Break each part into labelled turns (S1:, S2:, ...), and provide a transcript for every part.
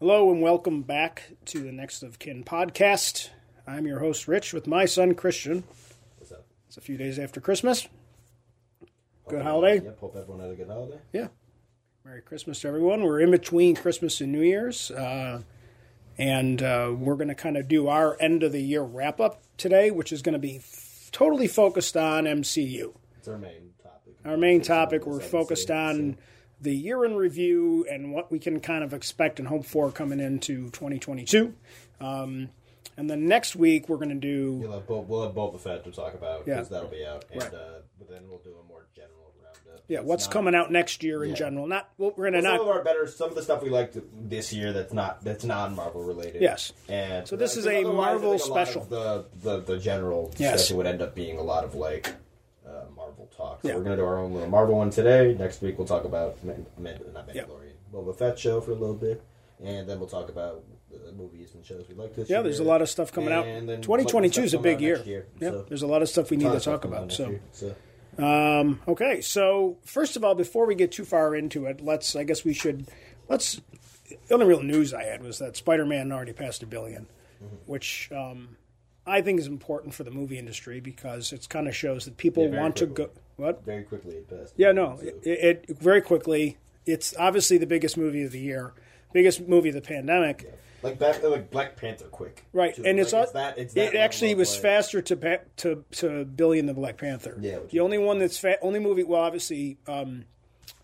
S1: Hello and welcome back to the Next of Kin podcast. I'm your host, Rich, with my son, Christian.
S2: What's up?
S1: It's a few days after Christmas. Good holiday.
S2: Yep, hope everyone had a good holiday.
S1: Yeah. Merry Christmas to everyone. We're in between Christmas and New Year's. Uh, and uh, we're going to kind of do our end of the year wrap up today, which is going to be f- totally focused on MCU.
S2: It's our main topic.
S1: Our main topic, we're focused on the year in review and what we can kind of expect and hope for coming into 2022. Um, and then next week, we're going to do
S2: We'll have, Bo- we'll have Boba Fett to talk about
S1: Yeah.
S2: because that'll be out, and
S1: Right.
S2: uh, but then we'll do a more general roundup.
S1: yeah,
S2: It's
S1: what's
S2: not-
S1: coming out next year in
S2: Yeah.
S1: general. Not well, we're going to
S2: Some of
S1: not.
S2: our better, some of the stuff we liked this year that's not that's non Marvel related.
S1: Yes.
S2: and
S1: So this
S2: uh,
S1: is a
S2: otherwise, I
S1: Marvel
S2: think a lot
S1: special.
S2: of The, the the general
S1: Yes.
S2: discussion would end up being a lot of like uh, Marvel talk. So
S1: Yeah.
S2: we're gonna do our own little Marvel one today. Next week we'll talk about Man, Man, not Mandalorian, Boba Fett show for a little bit, and then we'll talk about the movies and shows we like this.
S1: Yeah,
S2: year.
S1: there's a lot of stuff coming out.
S2: And then
S1: 2022 is a
S2: stuff
S1: big
S2: coming out
S1: year.
S2: next year.
S1: Yeah,
S2: So-
S1: there's a lot of stuff we need
S2: Ton
S1: to
S2: of stuff
S1: talk
S2: coming out
S1: about.
S2: next
S1: So.
S2: year. so
S1: Okay, so first of all, before we get too far into it, let's. I guess we should. Let's. The only real news I had was that Spider-Man already passed a 1000000000
S2: Mm-hmm.
S1: which um, I think is important for the movie industry because it kind of shows that people
S2: Yeah, very
S1: want to go.
S2: quickly.
S1: What?
S2: very quickly at best.
S1: Yeah, no.
S2: So-
S1: It, it very quickly. It's obviously the biggest movie of the year, biggest movie of the pandemic.
S2: like Black, like Black Panther, quick.
S1: Right,
S2: Too.
S1: and
S2: Like,
S1: it's, all
S2: that. It's that
S1: it
S2: level
S1: actually
S2: of,
S1: was
S2: like-
S1: faster to pa- to to Billy and the Black Panther.
S2: Yeah, which
S1: the
S2: is-
S1: only one that's fa- only movie. Well, obviously, um,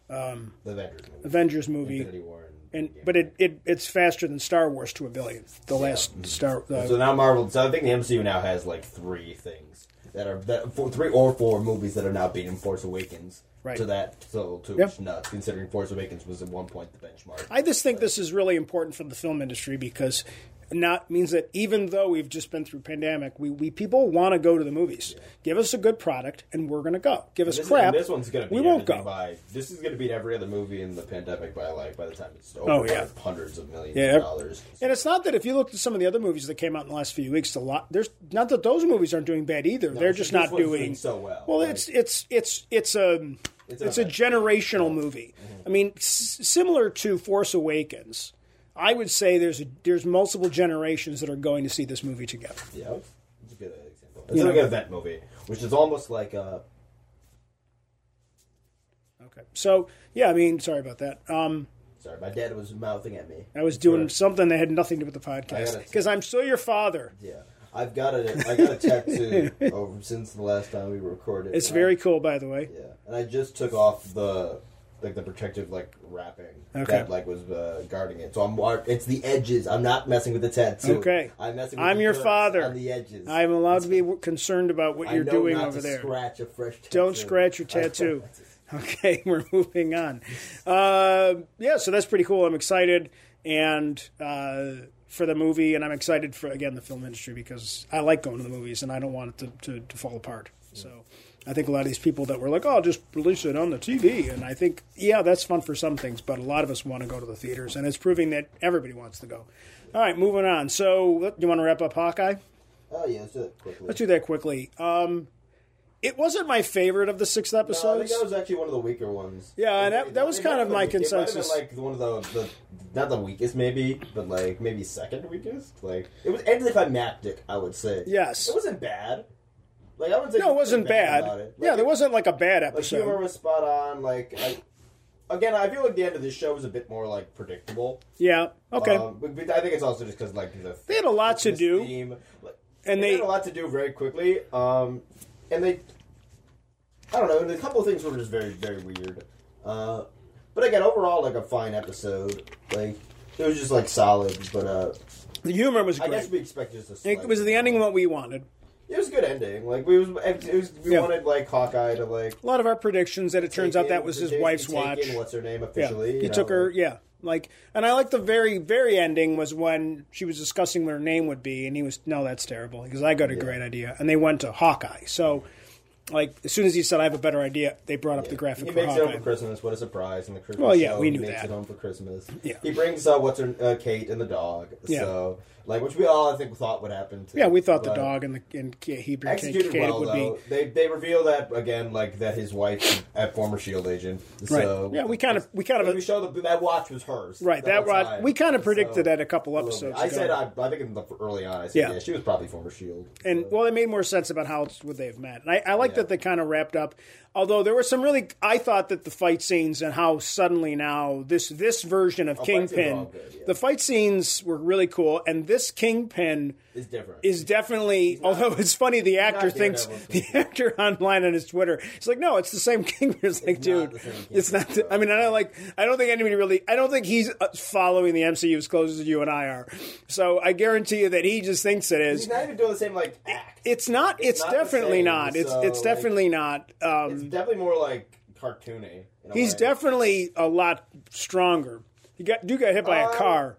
S2: The Avengers movie.
S1: Avengers movie.
S2: Infinity War
S1: and
S2: Endgame.
S1: but it, it it's faster than Star Wars to a billion. The last Star uh,
S2: So now Marvel. So I think the MCU now has like three things that are that four, three or four movies that are now beating Force Awakens.
S1: Right.
S2: To that, so to
S1: Yep.
S2: which nuts. Considering Force Awakens was at one point the benchmark.
S1: I just think this is really important for the film industry because not means that even though we've just been through pandemic, we, we people want to go to the movies. Give us a good product and we're going to go. Give us
S2: this,
S1: crap.
S2: and this one's gonna. Beat
S1: we won't
S2: everything
S1: go.
S2: By, this is gonna beat every other movie in the pandemic by like by the time it's over.
S1: Oh, yeah.
S2: with hundreds of millions
S1: Yeah.
S2: of dollars.
S1: And it's not that if you looked at some of the other movies that came out in the last few weeks, a lot there's not that those movies aren't doing bad either. They're
S2: it's
S1: just
S2: just
S1: not
S2: this one's
S1: doing,
S2: doing so well.
S1: Well,
S2: Like-
S1: it's it's it's it's a it's,
S2: It's Mm-hmm. an
S1: a
S2: event.
S1: generational movie. I mean, s- similar to Force Awakens, I would say there's a, there's multiple generations that are going to see this movie together.
S2: Yeah, it's a good example. It's like an event movie, which is almost like uh, a
S1: Okay, so yeah, I mean, sorry about that. Um,
S2: Sorry, my dad was mouthing at me.
S1: I was doing
S2: Sorry.
S1: something that had nothing to do with the
S2: I
S1: podcast
S2: gotta-
S1: because I'm still your father.
S2: Yeah, I've got a I got a tattoo over since the last time we recorded.
S1: It's
S2: and I-
S1: very cool, by the way.
S2: yeah, and I just took off the like the protective like wrapping
S1: Okay.
S2: that like was uh, guarding it. So I'm wa- it's the edges. I'm not messing with the tattoo.
S1: Okay.
S2: I'm messing. With
S1: I'm
S2: the
S1: your
S2: cuts
S1: father.
S2: On the edges.
S1: I'm allowed to be w- concerned about what
S2: I
S1: you're
S2: know
S1: doing
S2: not
S1: over
S2: to
S1: there.
S2: Scratch a fresh. Tattoo.
S1: Don't scratch your tattoo. Okay, we're moving on. Uh, yeah, so that's pretty cool. I'm excited and uh, for the movie, and I'm excited for again the film industry because I like going to the movies and I don't want it to, to, to fall apart. So I think a lot of these people that were like, "Oh, I'll just release it on the TV," and I think, yeah, that's fun for some things, but a lot of us want to go to the theaters, and it's proving that everybody wants to go. All right, moving on. So you want to wrap up Hawkeye?
S2: oh yeah, let's do it quickly.
S1: Let's do that quickly. Um, it wasn't my favorite of the sixth
S2: No, I
S1: episodes.
S2: think that was actually one of the weaker ones.
S1: Yeah, and that-
S2: It-
S1: that was
S2: it might
S1: kind
S2: have
S1: of
S2: been
S1: my
S2: the- it might have been,
S1: consensus.
S2: like one of the, the not the weakest, maybe, but like maybe second weakest. Like it was. And if I mapped it, I would say
S1: Yes.
S2: it wasn't bad. Like I wouldn't say
S1: No, it wasn't bad.
S2: about it. Like,
S1: yeah, there
S2: it-
S1: wasn't like a bad
S2: Like
S1: episode.
S2: humor was spot on. Like I, again, I feel like the end of this show was a bit more like predictable.
S1: yeah. Okay.
S2: Um, but, but I think it's also just because like the
S1: They had a lot to
S2: this
S1: do.
S2: theme, like,
S1: And they-
S2: had a lot to do very quickly. Um, and they, I don't know, and a couple of things were just very very weird. Uh, but again, overall, like a fine episode. Like it was just like solid, but uh,
S1: the humor was
S2: I
S1: great.
S2: guess we expect just a.
S1: it was the ending what we wanted.
S2: It was a good ending. Like we was, it was we
S1: Yeah.
S2: wanted like Hawkeye to like.
S1: A lot of our predictions that it turns
S2: take
S1: out that
S2: in-
S1: was
S2: to
S1: his
S2: take-
S1: wife's
S2: take
S1: watch.
S2: In, what's her name
S1: Yeah.
S2: officially?
S1: He
S2: you
S1: took
S2: know,
S1: her,
S2: like-
S1: yeah. Like, and I like the very, very ending was when she was discussing what her name would be, and he was, no, that's terrible because I got a great idea, and they went to Hawkeye. So, like, as soon as he said, I have a better idea, they brought up the graphic.
S2: He
S1: for
S2: makes it home
S1: Hawkeye.
S2: for Christmas. What a surprise! And the Christmas
S1: Well, yeah,
S2: show,
S1: we
S2: he
S1: knew
S2: makes
S1: that.
S2: it home for Christmas.
S1: Yeah.
S2: He brings uh, what's her uh, Kate and the dog.
S1: Yeah.
S2: So like, which we all I think thought would happen. To,
S1: Yeah, we thought the
S2: but
S1: dog and the and K- Hebrew
S2: executed
S1: Kate
S2: well
S1: would
S2: though.
S1: be
S2: They they reveal that again, like that his wife, a former Shield E agent.
S1: right.
S2: So
S1: yeah, we kind of we kind
S2: But we
S1: of
S2: show the, that watch was hers.
S1: right
S2: the
S1: that
S2: whole
S1: rod.
S2: time.
S1: We kind of predicted
S2: So,
S1: that a couple
S2: a little
S1: episodes.
S2: bit. I
S1: ago.
S2: said I, I think in the early on. I said
S1: Yeah.
S2: yeah, she was probably former Shield.
S1: and well, it made more sense about how else would they have met. And I, I like
S2: Yeah.
S1: that they kind of wrapped up. Although there were some really, I thought that the fight scenes and how suddenly now this this version of
S2: fight scenes are all
S1: Kingpin,
S2: good, yeah.
S1: the fight scenes were really cool, and this Kingpin
S2: is different.
S1: is definitely. although it's funny, the actor
S2: not
S1: thinks
S2: Daredevil
S1: the
S2: Kingpin.
S1: actor online on his Twitter, it's like, no, it's the same Kingpin. It's like,
S2: not
S1: dude,
S2: the same
S1: it's
S2: Kingpin,
S1: not. The, I mean, I don't like. I don't think anybody really. I don't think he's uh, following the MCU as close as you and I are. So I guarantee you that he just thinks it is.
S2: He's not even doing the same like act.
S1: It's not. It's,
S2: not the
S1: definitely
S2: same,
S1: not. It's
S2: so,
S1: it's
S2: like,
S1: definitely not. Um,
S2: It's definitely more like cartoony. in a
S1: he's
S2: way.
S1: definitely a lot stronger. He got dude got hit by a
S2: Um,
S1: car.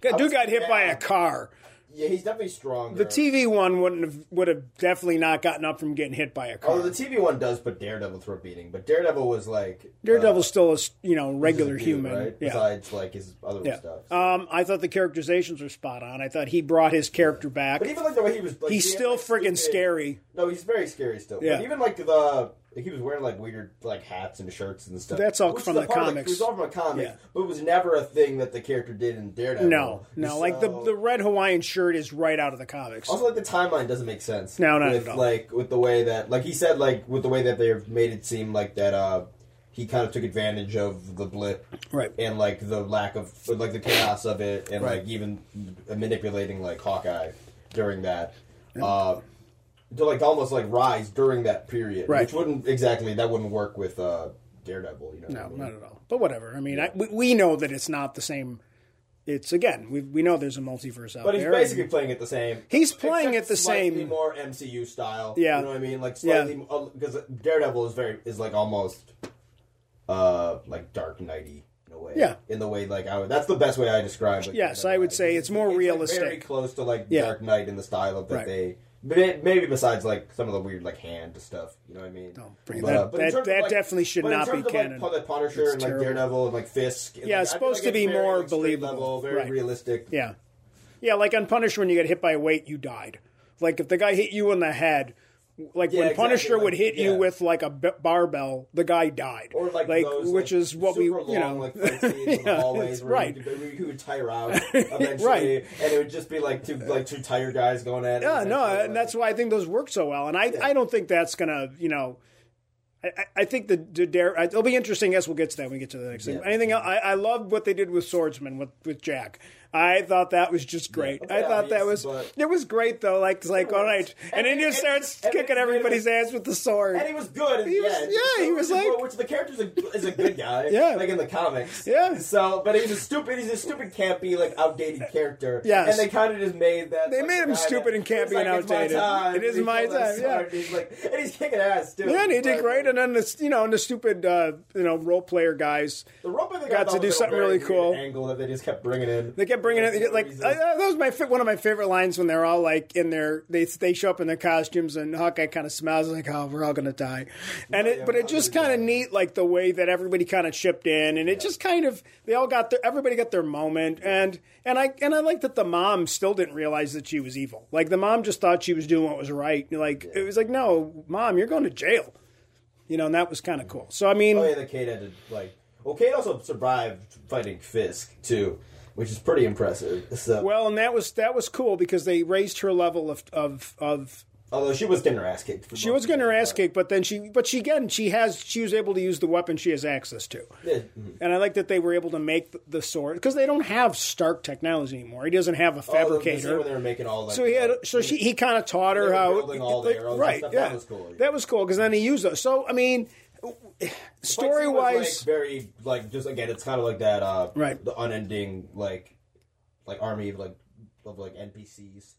S1: Got, dude
S2: was-
S1: got hit by
S2: yeah.
S1: a car.
S2: yeah. He's definitely stronger.
S1: The TV one wouldn't have would have definitely not gotten up from getting hit by a car.
S2: Although Oh, the TV one does put Daredevil through a beating, but Daredevil was like
S1: Daredevil's still a s- you know
S2: uh, he's a
S1: regular
S2: dude,
S1: human.
S2: right?
S1: Yeah.
S2: Besides like his other
S1: yeah.
S2: stuff.
S1: Um, I thought the characterizations were spot on. I thought he brought his character back.
S2: but even like the way he was, like,
S1: He's
S2: he had,
S1: still
S2: like,
S1: friggin'
S2: stupid-
S1: scary.
S2: No, he's very scary still.
S1: Yeah.
S2: But even like the like, he was wearing like weird like hats and shirts and stuff.
S1: That's all
S2: Which is
S1: from the
S2: part of
S1: comics.
S2: It was all from a comic,
S1: Yeah.
S2: but it was never a thing that the character did in Daredevil.
S1: No, no, like the
S2: So-
S1: the red Hawaiian shirt is right out of the comics.
S2: Also, like the timeline doesn't make sense.
S1: No, not
S2: with,
S1: at all.
S2: Like with the way that, like he said, like with the way that they've made it seem like that, uh, he kind of took advantage of the blip,
S1: Right.
S2: And like the lack of, or, like the chaos of it, and
S1: Right.
S2: like even manipulating like Hawkeye during that, uh, to like almost like rise during that period,
S1: Right.
S2: Which wouldn't exactly that wouldn't work with uh, Daredevil, you know? what I
S1: No,
S2: mean?
S1: not at all. But whatever. I mean, I, we, we know that it's not the same. It's again, we we know there's a multiverse out
S2: But he's
S1: there.
S2: basically playing it the same.
S1: He's playing
S2: Except
S1: it the
S2: slightly
S1: same.
S2: more MCU style.
S1: Yeah.
S2: you know what I mean. Like
S1: Yeah.
S2: slightly because Daredevil is very is like almost uh like Dark Knighty in a way.
S1: Yeah.
S2: in the way like I would, that's the best way I describe it.
S1: Yes, I would say it's more
S2: like, very
S1: realistic.
S2: close to like
S1: Yeah.
S2: Dark Knight in the style of that
S1: Right.
S2: they. may- Maybe besides like some of the weird like hand stuff, you know what I mean?
S1: Oh, bring
S2: But,
S1: that-
S2: uh, but in
S1: that-
S2: terms
S1: that
S2: like-
S1: definitely should
S2: but in
S1: not be
S2: terms of,
S1: canon.
S2: Like, the Punisher and like
S1: terrible.
S2: Daredevil and like Fisk. and,
S1: Yeah,
S2: like,
S1: it's
S2: I feel
S1: supposed
S2: like
S1: to be
S2: very,
S1: more
S2: like, street
S1: believable.
S2: level, very
S1: Right.
S2: realistic.
S1: yeah, yeah. Like on Punisher, when you get hit by a weight, you died. Like if the guy hit you in the head, like
S2: Yeah,
S1: when
S2: exactly,
S1: Punisher would
S2: like,
S1: hit you
S2: yeah.
S1: with like a b- barbell, the guy died.
S2: or like, those,
S1: which
S2: like,
S1: is what we
S2: super
S1: you know.
S2: long, like fight scenes in the
S1: Yeah,
S2: hallways
S1: it's
S2: where
S1: right.
S2: you, could- you could tire out eventually,
S1: Right.
S2: and it would just be like two like two tired guys going at it.
S1: Yeah, no,
S2: eventually,
S1: and
S2: like-
S1: that's why I think those work so well. And I, I don't think that's gonna, you know, I, I- I think the, the dare I- it'll be interesting. As we'll get to that when we get to the next thing.
S2: Yeah.
S1: Anything else? I, I loved what they did with Swordsman with with Jack. I thought that was just great.
S2: Yeah,
S1: I thought that was
S2: obvious, but-
S1: it was great though. Like it's like all right, and,
S2: And
S1: then
S2: it-
S1: you
S2: it-
S1: starts
S2: and it-
S1: kicking everybody's ass with the sword.
S2: And he was good. in
S1: He
S2: the
S1: was-
S2: end.
S1: yeah, he
S2: Which
S1: was
S2: is-
S1: like-
S2: which the character's a, is a good guy.
S1: Yeah.
S2: like in the comics.
S1: Yeah.
S2: So, but he's a stupid. He's a stupid, campy, like outdated character.
S1: Yes.
S2: And they kind of just made that.
S1: They
S2: like,
S1: made him
S2: guy
S1: stupid
S2: that-
S1: and campy
S2: it's like,
S1: and
S2: it's my
S1: outdated.
S2: time.
S1: It is
S2: He
S1: my
S2: pulled that
S1: time, yeah.
S2: sword, and He's like, and he's kicking ass too.
S1: yeah, and he did
S2: Like,
S1: great. And then this, you know, and the stupid, uh, you know, role player guys.
S2: The rope thing I
S1: got
S2: thought
S1: to do
S2: was a
S1: something
S2: very
S1: really
S2: weird
S1: cool.
S2: Angle that they just kept bringing in.
S1: They kept bringing it. They get, like uh,
S2: Reason.
S1: I, I- that was my fa- one of my favorite lines when they're all like in their they they show up in their costumes and Hawkeye kind of smiles like oh we're all gonna die, and it
S2: yeah,
S1: but
S2: we're
S1: it
S2: all
S1: just
S2: gonna
S1: kind of
S2: die.
S1: neat like the way that everybody kind of chipped in and it just kind of they all got their everybody got their moment and and I and I like that the mom still didn't realize that she was evil like the mom just thought she was doing what was right like it was like no mom you're going to jail, you know and that was kind of cool so I mean
S2: Oh yeah, that Kate had to like. Well, Kate also survived fighting Fisk too, which is pretty impressive. So,
S1: well and that was that was cool because they raised her level of of of
S2: although she was getting her ass kicked.
S1: She was getting her ass kicked, but then she, but she again, she has, she was able to use the weapon she has access to, and I like that they were able to make the, the sword because they don't have Stark technology anymore. He doesn't have
S2: Oh,
S1: a fabricator,
S2: When they were making all uh, that.
S1: so he had, so she, he kind of taught her
S2: were
S1: how,
S2: building all the
S1: like,
S2: arrows and
S1: right?
S2: stuff.
S1: Yeah,
S2: That was cool, yeah.
S1: That was cool because then he used those. So I mean, story wise,
S2: like, very like just again, it's kind of like that. Uh,
S1: Right.
S2: The unending like, like army of like of like NPCs.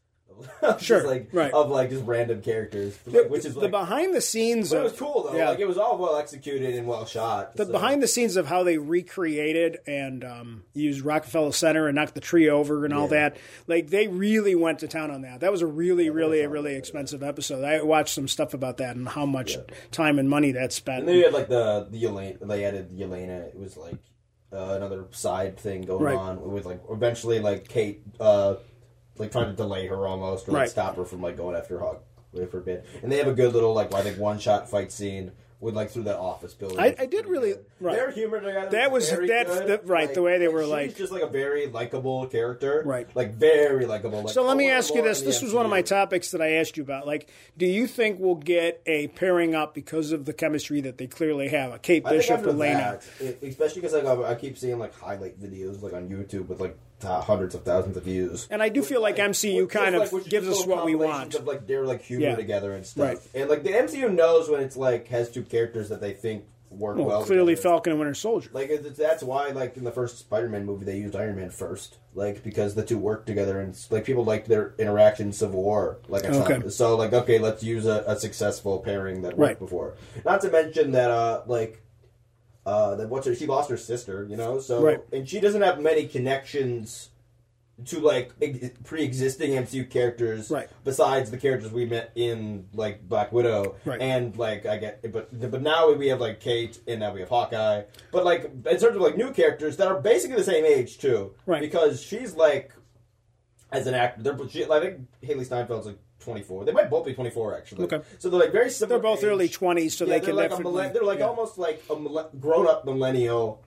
S2: Just
S1: Sure,
S2: like
S1: right.
S2: of like just random characters, like, which is
S1: the
S2: like,
S1: behind the scenes.
S2: but it was
S1: of-
S2: cool though.
S1: Yeah,
S2: Like it was all well executed and well shot.
S1: the
S2: so.
S1: behind the scenes of how they recreated and um, used Rockefeller Center and knocked the tree over and all
S2: Yeah.
S1: that. Like they really went to town on that. That was a really, really,
S2: all
S1: really expensive episode. I watched some stuff about that and how much time and money that spent.
S2: And then you had like the the Elena. They added the Elena. It was like uh, another side thing going
S1: Right.
S2: on with like eventually like Kate uh, like trying to delay her almost or like
S1: Right.
S2: stop her from like going after Hawk for a bit. And they have a good little like I think one shot fight scene with like through that office building.
S1: I- I did really- right.
S2: Their humor together.
S1: That was-
S2: very
S1: that's
S2: good.
S1: the- right, the way they were,
S2: she's
S1: like-
S2: just like a very likable character.
S1: Right.
S2: Like very likable. Like,
S1: So let me
S2: more-
S1: ask you
S2: more
S1: this.
S2: in the
S1: This was one of my
S2: MCU.
S1: topics that I asked you about. Like, do you think we'll get a pairing up because of the chemistry that they clearly have? A Kate
S2: I think
S1: Bishop,
S2: after
S1: Elena.
S2: that, it- e, especially because like I I keep seeing like highlight videos like on YouTube with like th- hundreds of thousands of views.
S1: And I do feel like MCU
S2: Which is,
S1: kind
S2: like,
S1: of
S2: which is
S1: gives
S2: just
S1: us
S2: little
S1: what we
S2: compilations
S1: want.
S2: Of like their like humor
S1: Yeah.
S2: together and stuff.
S1: Right.
S2: And like the MCU knows when it's like has two characters that they think work well.
S1: Well, clearly,
S2: together.
S1: Falcon and Winter Soldier.
S2: Like it- it's- that's why like in the first Spider-Man movie they used Iron Man first, like because the two worked together and like people liked their interaction in Civil War. Like I
S1: Okay.
S2: thought. so like okay, let's use a, a successful pairing that worked
S1: Right.
S2: before. Not to mention that uh like uh that what's her she lost her sister, you know, so
S1: Right.
S2: and she doesn't have many connections to like ex- pre-existing MCU characters,
S1: Right.
S2: Besides the characters we met in like Black Widow,
S1: Right.
S2: and like I get, but but now we have like Kate, and now we have Hawkeye. But like in terms of like new characters that are basically the same age too,
S1: Right.
S2: Because she's like as an actor, they're she, I think Haley Steinfeld's like twenty four. They might both be twenty four actually.
S1: Okay.
S2: so they're like very similar.
S1: They're both
S2: age.
S1: early 20s, so they
S2: Yeah, they're
S1: can
S2: like a
S1: definitely.
S2: millen- they're like
S1: yeah.
S2: almost like a mille- grown-up millennial.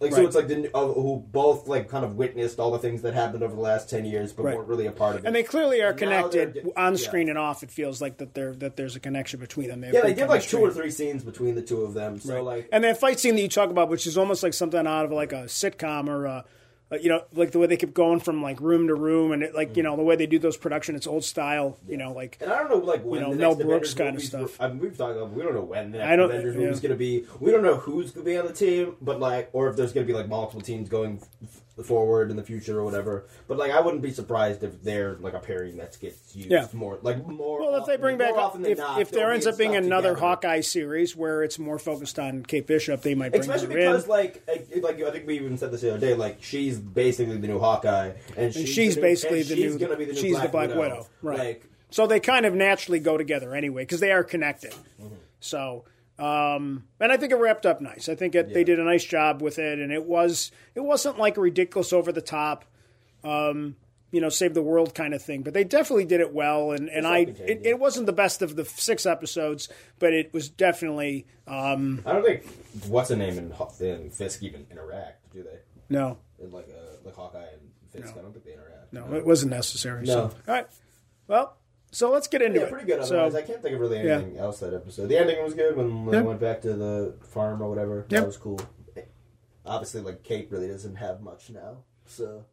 S2: Like
S1: Right.
S2: so, it's like the n- of, who both like kind of witnessed all the things that happened over the last ten years, but
S1: Right.
S2: weren't really a part of it.
S1: And they clearly are
S2: Now they're
S1: connected
S2: get-
S1: on
S2: yeah.
S1: screen and off. It feels like that there that there's a connection between them. have
S2: yeah, they
S1: good
S2: did like two
S1: chemistry.
S2: or three scenes between the two of them. So like,
S1: and that fight scene that you talk about, which is almost like something out of like a sitcom or a, a- you know, like the way they kept going from like room to room, and it, like
S2: Mm.
S1: you know the way they do those production, it's old style. You know, like
S2: And I don't know, like when
S1: know,
S2: the
S1: Mel
S2: next
S1: Brooks
S2: Avengers
S1: kind of
S2: movies
S1: stuff.
S2: were- I mean, we've talked about. We don't know when the next
S1: I don't-
S2: Avengers
S1: yeah.
S2: movie's going to be. We don't know who's going to be on the team, but like, or if there's going to be like multiple teams going f- forward in the future or whatever. But like, I wouldn't be surprised if they're like a pairing that gets used
S1: Yeah.
S2: more, like more.
S1: well, if they
S2: often-
S1: bring
S2: more
S1: back
S2: often than
S1: if,
S2: not,
S1: if there
S2: they'll
S1: ends
S2: be
S1: up being
S2: stuck
S1: another
S2: together.
S1: Hawkeye series where it's more focused on Kate Bishop, they might bring
S2: Especially
S1: her in.
S2: because, like, I- like I think we even said this the other day. Like, she's basically the new Hawkeye, and she's,
S1: she's
S2: the new-
S1: basically
S2: and
S1: the
S2: she's
S1: new-
S2: gonna be the new
S1: she's the
S2: Black
S1: Black
S2: Widow.
S1: Widow, right.
S2: Like,
S1: So they kind of naturally go together anyway because they are connected.
S2: Mm-hmm.
S1: So, um, and I think it wrapped up nice. I think it, they did a nice job with it, and it was it wasn't like a ridiculous over the top, um, you know, save the world kind of thing. But they definitely did it well, and and I
S2: self-contained,
S1: it,
S2: yeah.
S1: it wasn't the best of the six episodes, but it was definitely um,
S2: I don't think what's her name and Haw- and Fisk even interact, do they?
S1: no,
S2: in like uh, like Hawkeye and Fisk. I don't think they interact.
S1: no, it wasn't necessary.
S2: No.
S1: So. All right, well, so let's get into
S2: Yeah,
S1: it.
S2: pretty good.
S1: So-
S2: Otherwise, I can't think of really anything else that episode. The ending was good when they
S1: Yeah.
S2: went back to the farm or whatever.
S1: Yeah.
S2: That was cool. Obviously, like Kate really doesn't have much now, so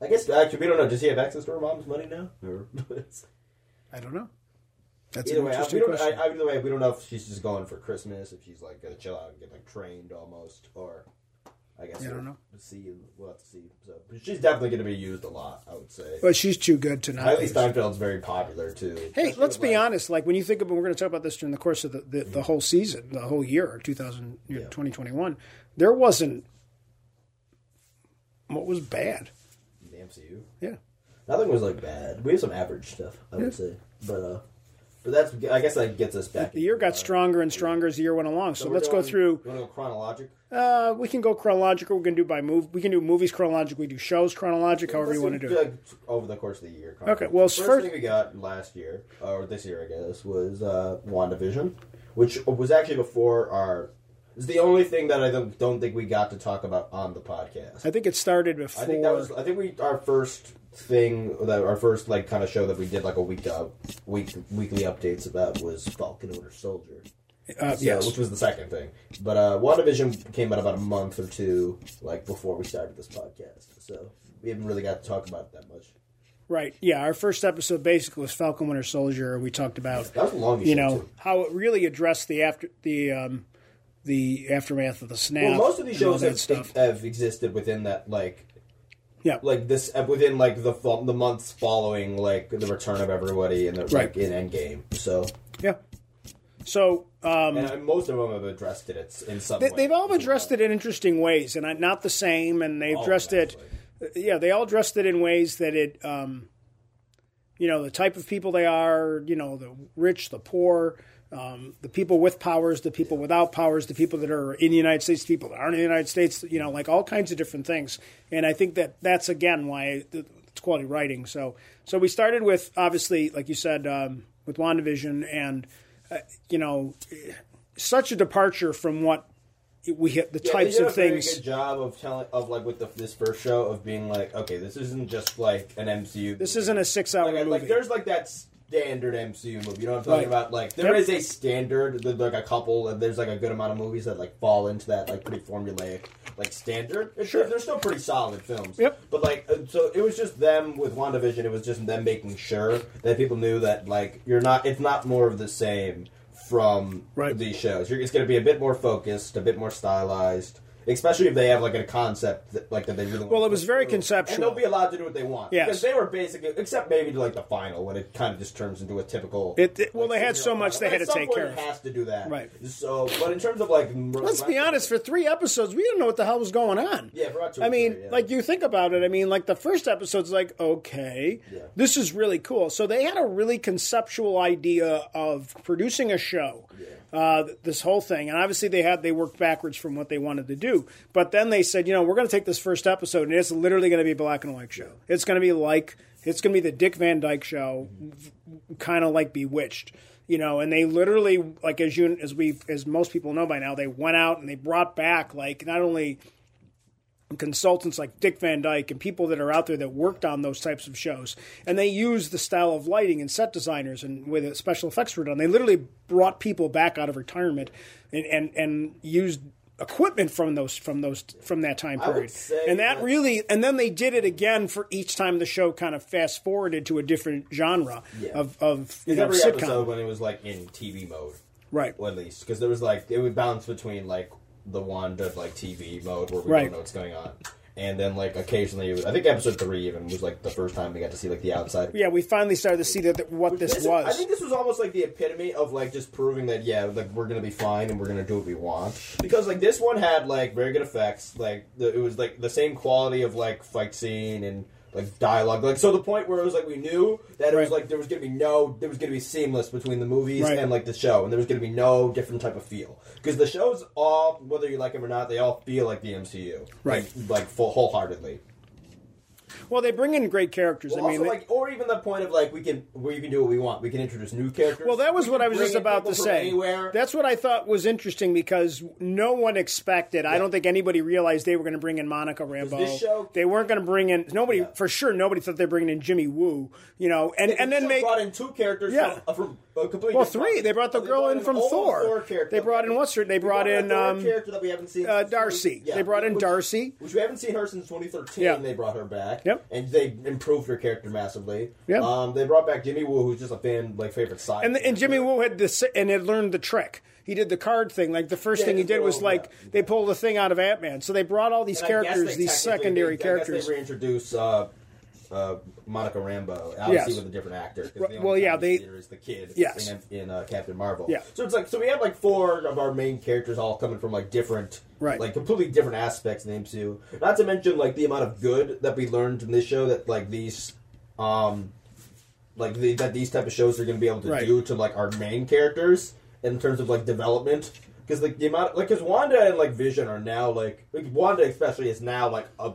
S2: I guess actually we don't know. Does he have access to her mom's money now? Or
S1: I don't know. That's
S2: either
S1: an
S2: way, I,
S1: interesting
S2: we don't.
S1: question.
S2: I, I- either way, we don't know if she's just going for Christmas, if she's like gonna chill out and get like trained almost, or I guess
S1: Yeah, I
S2: we'll
S1: don't know.
S2: See, we'll have to see. So but she's definitely gonna be used a lot, I would say.
S1: But she's too good to not.
S2: Haley
S1: lose.
S2: Steinfeld's very popular too.
S1: Hey, let's be honest. Like when you think about, we're going to talk about this during the course of the, the, the whole season, the whole year, 2000, you know, 2021. There wasn't what was bad.
S2: The MCU.
S1: Yeah,
S2: Nothing was like bad. We have some average stuff, I would say. But uh, but that's I guess that gets us back.
S1: the year got stronger and stronger as the year went along. So let's go through.
S2: You want to go chronologic?
S1: Uh, we can go chronological. We can do by move. We can do movies chronological. We do shows chronologic. However you want to do. it.
S2: Like, over the course of the year.
S1: Okay, well,
S2: first,
S1: first-
S2: thing we got last year or this year, I guess, was uh, WandaVision, which was actually before our. It's the only thing that I don't, don't think we got to talk about on the podcast.
S1: I think it started
S2: I think
S1: before.
S2: that was. I think we our first thing that our first like kind of show that we did like a week up week weekly updates about was Falcon and Winter Soldier.
S1: Uh,
S2: So,
S1: yes.
S2: which was the second thing. But uh, WandaVision came out about a month or two like before we started this podcast, so we haven't really got to talk about it that much.
S1: Right. Yeah. Our first episode basically was Falcon Winter Soldier. We talked about
S2: That was the longest.
S1: you
S2: show,
S1: know
S2: too.
S1: how it really addressed the after the um, the aftermath of the snap.
S2: Well, most of these
S1: and all
S2: shows
S1: that
S2: have,
S1: stuff.
S2: have existed within that like
S1: Yeah.
S2: like this uh, within like the fo- the months following like the return of everybody and the
S1: Right.
S2: like in Endgame. So
S1: Yeah. So um,
S2: and uh, most of them have addressed it. It's in some.
S1: they,
S2: way.
S1: they've all addressed it in interesting ways, and I- not the same. And they've
S2: All
S1: addressed it.
S2: exactly.
S1: Yeah, they all addressed it in ways that it, um, you know, the type of people they are. You know, the rich, the poor. Um, the people with powers, the people without powers, the people that are in the United States, the people that aren't in the United States, you know, like all kinds of different things. And I think that that's again why th- it's quality writing. So, so we started with obviously, like you said, um, with WandaVision, and uh, you know, such a departure from what we hit the
S2: Yeah,
S1: types
S2: they did
S1: of
S2: a very
S1: things.
S2: Good job of telling of like with the, this first show of being like, okay, this isn't just like an MCU.
S1: This isn't a six-hour
S2: like, I-
S1: movie.
S2: like there's like that standard MCU movie. You know what I'm talking
S1: Right.
S2: about? Like there
S1: Yep.
S2: is a standard, there's, like a couple, and there's like a good amount of movies that like fall into that like pretty formulaic like standard. It's-
S1: Sure.
S2: they're still pretty solid films.
S1: Yep.
S2: But like, uh, so it was just them with WandaVision. It was just them making sure that people knew that like you're not. It's not more of the same from
S1: Right.
S2: these shows. You're, it's going to be a bit more focused, a bit more stylized. Especially if they have like a concept that, like that they really want
S1: Well,
S2: to
S1: it was
S2: push
S1: very
S2: through. And
S1: conceptual.
S2: they'll be allowed to do what they want.
S1: Yes.
S2: Because they were basically, except maybe to like the final when it kind of just turns into a typical.
S1: It- it- well,
S2: like,
S1: they had so
S2: serial
S1: much they had
S2: final.
S1: to
S2: At some
S1: take
S2: point,
S1: care
S2: it
S1: of.
S2: Has to do that,
S1: Right.
S2: So, but in terms of like,
S1: Let's be honest. For three episodes, we didn't know what the hell was going on.
S2: Yeah, for about two
S1: I
S2: or
S1: mean,
S2: three, yeah.
S1: like you think about it. I mean, like the first episode's like, okay,
S2: Yeah.
S1: this is really cool. So they had a really conceptual idea of producing a show. Uh, th- this whole thing, and obviously they had they worked backwards from what they wanted to do. But then they said, you know, we're going to take this first episode, and it's literally going to be a black and white show. It's going to be like it's going to be the Dick Van Dyke show, kind of like Bewitched, you know. And they literally, like as you as we as most people know by now, they went out and they brought back like not only consultants like Dick Van Dyke and people that are out there that worked on those types of shows, and they used the style of lighting and set designers and with it, special effects were done. They literally brought people back out of retirement and and, and used equipment from those from those from that time
S2: would
S1: period
S2: say
S1: and that
S2: that-
S1: really and then they did it again for each time the show kind of fast forwarded to a different genre
S2: Yeah.
S1: of of you know,
S2: every
S1: sitcom
S2: episode when it was like in TV mode,
S1: right
S2: or at least because there was like it would bounce between like the wand of like TV mode where we
S1: Right.
S2: don't know what's going on, and then like occasionally, it was- I think episode three even was like the first time we got to see like the outside.
S1: yeah we finally started to see that, that what this,
S2: This is-
S1: was
S2: I think this was almost like the epitome of like just proving that yeah, like we're gonna be fine and we're gonna do what we want. Because like this one had like very good effects. Like the, it was like the same quality of like fight scene and like dialogue. Like so the point where it was like we knew that it was
S1: Right.
S2: like there was gonna be no there was gonna be seamless between the movies
S1: Right.
S2: and like the show and there was gonna be no different type of feel because the shows all whether you like them or not they all feel like the MCU
S1: Right.
S2: like, like full wholeheartedly.
S1: well they bring in great characters
S2: Well,
S1: i mean
S2: also,
S1: they-
S2: like, or even the point of like we can where you can do what we want. We can introduce new characters.
S1: Well, that was
S2: We
S1: what
S2: can
S1: I was
S2: bring
S1: just
S2: in
S1: about
S2: people
S1: to
S2: from
S1: say.
S2: Anywhere.
S1: That's what I thought was interesting because no one expected. I don't think anybody realized they were going to bring in Monica Rambeau.
S2: this show-
S1: they weren't going to bring in nobody
S2: Yeah.
S1: for sure. Nobody thought they were bringing in Jimmy Woo. You know, and and then
S2: They
S1: make
S2: brought in two characters.
S1: Yeah.
S2: from, uh, from a completely
S1: well
S2: different-
S1: three. They brought the
S2: They
S1: girl in
S2: an
S1: from
S2: old
S1: Thor.
S2: character.
S1: They brought in what's her? They
S2: They
S1: brought
S2: a
S1: in
S2: Thor
S1: um,
S2: character that we haven't seen.
S1: uh,
S2: since-
S1: Darcy.
S2: yeah,
S1: They brought in
S2: which-
S1: Darcy.
S2: which we haven't seen her since 2013.
S1: Yeah.
S2: and They brought her back.
S1: Yep.
S2: And they improved her character massively.
S1: Yeah.
S2: Um, they brought back Jimmy Woo, who's just a fan like favorite side.
S1: and and Jimmy Woo had this and had learned the trick. He did the card thing. Like the first
S2: Yeah,
S1: thing he
S2: they
S1: did was
S2: pulled-
S1: like
S2: yeah.
S1: they pulled a thing out of Ant Man. So they brought all these
S2: And I guess
S1: characters,
S2: they
S1: these
S2: technically
S1: secondary
S2: did- I guess
S1: characters.
S2: they reintroduced uh, uh, Monica Rambo, obviously
S1: Yes.
S2: with a different actor. 'cause the only
S1: well, yeah,
S2: time you
S1: they-
S2: see her is the kid
S1: Yes.
S2: in, in uh, Captain Marvel.
S1: Yeah.
S2: So it's like so we have like four of our main characters all coming from like different,
S1: Right.
S2: like completely different aspects in the MCU. Not to mention like the amount of good that we learned in this show that like these, um, like the, that these type of shows are going to be able to
S1: Right.
S2: do to like our main characters in terms of like development. Because like the amount, like because Wanda and like Vision are now like, like Wanda especially is now like a.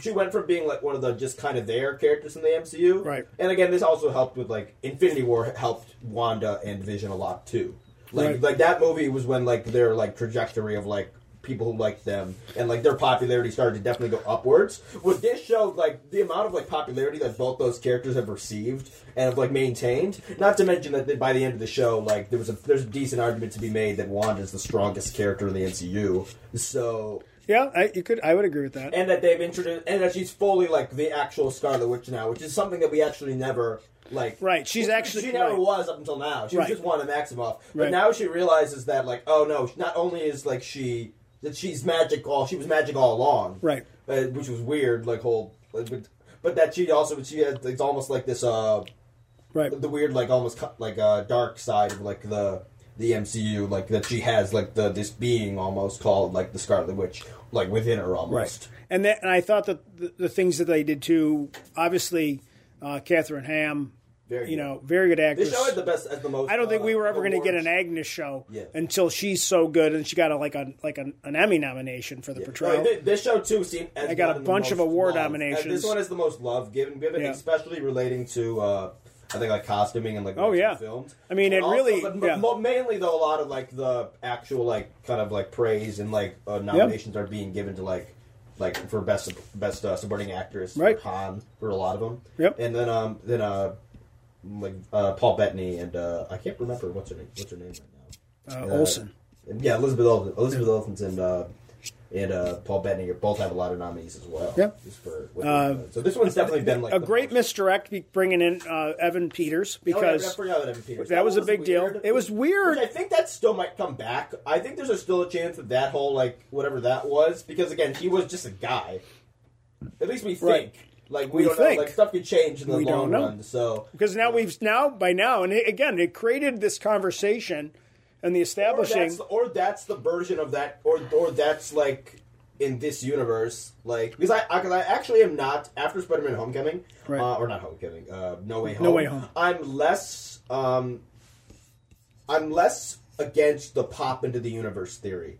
S2: She went from being like one of the just kind of there characters in the MCU,
S1: Right.
S2: And again, this also helped with like Infinity War helped Wanda and Vision a lot too. Like
S1: Right.
S2: like that movie was when like their like trajectory of like people who liked them and like their popularity started to definitely go upwards. With this show, like the amount of like popularity that both those characters have received and have like maintained. Not to mention that by the end of the show, like there was a there's a decent argument to be made that Wanda is the strongest character in the MCU. So
S1: Yeah, I, you could. I would agree with that.
S2: and that they've introduced and that she's fully like the actual Scarlet Witch now, which is something that we actually never like.
S1: Right, she's actually-
S2: she never
S1: right.
S2: was up until now. She
S1: Right.
S2: was just Wanda Maximoff, but
S1: Right.
S2: now she realizes that like, oh no, not only is like she that she's magic all she was magic all along,
S1: Right.
S2: Uh, which was weird, like whole Like, but, but that she also she has it's almost like this uh
S1: Right.
S2: the weird like almost co- like uh, dark side of like the the MCU like that she has like the this being almost called like the Scarlet Witch like within her almost.
S1: And that, and I thought that the, the things that they did too. Obviously, uh, Catherine Ham,
S2: Very
S1: you
S2: good.
S1: know, very good
S2: This
S1: actress.
S2: show had the best at the most.
S1: I don't think
S2: uh,
S1: we were ever going to get
S2: awards.
S1: an Agnes show
S2: Yeah.
S1: until she's so good, and she got a, like a like an, an Emmy nomination for the portrayal.
S2: No, thi- this show too seemed. As
S1: I got
S2: one
S1: a
S2: of the
S1: bunch of
S2: most
S1: award
S2: love-
S1: nominations.
S2: and This one is the most love given, given
S1: Yeah.
S2: especially relating to. Uh, I think like costuming and like
S1: Oh,
S2: making
S1: yeah.
S2: films.
S1: I mean,
S2: But
S1: it really-
S2: but
S1: yeah.
S2: mo- mainly though a lot of like the actual like kind of like praise and like uh, nominations are being given to like like for best best uh, supporting actress
S1: Right.
S2: for Han for a lot of them.
S1: Yep.
S2: And then um then uh like uh, Paul Bettany and uh, I can't remember what's her name what's her name right now.
S1: uh, Olsen.
S2: Yeah, Elizabeth Olsen. Elizabeth Olsen's and uh, and uh, Paul Bettany are both have a lot of nominees as well.
S1: Yeah.
S2: Just for what they've done. so this one's definitely been like
S1: Uh, A
S2: the-
S1: great misdirect be bringing in uh, Evan Peters
S2: Oh, yeah,
S1: because
S2: I forgot about Evan Peters.
S1: that was a big deal.
S2: weird.
S1: It was weird.
S2: Which I think that still might come back. I think there's a, still a chance that that whole like whatever that was because again he was just a guy. At least we think.
S1: Right.
S2: Like we,
S1: We
S2: don't
S1: think.
S2: know. Like stuff could change in the
S1: We don't
S2: long
S1: know.
S2: run. So
S1: because now we've now by now, and it, again, it created this conversation and the
S2: or
S1: establishing.
S2: that's, or that's the version of that, or or that's like in this universe, like because I I, 'cause I actually am not after Spider-Man: Homecoming,
S1: Right.
S2: uh, or not Homecoming, uh, No Way Home.
S1: Way Home.
S2: I'm less, um, I'm less against the pop into the universe theory.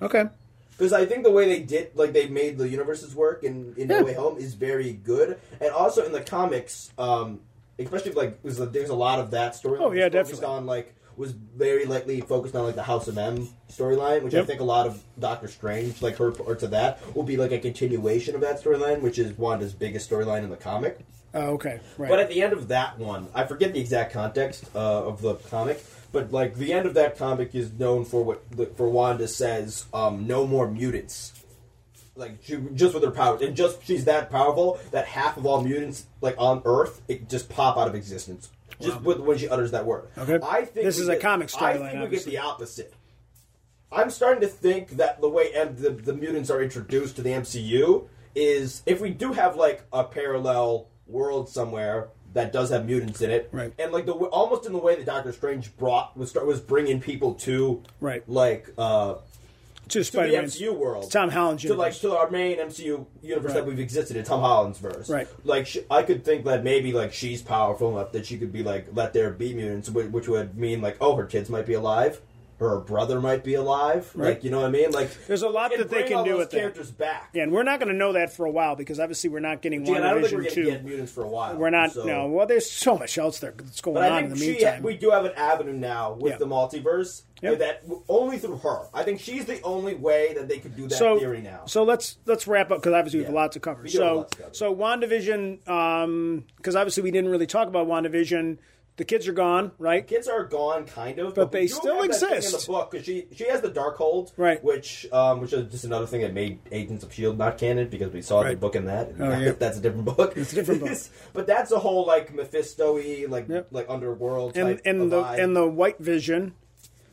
S1: okay,
S2: Because I think the way they did, like they made the universes work in, in
S1: Yeah.
S2: No Way Home, is very good, and also in the comics, um, especially like there's a, there's a lot of that story.
S1: Oh, yeah,
S2: Focused
S1: definitely.
S2: on like was very likely focused on like the House of M storyline, which I
S1: Yep.
S2: think a lot of Doctor Strange, like her part to that, will be like a continuation of that storyline, which is Wanda's biggest storyline in the comic.
S1: oh, okay, right.
S2: But at the end of that one, I forget the exact context uh, of the comic, but like the end of that comic is known for what for Wanda says, um, "No more mutants." Like she, just with her powers, and just she's that powerful that half of all mutants like on Earth it just pop out of existence just with, when she utters that word.
S1: Okay.
S2: I think
S1: This
S2: we
S1: is a
S2: get-
S1: comic
S2: I
S1: storyline,
S2: think we get
S1: obviously.
S2: the opposite. I'm starting to think that the way M- the, the mutants are introduced to the MCU is if we do have like a parallel world somewhere that does have mutants in it,
S1: Right.
S2: And like the w- almost in the way that Doctor Strange brought was start was bringing people to
S1: Right.
S2: like uh
S1: to
S2: to
S1: Spider Man,
S2: the MCU world,
S1: Tom Holland's
S2: to like
S1: universe.
S2: to our main MCU universe
S1: Right.
S2: that we've existed in Tom Holland's verse,
S1: Right.
S2: Like sh- I could think that maybe like she's powerful enough that she could be like let there be mutants, whi- which would mean like oh her kids might be alive, her brother might be alive, like you know what I mean? Like
S1: There's a lot
S2: and
S1: that they
S2: bring
S1: can
S2: all
S1: do
S2: those
S1: with that.
S2: characters back.
S1: Yeah, and we're not going to know that for a while because obviously we're not getting
S2: Again, I
S1: one
S2: don't think we're
S1: vision
S2: going to get
S1: two.
S2: mutants for a while.
S1: We're not.
S2: so-
S1: No. Well, there's so much else there that's going
S2: But I
S1: on in
S2: think
S1: the
S2: she,
S1: meantime.
S2: we do have an avenue now with
S1: Yeah.
S2: the multiverse
S1: Yep.
S2: that only through her. I think she's the only way that they could do that
S1: so,
S2: theory now.
S1: so let's let's wrap up because obviously we have a
S2: Yeah.
S1: lot to cover.
S2: We do have a
S1: so
S2: lot to cover.
S1: so Wandavision, because obviously we didn't really talk about Wandavision. The kids are gone, right?
S2: kids are gone, kind of,
S1: But they
S2: we do
S1: still
S2: have that thing in
S1: exist.
S2: the book because she she has the dark hold,
S1: Right.
S2: Which um, which is just another thing that made Agents of Shield E not canon because we saw the
S1: Right.
S2: book in that. And
S1: Oh, yeah.
S2: that's a different book. It's
S1: a different book.
S2: but that's a whole like Mephisto-y, like
S1: Yep.
S2: like underworld
S1: And
S2: type of
S1: and the
S2: vibe.
S1: and the White Vision,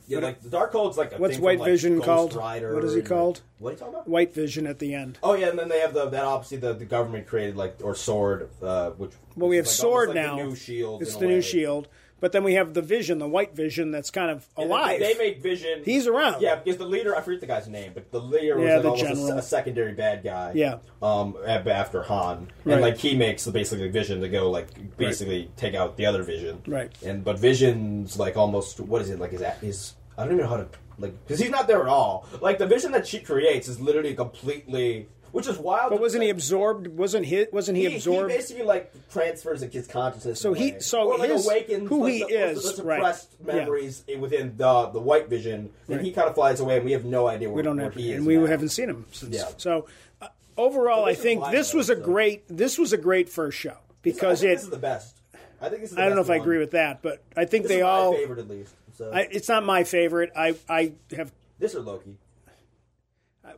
S2: yeah, like the dark hold's like a
S1: what's
S2: thing from,
S1: White
S2: like,
S1: Vision
S2: Ghost
S1: called?
S2: Rider
S1: What is he
S2: and,
S1: called?
S2: What are you talking about?
S1: White Vision at the end.
S2: Oh yeah, and then they have the that obviously the, the government created like or sword, uh, which
S1: Well, we have
S2: is, like,
S1: Sword
S2: almost
S1: now.
S2: like the new shield.
S1: it's
S2: E in a
S1: the new
S2: way.
S1: Shield, but then we have the Vision, the White Vision, that's kind of
S2: And
S1: alive.
S2: They, they made Vision.
S1: He's around.
S2: Yeah, because the leader, I forget the guy's name, but the leader was
S1: Yeah,
S2: like
S1: the
S2: almost a s- a,
S1: general.
S2: secondary bad guy.
S1: Yeah.
S2: Um, ab- after Han,
S1: Right.
S2: and like he makes the basically Vision to go like basically take out the other Vision.
S1: Right.
S2: And but Vision's like almost what is it like? Is that is I don't even know how to like because he's not there at all. Like the Vision that she creates is literally completely, which is wild.
S1: but wasn't he
S2: Like,
S1: absorbed? Wasn't he? Wasn't he,
S2: he,
S1: absorbed?
S2: he basically like transfers like, his consciousness.
S1: So
S2: in a
S1: he-
S2: way.
S1: so
S2: or, like,
S1: his-
S2: awakens
S1: who
S2: like,
S1: he
S2: the, the-
S1: is,
S2: the
S1: right.
S2: suppressed
S1: Yeah.
S2: memories within the the white vision, and
S1: Right.
S2: he kind of flies away, and we have no idea where,
S1: we don't
S2: where
S1: have,
S2: he is,
S1: and we
S2: now.
S1: haven't seen him since.
S2: Yeah.
S1: So uh, overall, I
S2: this is
S1: think
S2: why,
S1: this
S2: though,
S1: was a
S2: so-
S1: great this was a great first show
S2: So I
S1: because
S2: think
S1: it.
S2: this is the best. I think this is the
S1: I don't know if
S2: best
S1: I agree
S2: one.
S1: with that, but I think
S2: This
S1: they
S2: is my
S1: all.
S2: favorite at least. So
S1: I, it's not my favorite. I I have.
S2: this or Loki.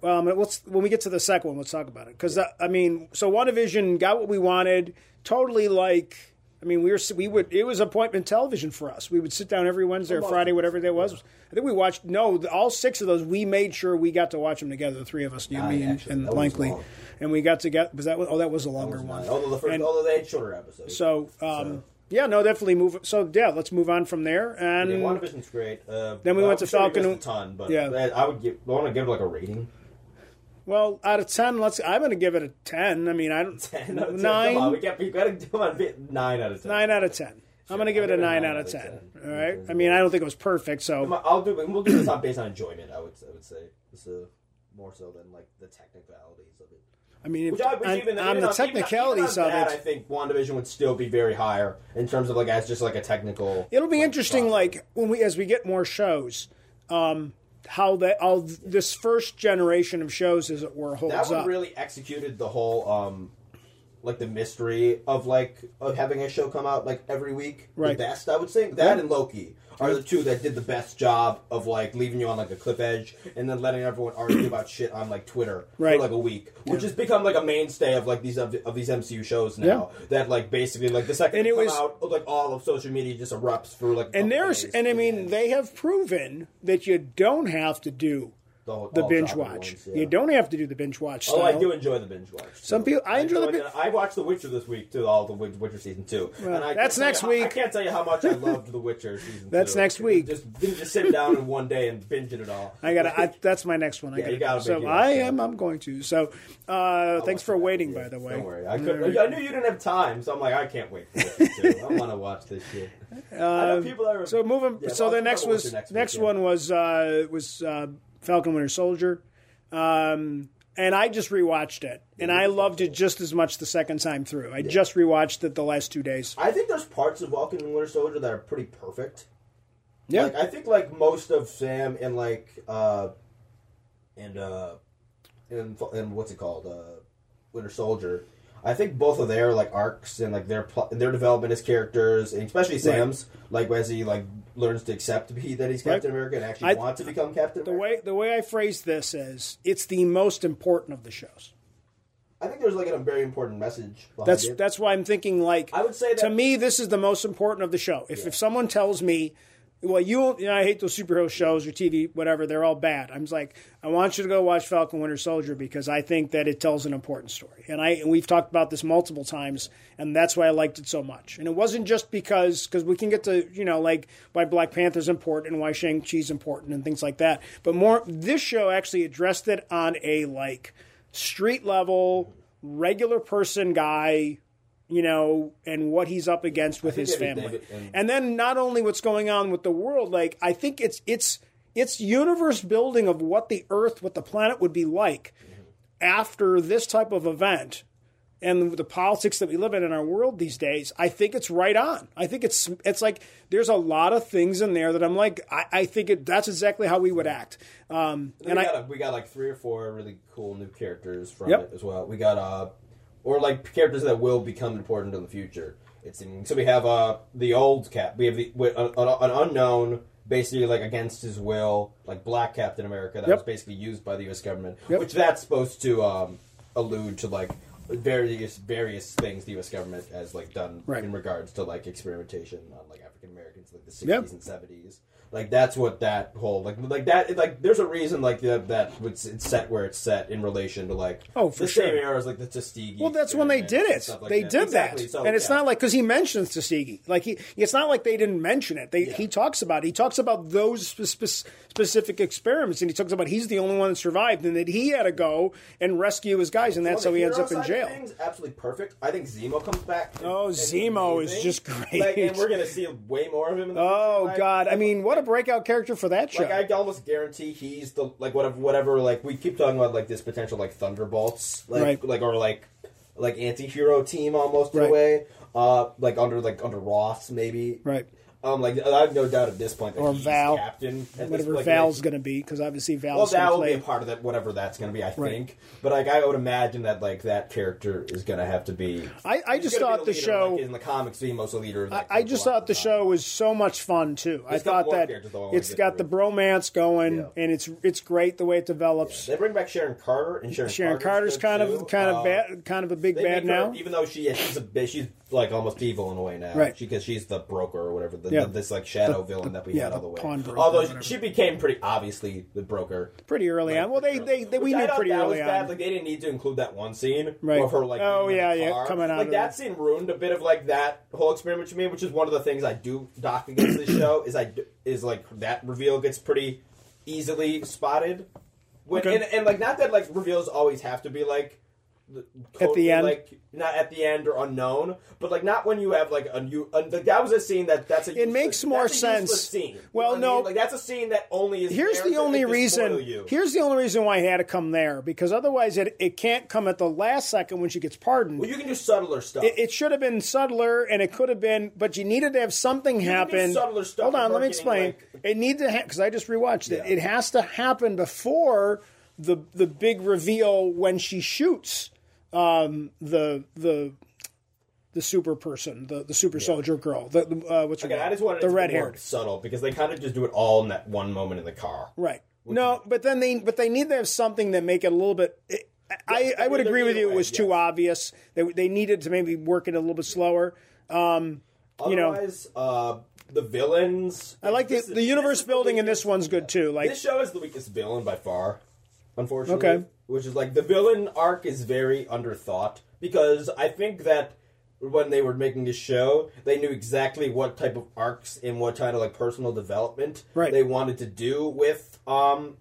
S1: Well, I mean, let's when we get to the second uh, one, let's talk about it because I mean, so WandaVision got what we wanted. Totally like I mean, we were we would it was appointment television for us. We would sit down every Wednesday or Friday, whatever that was. I think we watched no the- all six of those. We made sure we got to watch them together, the three of us, you,
S2: Nine,
S1: me, and,
S2: actually.
S1: and
S2: Ah, That was
S1: Lankley,
S2: long.
S1: and we got to get was that oh that was a longer one.
S2: Although the first,
S1: And-
S2: although they had shorter episodes.
S1: so, um, yeah, no, definitely move. So yeah, let's move on from there
S2: yeah,
S1: and.
S2: WandaVision's great. Uh,
S1: mm, Then we
S2: I'm
S1: went to
S2: sure
S1: Falcon
S2: missed
S1: and-
S2: a ton, but
S1: yeah.
S2: yeah, I would give. I want to give like a rating.
S1: Well, out of ten, let's. I'm going to give it a ten. I mean, I don't
S2: Ten out of ten.
S1: nine,
S2: Come on, we can't. We gotta come on. bit- Nine out of ten.
S1: nine out of ten. I'm going to give
S2: I'll
S1: it a nine out of ten. All right. I mean, I don't think it was perfect. So
S2: I'll do. We'll do this on based on enjoyment. I would. I would say this is more so than like the technicalities of it.
S1: I mean,
S2: Which I, which
S1: on, on
S2: even, even
S1: the
S2: on- even on-
S1: technicalities
S2: even on that,
S1: of
S2: I
S1: it,
S2: think WandaVision would still be very higher in terms of like as just like a technical.
S1: it'll be
S2: like,
S1: interesting.
S2: product.
S1: Like when we as we get more shows, um, how that all this first generation of shows, as it were,
S2: that
S1: holds
S2: one
S1: up.
S2: really executed the whole um like the mystery of like of having a show come out like every week
S1: Right.
S2: the best i would say that and loki are the two that did the best job of like leaving you on like a cliff edge and then letting everyone argue about shit on like twitter
S1: Right.
S2: for like a week which has become like a mainstay of like these of, of these mcu shows now that like basically like the second
S1: And
S2: and
S1: it
S2: it come
S1: was-
S2: out like all of social media just erupts for like a couple
S1: and there's,
S2: days.
S1: and I mean, they have proven that you don't have to do
S2: whole-
S1: the
S2: all
S1: binge
S2: topic
S1: watch.
S2: ones, yeah.
S1: You don't have to do the binge watch.
S2: Oh, I
S1: style.
S2: do enjoy the binge watch.
S1: Some people- I enjoy the
S2: enjoyed
S1: bin-
S2: it. I watched The Witcher this week too. All the Wit- Witcher season two. and I
S1: that's
S2: can't
S1: next
S2: tell you how-
S1: week.
S2: I can't tell you how much I loved The Witcher season.
S1: That's
S2: two.
S1: next week.
S2: Just didn't just sit down in one day and binge it all.
S1: I gotta. I, that's my next one. I
S2: Yeah,
S1: gotta,
S2: you gotta
S1: do. so
S2: make it
S1: I
S2: up, yeah.
S1: am. I'm going to. So uh, thanks for waiting, by the way.
S2: Don't worry. I, could, I knew you didn't have time, so I'm like, I can't wait for Witcher two. I want to watch this shit. I know people that are,
S1: Um, So moving.
S2: Yeah,
S1: so
S2: I'll-
S1: the
S2: I'll
S1: next
S2: watch
S1: was
S2: it
S1: next,
S2: week, yeah.
S1: one was uh, was uh, Falcon Winter Soldier, um, and I just rewatched it, and I loved it just as much the second time through. I just rewatched it the last two days.
S2: I think there's parts of Falcon and Winter Soldier that are pretty perfect.
S1: Yeah.
S2: Like I think like most of Sam and like uh and uh and and what's it called uh Winter Soldier. I think both of their like arcs and like their pl- their development as characters, and especially Sam's, like as he like learns to accept he, that he's Captain America and actually
S1: I-
S2: wants to become Captain.
S1: The
S2: America.
S1: way the way I phrase this is, it's the most important of the shows.
S2: I think there's like a very important message. Behind
S1: That's
S2: it.
S1: that's why I'm thinking like
S2: I would say that
S1: to me this is the most important of the show. If if someone tells me, well, you, you know, I hate those superhero shows or TV, whatever, they're all bad. I'm just like, I want you to go watch Falcon Winter Soldier because I think that it tells an important story. And I and we've talked about this multiple times, and that's why I liked it so much. And it wasn't just because because we can get to you know like why Black Panther's important and why Shang Chi's important and things like that. But more, this show actually addressed it on a like street level, regular person guy you know, and what he's up against with his
S2: it'd be
S1: family.
S2: David and-
S1: And then not only what's going on with the world, like I think it's it's it's universe building of what the earth, what the planet would be like after this type of event and the politics that we live in in our world these days, I think it's right on. I think it's it's like there's a lot of things in there that I'm like I, I think it, that's exactly how we would act. Um,
S2: And
S1: and I
S2: we, got a, we got like three or four really cool new characters from
S1: Yep.
S2: it as well. We got uh, or like characters that will become important in the future. It's in, so we have uh the old cap. We have the wi- an, an unknown, basically like against his will, like black Captain America that
S1: Yep.
S2: was basically used by the U.S. government,
S1: Yep.
S2: which that's supposed to um allude to like various various things the U.S. government has like done
S1: Right.
S2: in regards to like experimentation on like African Americans, like the 60s
S1: Yep.
S2: and 70s. Like that's what that whole like like that like there's a reason like that that it's, it's set where it's set in relation to like
S1: Oh, for
S2: the same
S1: sure.
S2: era as like the Tuskegee.
S1: Well, that's when they did
S2: experiments and
S1: it.
S2: stuff like
S1: they did
S2: Exactly.
S1: that,
S2: So,
S1: and it's
S2: yeah.
S1: not like because he mentions Tuskegee. Like he, it's not like they didn't mention it. They, He talks about it. he talks about those spe- spe- specific experiments, and he talks about he's the only one that survived, and that he had to go and rescue his guys, and that's how
S2: On the
S1: he ends
S2: hero
S1: up in
S2: side of
S1: jail.
S2: Things, absolutely perfect. I think Zemo comes back. and-
S1: Oh,
S2: and it's
S1: Zemo is
S2: amazing.
S1: just great.
S2: Like, and we're gonna see way more of him. In the future,
S1: Oh
S2: right?
S1: God! I mean, what a breakout character for that show.
S2: Like I almost guarantee he's the like whatever whatever like we keep talking about like this potential like Thunderbolts like
S1: Right.
S2: like or like like anti-hero team almost in
S1: Right.
S2: a way uh like under like under Ross maybe
S1: Right.
S2: Um, like I have no doubt at this point that
S1: Or
S2: he's
S1: Val.
S2: captain. at this-
S1: whatever
S2: like,
S1: Val's going to be, because obviously
S2: Well,
S1: Val's
S2: Val will
S1: going
S2: be
S1: to
S2: a
S1: play.
S2: part of that, whatever that's going to be, I
S1: Right.
S2: think. But like, I would imagine that like that character is going to have to be.
S1: I, I just
S2: He's gonna
S1: thought
S2: be
S1: the,
S2: the leader,
S1: show.
S2: like, in the comics, the most leader. Of,
S1: I,
S2: that
S1: I
S2: group
S1: just
S2: a lot
S1: thought
S2: of
S1: the
S2: time.
S1: show was so much fun too. I
S2: It's got
S1: thought
S2: more
S1: that
S2: characters, though, I wanna
S1: it's
S2: get
S1: got the
S2: through.
S1: bromance going,
S2: Yeah.
S1: and it's it's great the way it develops.
S2: They bring back Sharon Carter, and Sharon,
S1: Sharon Carter's
S2: good,
S1: kind
S2: too.
S1: of kind
S2: Uh,
S1: of bad, kind of a big
S2: they
S1: bad
S2: make her-
S1: now.
S2: even though she yeah, she's a bitch, she's like almost evil in a way now,
S1: Right.
S2: Because she's the broker or whatever, the,
S1: Yeah.
S2: the- this like shadow villain that we
S1: yeah,
S2: had
S1: the
S2: all the way.
S1: pawnbroker or
S2: Although
S1: whatever.
S2: she became pretty obviously the broker.
S1: Pretty early on. Well, they they, they we
S2: Which I
S1: knew
S2: thought
S1: pretty
S2: that
S1: early
S2: was bad.
S1: on.
S2: Like they didn't need to include that one scene
S1: Right.
S2: of her like
S1: Oh,
S2: being in
S1: yeah,
S2: the
S1: yeah,
S2: car.
S1: coming out
S2: Like
S1: of
S2: that
S1: the-
S2: scene ruined a bit of like that whole experiment to me, which is one of the things I do dock against this show is I d- is like that reveal gets pretty easily spotted. When,
S1: Okay.
S2: and, and like not that like reveals always have to be like the- totally,
S1: end?
S2: like not at the end or unknown, but like not when you have like a new. Uh, like, that was a scene that that's a.
S1: It makes more
S2: that's a useless
S1: sense.
S2: Scene. You
S1: Well,
S2: know what I mean?
S1: no.
S2: like that's a scene that only is.
S1: Here's
S2: there
S1: the
S2: to,
S1: only
S2: like,
S1: reason.
S2: despoil You.
S1: Here's the only reason why I had to come there because otherwise it it can't come at the last second when she gets pardoned.
S2: Well, you can do subtler stuff.
S1: It, it should have been subtler, and it could have been, but you needed to have something happen.
S2: subtler stuff
S1: Hold on,
S2: without
S1: let me
S2: getting,
S1: explain.
S2: like-
S1: it needs to because I just rewatched it.
S2: Yeah.
S1: It has to happen before the the big reveal when she shoots um, the the the super person, the, the super soldier girl. The, the, uh, what's her
S2: Again,
S1: name?
S2: I just wanted
S1: the
S2: it to
S1: red
S2: be more
S1: haired,
S2: subtle because they kind of just do it all in that one moment in the car.
S1: right? No, but then they but they need to have something that make it a little bit. It, I, I would
S2: either-
S1: agree with
S2: either
S1: you.
S2: way,
S1: It was too
S2: yes.
S1: obvious. They, they needed to maybe work it a little bit slower. you know.
S2: Otherwise, uh, the villains.
S1: I like the, the universe building in this one's good too. Like
S2: This show is the weakest villain by far, unfortunately.
S1: Okay.
S2: Which is like the villain arc is very underthought because I think that when they were making this show, they knew exactly what type of arcs and what kind of like personal development
S1: Right.
S2: they wanted to do with um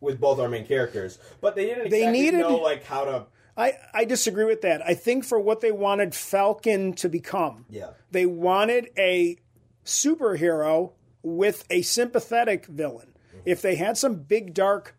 S2: with both our main characters, but they didn't.
S1: They
S2: Exactly
S1: needed-
S2: know like how to.
S1: I, I disagree with that. I think for what they wanted Falcon to become,
S2: Yeah.
S1: they wanted a superhero with a sympathetic villain.
S2: Mm-hmm.
S1: If they had some big, dark,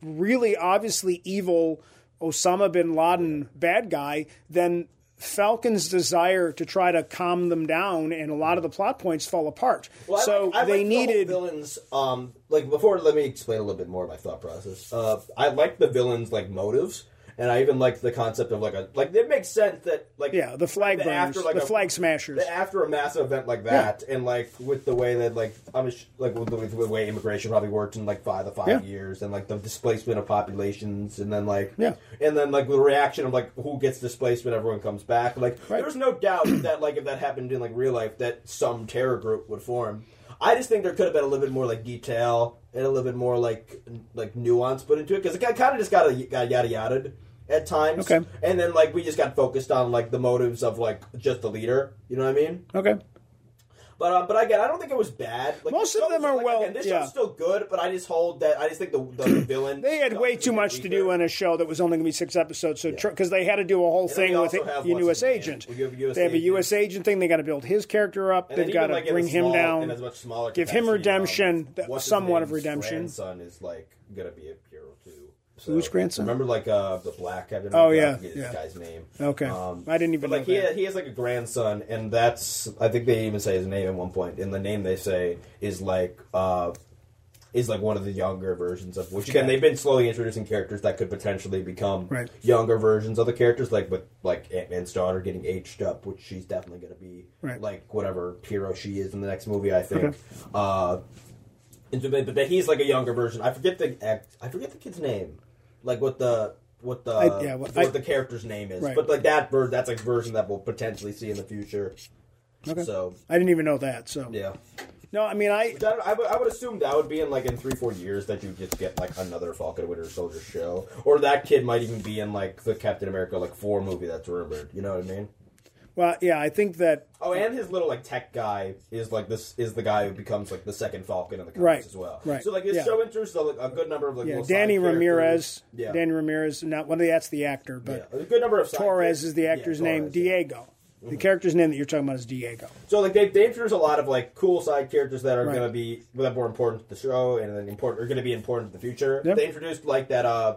S1: really obviously evil Osama bin Laden bad guy, then Falcon's desire to try to calm them down and a lot of the plot points fall apart.
S2: Well, I
S1: so
S2: like- I
S1: they
S2: like the whole
S1: needed.
S2: villains. Um, like before, let me explain a little bit more of my thought process. Uh, I like the villains' like motives, and I even like the concept of like a like it makes sense that like
S1: yeah, the flag
S2: that
S1: burners,
S2: like,
S1: the
S2: a-
S1: flag smashers.
S2: that after a massive event like that, and like with the way that like I'm sh- like with the, with the way immigration probably worked in like five the five
S1: Yeah.
S2: years, and like the displacement of populations, and then like
S1: Yeah.
S2: and then like the reaction of like who gets displaced when everyone comes back. Like
S1: Right.
S2: there's no doubt that like if that happened in like real life, that some terror group would form. I just think there could have been a little bit more like detail and a little bit more like n- like nuance put into it because it kind of just got a, got yada yada at times.
S1: Okay.
S2: And then like we just got focused on like the motives of like just the leader. You know what I mean?
S1: okay.
S2: But uh, but again, I don't think it was bad. Like,
S1: Most
S2: this
S1: of them
S2: show's-
S1: are
S2: like,
S1: well-
S2: Again, this
S1: yeah.
S2: show's still good, but I just hold that. I just think the, the villain.
S1: They had way too much to do on a show that was only going to be six episodes. So because they had to do a whole
S2: then
S1: thing
S2: we
S1: with
S2: also
S1: a
S2: have
S1: U.S.
S2: what's-his-name.
S1: agent.
S2: We have U.S.
S1: They have a U.S. agent thing. They got to build his character up.
S2: And then
S1: They've
S2: even,
S1: got to
S2: like, in a
S1: bring him
S2: small- in a
S1: down.
S2: much smaller
S1: Give him
S2: capacity,
S1: redemption,
S2: um,
S1: that-
S2: what's his
S1: somewhat of
S2: name's
S1: redemption.
S2: Grandson is like gonna be a hero too. So,
S1: Who's grandson?
S2: Remember, like uh, the black. I
S1: Oh, yeah,
S2: I forget
S1: yeah. Oh,
S2: This guy's name.
S1: Okay.
S2: Um,
S1: I didn't even
S2: but, like
S1: know
S2: he
S1: that.
S2: he has like a grandson, and that's I think they even say his name at one point, and the name they say is like. uh is like one of the younger versions of which again they've been slowly introducing characters that could potentially become
S1: Right.
S2: younger versions of the characters like with like Ant Man's daughter getting aged up, which she's definitely gonna be
S1: Right.
S2: like whatever hero she is in the next movie, I think. Uh and so- but that he's like a younger version. I forget the act- I forget the kid's name, like what the what the
S1: I- yeah, what-
S2: what,
S1: I-
S2: the character's name is.
S1: Right.
S2: But like that ver- that's like version that we'll potentially see in the future.
S1: Okay.
S2: So
S1: I didn't even know that. So
S2: yeah,
S1: no, I mean I.
S2: that, I, would, I would assume that would be in like in three four years that you just get like another Falcon Winter Soldier show, or that kid might even be in like the Captain America like four movie that's rumored. You know what I mean?
S1: Well, yeah, I think that
S2: Oh, and his little like tech guy is like this is the guy who becomes like the second Falcon in the comics
S1: Right,
S2: as well.
S1: right,
S2: So like this
S1: yeah.
S2: show introduces a, a good number of like
S1: yeah,
S2: little side
S1: Danny
S2: characters.
S1: Ramirez.
S2: Yeah.
S1: Danny Ramirez. Not one of that's the actor,
S2: yeah,
S1: but
S2: a good number of side
S1: Torres is the actor's
S2: characters. Yeah, Mm-hmm.
S1: name.
S2: Torres, yeah.
S1: Diego. The character's name that you're talking about is Diego.
S2: So like they they introduce a lot of like cool side characters that are
S1: Right.
S2: going to be that were important to the show and then important are going to be important to the future.
S1: Yep.
S2: They introduced like that uh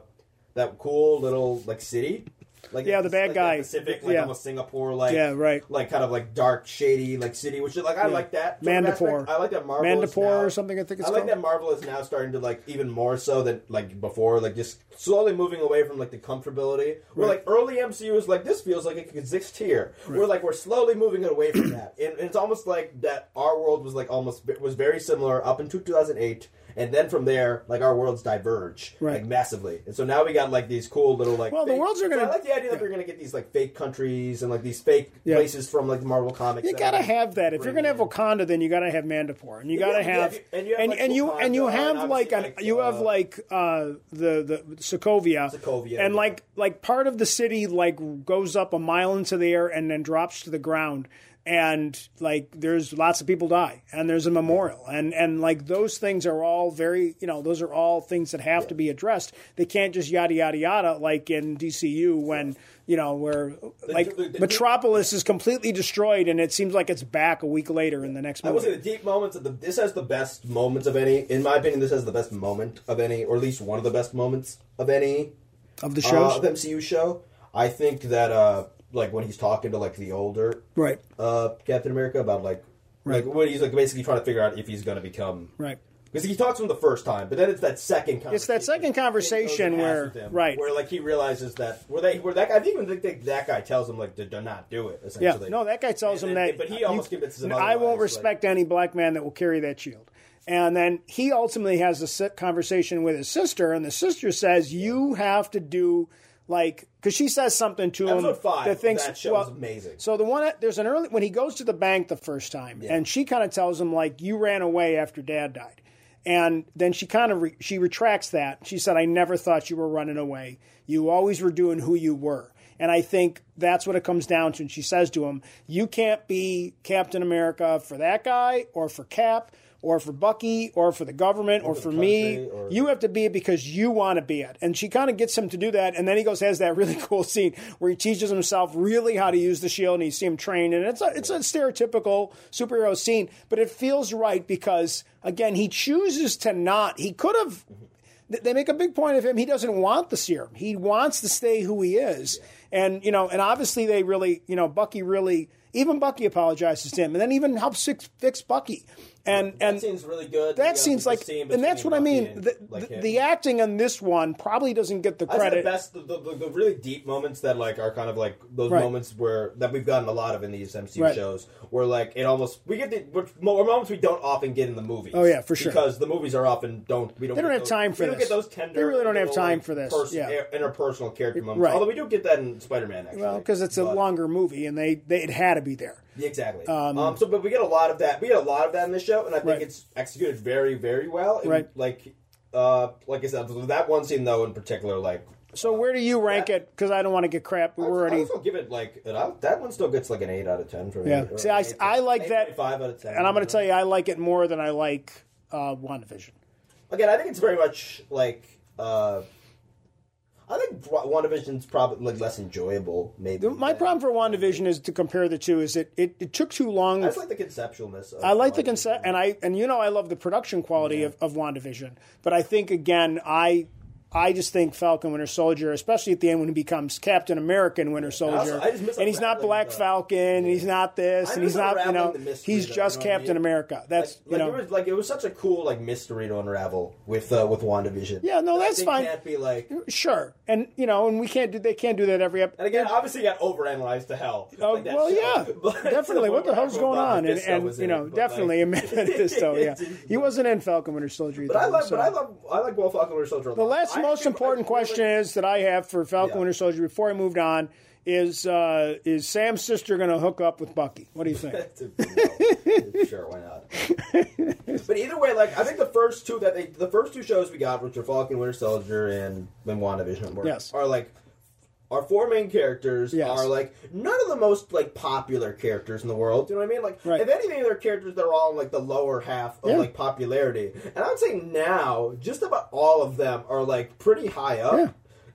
S2: that cool little like city Like
S1: Yeah, the bad
S2: like
S1: guy.
S2: Pacific, like
S1: Yeah.
S2: almost Singapore, like
S1: Yeah, right.
S2: like kind of like dark, shady, like city, which is like I like that. sort of
S1: Mandapore.
S2: aspect. I like that Marvel. is
S1: Mandapore
S2: now-
S1: or something. I think it's
S2: I like
S1: called.
S2: that Marvel is now starting to like even more so than like before, like just slowly moving away from like the comfortability. Where like early MCU is like this feels like it could exist here. We're like we're slowly moving away from that, and, and it's almost like that our world was like almost was very similar up until 2008, and then from there like our worlds diverge
S1: Right.
S2: like massively, and so now we got like these cool little like
S1: Well, the worlds are
S2: so
S1: gonna-
S2: I like the idea that we're gonna get these like fake countries and like these fake
S1: Yeah.
S2: places from like the Marvel comics.
S1: You
S2: that
S1: gotta
S2: are-
S1: have that. If you're gonna have
S2: bring
S1: Wakanda, then you gotta have Mandapore, and you
S2: Yeah,
S1: gotta
S2: yeah,
S1: have
S2: and you have,
S1: and
S2: like,
S1: and you and you
S2: Wakanda, and
S1: have
S2: obviously,
S1: like an
S2: like,
S1: you have
S2: uh,
S1: like uh the the Sokovia,
S2: Sokovia,
S1: and
S2: yeah.
S1: like like part of the city like goes up a mile into the air and then drops to the ground. And like, there's lots of people die, and there's a memorial, and and like those things are all very, you know, those are all things that have to be addressed. They can't just yada yada yada like in DCU when you know where like
S2: the- the-
S1: Metropolis is completely destroyed, and it seems like it's back a week later in the next
S2: I will say
S1: movie.
S2: the deep moments of the this has the best moments of any. In my opinion, this has the best moment of any, or at least one of the best moments of any
S1: Of the
S2: uh,
S1: shows,
S2: of MCU show. I think that uh like when he's talking to like the older
S1: right?
S2: uh Captain America about like
S1: Right.
S2: like when he's like basically trying to figure out if he's gonna become
S1: Right.
S2: Because he talks to him the first time, but then it's that second conversation.
S1: It's that second
S2: It
S1: conversation
S2: goes
S1: where,
S2: past with him,
S1: right?
S2: where like he realizes that where they where that I think even think that guy tells him like to, to not do it
S1: Yeah,
S2: essentially.
S1: no, that guy tells
S2: And
S1: him
S2: then-
S1: that.
S2: but he
S1: you-
S2: almost convinces him.
S1: I won't
S2: otherwise, like-
S1: respect any black man that will carry that shield. And then he ultimately has a sit- conversation with his sister, and the sister says, "You have to do like," because she says something to him
S2: Episode five
S1: that
S2: of
S1: thinks
S2: that show
S1: well,
S2: is amazing.
S1: So the one there's an early when he goes to the bank the first time, and she kind of tells him like, "You ran away after Dad died," and then she kind of re, she retracts that. She said, "I never thought you were running away. You always were doing who you were." And I think that's what it comes down to. And she says to him, "You can't be Captain America for that guy, or for Cap, or for Bucky, or for the government, or, for
S2: the
S1: me.
S2: country, or-
S1: You have to be it because you want to be it. And she kind of gets him to do that. And then he goes, has that really cool scene where he teaches himself really how to use the shield and you see him train. And it's a, it's a stereotypical superhero scene, but it feels right because, again, he chooses to not. He could have. th- They make a big point of him. He doesn't want the serum. He wants to stay who he is. And, you know, and obviously they really, you know, Bucky really, even Bucky apologizes to him and then even helps fix, fix Bucky. And, and
S2: that seems really good.
S1: that seems like, and that's what I mean. the, the, the acting on this one probably doesn't get the
S2: I said the
S1: credit.
S2: best, the, the, the really deep moments that like are kind of like those
S1: Right.
S2: moments where that we've gotten a lot of in these MCU
S1: Right.
S2: shows, where like it almost we get the which mo- moments we don't often get in the movies.
S1: Oh, yeah, for sure.
S2: Because the movies are often don't we don't
S1: They don't
S2: get
S1: have
S2: those-
S1: time for
S2: we don't
S1: this.
S2: get those tender.
S1: They really don't have
S2: little,
S1: time
S2: like,
S1: for this,
S2: pers-
S1: yeah.
S2: i- interpersonal character moments.
S1: Right.
S2: Although we do get that in Spider Man actually.
S1: well, because it's a
S2: But-
S1: longer movie, and they, they it had to be there.
S2: yeah, Exactly. Um, so, but we get a lot of that. We get a lot of that in this show, and I think
S1: Right.
S2: it's executed very, very well. And,
S1: Right.
S2: Like, uh, like I said, that one scene though in particular, like
S1: So where do you rank it? Because I don't want to get crap. We're
S2: I
S1: already,
S2: still give it like an, I, that one still gets like an eight out of ten for me.
S1: Yeah.
S2: Or
S1: See, I-
S2: eight-
S1: I like that-
S2: 8.5 out of ten.
S1: and I'm going to tell you, I like it more than I like uh, WandaVision.
S2: again. I think it's very much like uh, I think WandaVision's probably like less enjoyable. Maybe
S1: My problem for WandaVision is to compare the two. Is that it, it took too long.
S2: I just like the conceptualness. Of
S1: I like the
S2: WandaVision.
S1: concept, and I and you know I love the production quality of, of WandaVision, but I think again I I just think Falcon Winter Soldier, especially at the end when he becomes Captain America and Winter
S2: I also-
S1: Soldier,
S2: I just miss
S1: and he's not
S2: unraveling
S1: Black
S2: the-
S1: Falcon, and he's not this,
S2: I
S1: and he's
S2: miss
S1: not you
S2: unraveling
S1: know
S2: the mystery,
S1: he's
S2: though,
S1: just
S2: you know what I
S1: Captain
S2: mean?
S1: America. That's
S2: like,
S1: you
S2: it
S1: know
S2: was like it was such a cool like mystery to unravel with uh, with WandaVision.
S1: Yeah, no,
S2: And I
S1: that's
S2: think
S1: fine.
S2: Can't be like and
S1: sure, and you know, and we can't do they can't do that every episode.
S2: again, obviously got overanalyzed to hell.
S1: Oh
S2: like that
S1: well,
S2: show.
S1: yeah,
S2: But-
S1: definitely. What the
S2: where
S1: hell's going on? And,
S2: Mephisto
S1: and
S2: was
S1: you
S2: in
S1: know,
S2: it, but, like-
S1: definitely a Mephisto. Yeah, he wasn't in Falcon Winter Soldier. Either,
S2: But I love,
S1: so.
S2: but I love, I like Will Falcon Winter Soldier.
S1: The last most important question is that I have for Falcon
S2: Yeah.
S1: Winter Soldier before I moved on is uh, is Sam's sister going to hook up with Bucky? What do you think?
S2: sure, why not? but either way, like I think the first two that they, the first two shows we got, which are Falcon Winter Soldier and and WandaVision, were,
S1: Yes.
S2: are like our four main characters
S1: Yes.
S2: are like none of the most like popular characters in the world. You know what I mean? Like
S1: Right.
S2: if anything, they're characters that are all in, like the lower half of
S1: Yeah.
S2: like popularity. And I would say now, just about all of them are like pretty high up.
S1: Yeah.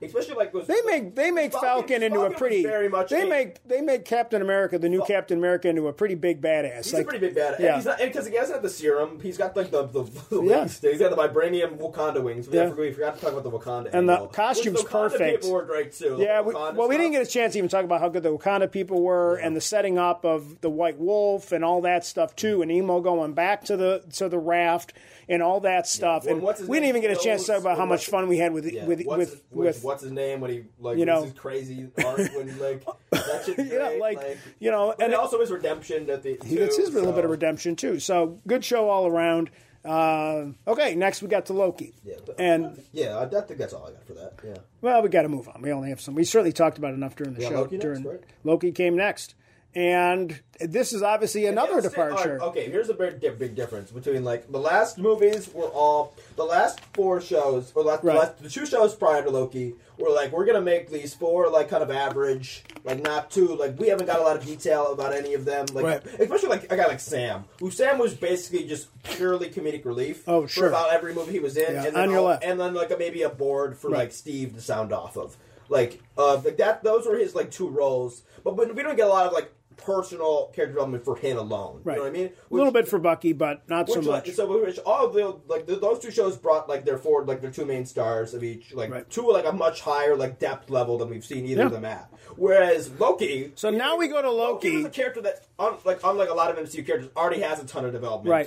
S2: especially like those.
S1: They make they make Falcon, into
S2: Falcon
S1: a
S2: was
S1: pretty.
S2: very much
S1: they
S2: a-
S1: make they make Captain America, the new Captain America, into a pretty big badass.
S2: He's
S1: like,
S2: a pretty big badass.
S1: yeah.
S2: Yeah. He's not because he hasn't had the serum. He's got like the the, the wings.
S1: Yeah.
S2: He's got the vibranium Wakanda wings. We,
S1: Yeah.
S2: I forgot, we forgot to talk about the Wakanda.
S1: And the
S2: angle.
S1: costume's
S2: Which the Wakanda
S1: perfect.
S2: People were great too.
S1: yeah,
S2: The
S1: we,
S2: Wakanda
S1: well, we didn't
S2: stuff.
S1: get a chance to even talk about how good the Wakanda people were and the setting up of the White Wolf and all that stuff too, and Emo going back to the to the raft and all that stuff.
S2: Well,
S1: and
S2: what's his
S1: we didn't even
S2: name?
S1: get a chance to talk about how much
S2: What's-
S1: fun we had with
S2: Yeah.
S1: with
S2: what's,
S1: with
S2: his,
S1: with.
S2: what's his name when he like
S1: You
S2: you
S1: know.
S2: know his crazy art when he, like that shit's great,
S1: yeah, like, you know,
S2: and
S1: and it-
S2: also his redemption at the
S1: he gets his
S2: too,
S1: little
S2: so-
S1: bit of redemption too. So good show all around. Um okay, next we got to Loki,
S2: Yeah, but-
S1: and
S2: yeah, I, I think that's all I got for that. Yeah,
S1: well, we got to move on. We only have some. We certainly talked about it enough during the
S2: Yeah,
S1: show.
S2: Loki next,
S1: during
S2: right?
S1: Loki came next, and this is obviously another
S2: Yeah, it's-
S1: departure.
S2: alright, okay, here's a big, di- big difference between like the last movies were all the last four shows or last,
S1: Right.
S2: the, last, the two shows prior to Loki were like we're gonna make these four like kind of average, like not too like we haven't got a lot of detail about any of them. Like
S1: Right.
S2: especially like a guy like Sam, who Sam was basically just purely comedic relief.
S1: Oh,
S2: For
S1: sure.
S2: about every movie he was in,
S1: Yeah,
S2: and
S1: on
S2: then
S1: your
S2: all-
S1: left.
S2: and then like a, maybe a board for
S1: Right.
S2: like Steve to sound off of. Like uh, like that, those were his like two roles. But when we don't get a lot of like personal character development for him alone.
S1: Right.
S2: You know what I mean?
S1: a little bit for Bucky, but not so
S2: which,
S1: much.
S2: Like, so which all of the like the, those two shows brought like their forward like their two main stars of each like
S1: Right.
S2: to like a much higher like depth level than we've seen either
S1: Yeah.
S2: of them at. Whereas Loki,
S1: So now we go to Loki.
S2: is a character that un, like unlike a lot of MCU characters already has a ton of development. Uh,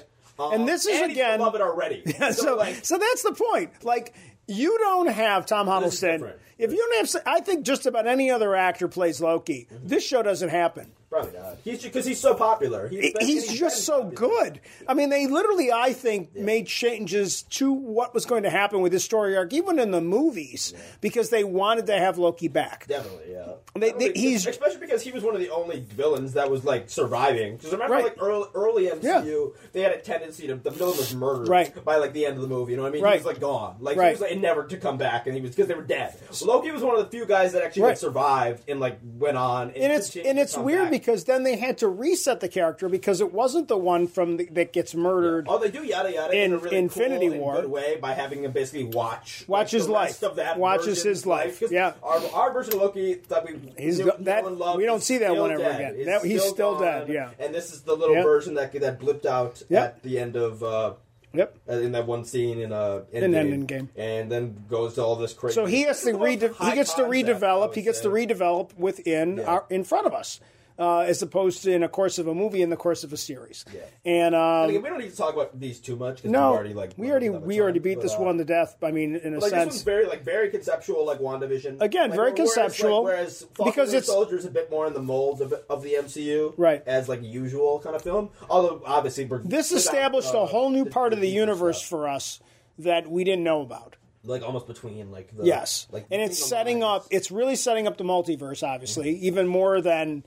S1: Right. And this is
S2: and
S1: again-
S2: love it already.
S1: Yeah,
S2: so,
S1: so,
S2: like
S1: so that's the point. Like, you don't have Tom
S2: This is
S1: Hiddleston.
S2: different.
S1: If you don't have, I think just about any other actor plays Loki.
S2: Mm-hmm.
S1: This show doesn't happen.
S2: probably not. uh, He's because he's so popular. He's, been-
S1: He's
S2: been
S1: just so
S2: popular.
S1: good. I mean, they literally, I think, made changes to what was going to happen with his story arc, even in the movies, because they wanted to have Loki back.
S2: Definitely, yeah.
S1: They- they- he's-
S2: especially because he was one of the only villains that was like surviving. Because remember,
S1: Right.
S2: like early, early MCU,
S1: Yeah.
S2: they had a tendency to the villain was murdered
S1: Right.
S2: by like the end of the movie. You know what I mean?
S1: Right.
S2: He was like gone, like
S1: Right.
S2: he was like never to come back, and he was because they were dead. Loki was one of the few guys that actually
S1: Right.
S2: like, survived and like went on.
S1: and it's
S2: continued
S1: and
S2: to
S1: it's
S2: come
S1: weird
S2: back.
S1: because then they had to reset the character because it wasn't the one from the, that gets murdered.
S2: Oh, they do yada yada
S1: In
S2: in, a really
S1: Infinity
S2: cool and
S1: War.
S2: good way by having him basically watch
S1: Watch his
S2: the rest
S1: life.
S2: of that
S1: Watches
S2: version's
S1: his life,
S2: 'Cause
S1: yeah.
S2: our, our version of Loki that we
S1: He's
S2: knew,
S1: go-
S2: know
S1: that-
S2: and loved
S1: we don't
S2: is
S1: see that
S2: still
S1: one ever
S2: dead.
S1: again.
S2: It's
S1: That- he's still dead,
S2: gone.
S1: yeah.
S2: and this is the little
S1: Yeah.
S2: version that that blipped out
S1: Yeah.
S2: at the end of. Uh,
S1: Yep.
S2: in that one scene in uh
S1: In Endgame.
S2: and then goes to all this crazy.
S1: So he has to
S2: It's a lot of
S1: rede- he
S2: high
S1: gets to
S2: concept, I
S1: redevelop.
S2: would
S1: He gets
S2: say.
S1: to redevelop within
S2: Yeah.
S1: our, in front of us, uh, as opposed to in a course of a movie, in the course of a series.
S2: Yeah.
S1: And
S2: I mean,
S1: um,
S2: we don't need to talk about these too much. 'cause
S1: no,
S2: we already like
S1: we already
S2: run out of
S1: we
S2: time,
S1: already beat
S2: but,
S1: this
S2: uh,
S1: one to death. I mean, in a
S2: Like this
S1: sense,
S2: one's very like very conceptual, like Wandavision.
S1: Again, very
S2: Like, whereas, like,
S1: conceptual,
S2: Whereas, Falcon
S1: because
S2: Winter
S1: it's-
S2: Soldier's a bit more in the mold of, of the MCU,
S1: Right.
S2: As like usual kind of film. Although obviously we're,
S1: this
S2: we're not,
S1: established
S2: uh,
S1: a whole new part of the
S2: deeper
S1: universe
S2: stuff.
S1: for us that we didn't know about.
S2: like almost between like the,
S1: Yes,
S2: like
S1: and it's
S2: between the
S1: setting
S2: lines.
S1: up. It's really setting up the multiverse, obviously,
S2: Mm-hmm.
S1: even more than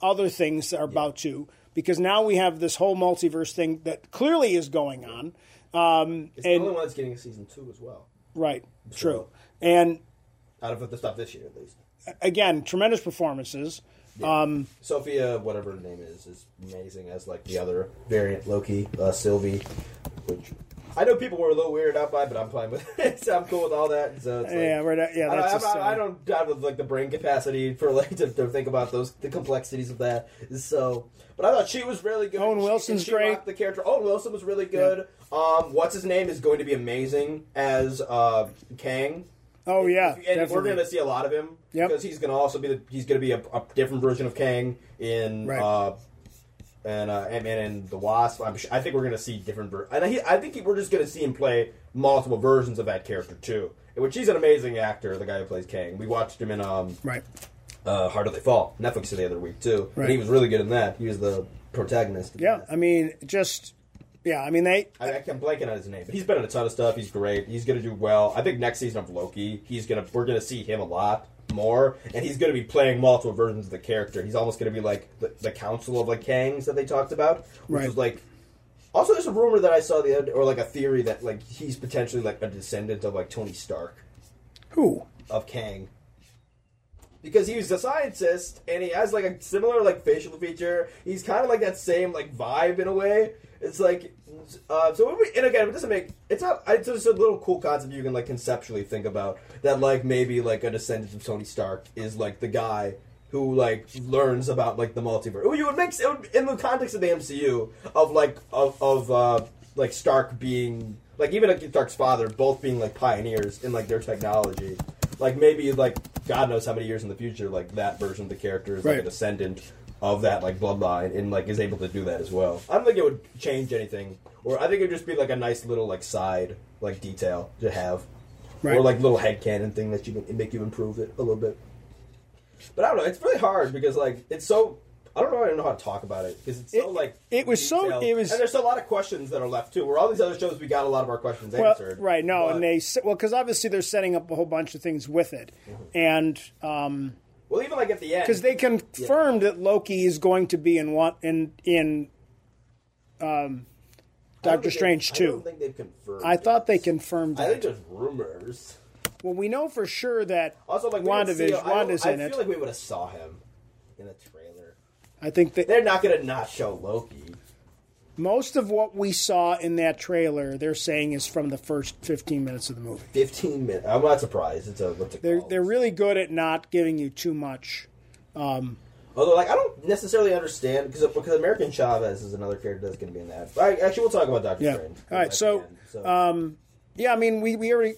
S1: other things that are about to, because now we have this whole multiverse thing that clearly is going on. Um,
S2: It's
S1: and
S2: the only one that's getting a season two as well,
S1: right, true,
S2: So-
S1: and
S2: out of the stuff this year at least.
S1: again, tremendous performances.
S2: Um, Sophia, whatever her name is, is amazing as like the other variant Loki, uh, Sylvie, which I know people were a little weirded out by, but I'm fine with it. so I'm cool with all that. So it's like,
S1: Yeah, right, yeah,
S2: I-
S1: that's
S2: I,
S1: just,
S2: I,
S1: uh,
S2: I don't doubt with like the brain capacity for like to, to think about those the complexities of that. So, but I thought she was really good.
S1: Owen
S2: She-
S1: Wilson's
S2: she
S1: great.
S2: rocked The character Owen Wilson was really good. Um, what's his name is going to be amazing as uh, Kang.
S1: Oh yeah,
S2: If you- and we're
S1: definitely.
S2: going to see a lot of him
S1: Yep.
S2: because he's going to also be the, he's going to be a, a different version of Kang in
S1: Right.
S2: uh, and uh, Ant Man and the Wasp. I'm sh- I think we're going to see different. Ver- and he, I think he, we're just going to see him play multiple versions of that character too. Which he's an amazing actor, the guy who plays Kang. We watched him in um,
S1: right.
S2: uh, Hard They Fall, Netflix the other week too.
S1: Right.
S2: And he was really good in that. He was the protagonist.
S1: Yeah, I mean, just yeah, I mean they.
S2: I, I can blanking on his name, but he's been in a ton of stuff. He's great. He's gonna do well. I think next season of Loki, he's gonna we're gonna see him a lot more, and he's gonna be playing multiple versions of the character. He's almost gonna be like the, the Council of like Kangs that they talked about, which
S1: Right.
S2: was like. Also, there's a rumor that I saw the other, or like a theory that like he's potentially like a descendant of like Tony Stark
S1: Who?
S2: of Kang. because he was a scientist and he has like a similar like facial feature. He's kind of like that same like vibe in a way. It's like uh, so. When we, and again, it doesn't make it's not. It's just a little cool concept you can like conceptually think about that like maybe like a descendant of Tony Stark is like the guy who like learns about like the multiverse. Well, You would make it would, in the context of the MCU of like of of uh, like Stark being like even like Stark's father both being like pioneers in like their technology. Like maybe like God knows how many years in the future, like that version of the character is like
S1: Right.
S2: a descendant of that like bloodline and like is able to do that as well. I don't think it would change anything, or I think it would just be like a nice little like side like detail to have,
S1: Right.
S2: or like little headcanon thing that you can make you improve it a little bit. But I don't know. It's really hard because like it's so. I don't know. I don't know how to talk about it because it's so
S1: It-
S2: like
S1: it was so-
S2: detailed.
S1: it was-
S2: and there's a lot of questions that are left too. Where all these other shows, we got a lot of our questions
S1: Well,
S2: answered.
S1: right? No,
S2: But-
S1: and they s- well because obviously they're setting up a whole bunch of things with it,
S2: Mm-hmm.
S1: and um,
S2: well even like at the end
S1: because they confirmed that Loki is going to be in one in in um,
S2: I don't
S1: Doctor
S2: think
S1: Strange
S2: they, I
S1: too.
S2: don't think they've confirmed.
S1: I thought they
S2: it.
S1: confirmed
S2: I
S1: that.
S2: think there's rumors.
S1: Well, we know for sure that
S2: Also, like we didn't see-
S1: WandaVision,
S2: I don't-
S1: Wanda's in
S2: I
S1: it.
S2: feel like we would have saw him in the trailer.
S1: I think that
S2: They're not gonna not show Loki.
S1: most of what we saw in that trailer, they're saying is from the first 15 minutes of the movie.
S2: Fifteen minutes. I'm not surprised. It's a what's it
S1: They're
S2: called?
S1: they're really good at not giving you too much.
S2: Although, like, I don't necessarily understand because because American Chavez is another character that's going to be in that. But I, actually, we'll talk about Doctor
S1: Yeah.
S2: Strange.
S1: All right,
S2: at
S1: so,
S2: the end,
S1: Yeah, I mean, we we already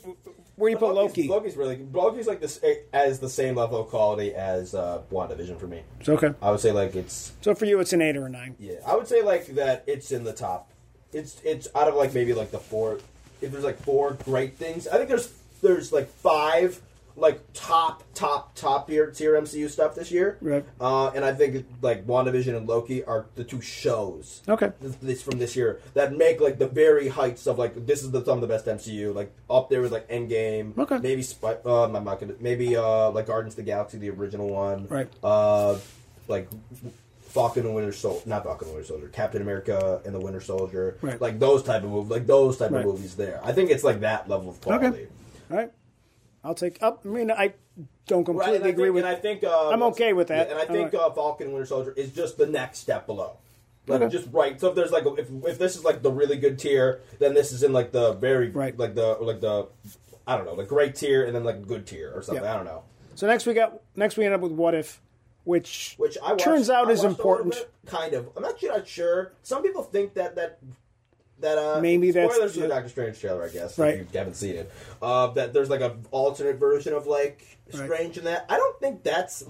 S1: where do you put Loki?
S2: Loki's, Loki's really Loki's like this as the same level of quality as uh, WandaVision for me.
S1: It's okay.
S2: I would say like it's
S1: So for you, it's an eight or a nine.
S2: yeah. I would say like that it's in the top. It's it's out of like maybe like the four. If there's like four great things, I think there's there's like five like top top top tier tier MCU stuff this year.
S1: Right.
S2: Uh, and I think like WandaVision and Loki are the two shows
S1: Okay.
S2: this, this from this year that make like the very heights of like this is the some of the best MCU like up there with like Endgame
S1: Okay.
S2: maybe Spy, uh, I'm not gonna maybe uh like Gardens of the Galaxy the original one
S1: Right.
S2: uh like Falcon and Winter Soldier not Falcon and Winter Soldier Captain America and the Winter Soldier
S1: Right.
S2: like those type of movies like those type
S1: Right.
S2: of movies there I think it's like that level of quality.
S1: Okay. All right, I'll take up. I mean, I don't
S2: Right,
S1: completely
S2: and I
S1: agree
S2: think,
S1: with.
S2: and I think uh,
S1: I'm okay with that.
S2: yeah, and I
S1: I'm
S2: think
S1: okay.
S2: uh, Falcon Winter Soldier is just the next step below. Like
S1: Okay.
S2: just right. So if there's like a- if if this is like the really good tier, then this is in like the very
S1: Right.
S2: like the like the I don't know the great tier and then like good tier or something.
S1: Yeah.
S2: I don't know.
S1: so next we got next we end up with What If, which
S2: Which I watched,
S1: turns out
S2: I
S1: is
S2: watched a little
S1: important.
S2: bit, kind of. I'm actually not sure. Some people think that that that uh
S1: Maybe that's-
S2: spoilers to the
S1: yeah.
S2: Doctor Strange trailer. I guess
S1: Right.
S2: if you haven't seen it. Uh, that there's like an alternate version of like Strange in that. I don't think that's.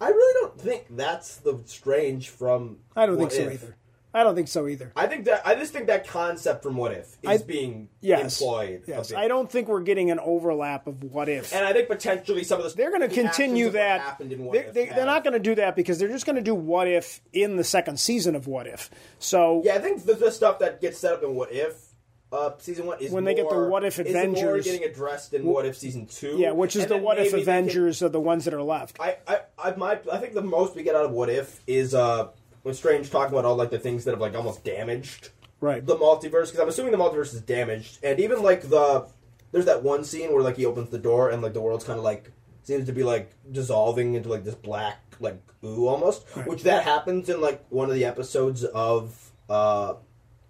S2: I really don't think that's the Strange from.
S1: I don't
S2: What
S1: think so
S2: If.
S1: either. I don't think so either.
S2: I think that I just think that concept from What If is
S1: I-
S2: being
S1: Yes.
S2: employed. a
S1: Yes.
S2: bit.
S1: I don't think we're getting an overlap of What If.
S2: And I think potentially some of the
S1: they're going
S2: the
S1: to continue
S2: actions of what
S1: that.
S2: happened in What
S1: They-
S2: If
S1: they, are
S2: have-
S1: not going to do that because they're just going to do what if in the second season of what if. So
S2: Yeah, I think the, the stuff that gets set up in What If uh, season one is
S1: When they get the
S2: more-
S1: What If
S2: is more
S1: Avengers.
S2: getting addressed in What If season two.
S1: yeah, which is
S2: And
S1: the
S2: then
S1: what if
S2: maybe they can-
S1: Avengers are the ones that are left.
S2: I, I, I, my, I think the most we get out of What If is uh, when Strange talking about all like the things that have like almost damaged
S1: Right.
S2: the multiverse because I'm assuming the multiverse is damaged, and even like the there's that one scene where like he opens the door and like the world's kind of like seems to be like dissolving into like this black like ooh almost, which that happens in like one of the episodes of uh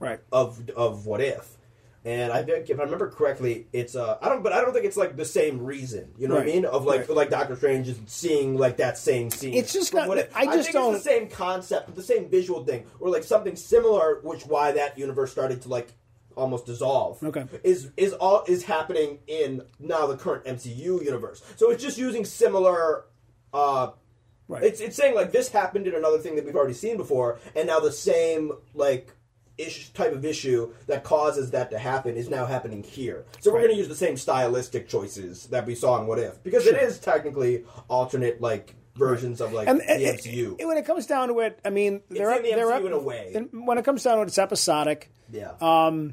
S1: right.
S2: of of what if and i think if i remember correctly it's uh i don't but i don't think it's like the same reason you know what i
S1: Right.
S2: mean of like
S1: Right.
S2: like doctor strange is seeing like that same scene
S1: It's just
S2: from
S1: not-
S2: What If.
S1: I just
S2: think
S1: don't-
S2: it's the same concept the same visual thing or like something similar which why that universe started to like almost dissolve
S1: Okay.
S2: is is all is happening in now the current mcu universe so it's just using similar uh
S1: Right.
S2: it's it's saying like this happened in another thing that we've already seen before, and now the same like ish type of issue that causes that to happen is now happening here. So we're going to use the same stylistic choices that we saw in What If because it is technically alternate like versions of like
S1: and
S2: the
S1: and-
S2: MCU.
S1: and when it comes down to it, I mean, they're
S2: in
S1: up,
S2: the
S1: they're
S2: MCU
S1: up-
S2: in a way.
S1: and when it comes down to it, it's episodic.
S2: yeah. Um.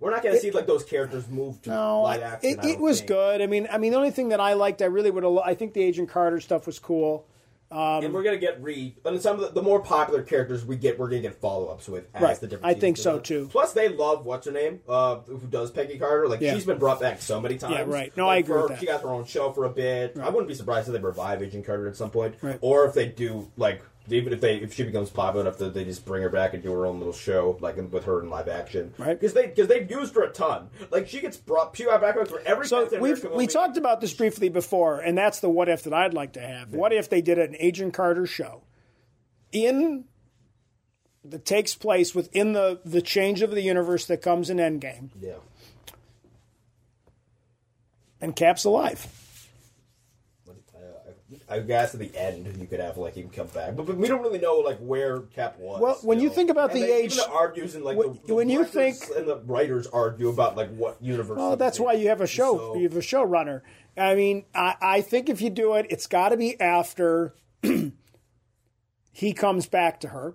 S2: We're not going to see like those characters move to
S1: No,
S2: live action.
S1: it,
S2: I
S1: it
S2: don't
S1: was
S2: think.
S1: good. I mean, I mean, the only thing that I liked, I really would have. I think the Agent Carter stuff was cool.
S2: and we're gonna get re and some of the, the more popular characters we get, we're gonna get follow ups with as
S1: Right.
S2: the different.
S1: I think
S2: seasons
S1: so,
S2: go on.
S1: too.
S2: Plus, they love what's her name, uh, who does Peggy Carter. Like
S1: Yeah.
S2: she's been brought back so many times.
S1: right. No,
S2: Like,
S1: I agree
S2: for-
S1: with that.
S2: She got her own show for a bit. I wouldn't be surprised if they revive Agent Carter at some point,
S1: Right.
S2: or if they do like. Even if they if she becomes popular enough that they just bring her back and do her own little show like in- with her in live action,
S1: Right.
S2: Because they because they've used her a ton. Like she gets brought she got back for every.
S1: So
S2: Captain
S1: we've,
S2: America
S1: we
S2: movie.
S1: talked about this briefly before, and that's the what if that I'd like to have. What if they did an Agent Carter show in that takes place within the the change of the universe that comes in Endgame,
S2: Yeah,
S1: and Cap's alive?
S2: I guess at the end you could have like him come back, but, but we don't really know like where Cap was.
S1: Well, when you
S2: know?
S1: think about
S2: And
S1: the
S2: they
S1: age-
S2: even argues and like
S1: when-
S2: the, the
S1: when you
S2: writers
S1: think-
S2: and the writers argue about like what universe.
S1: Well, Oh, that's why you have a show.
S2: So-
S1: you have a showrunner. I mean, I, I think if you do it, it's got to be after he comes back to her,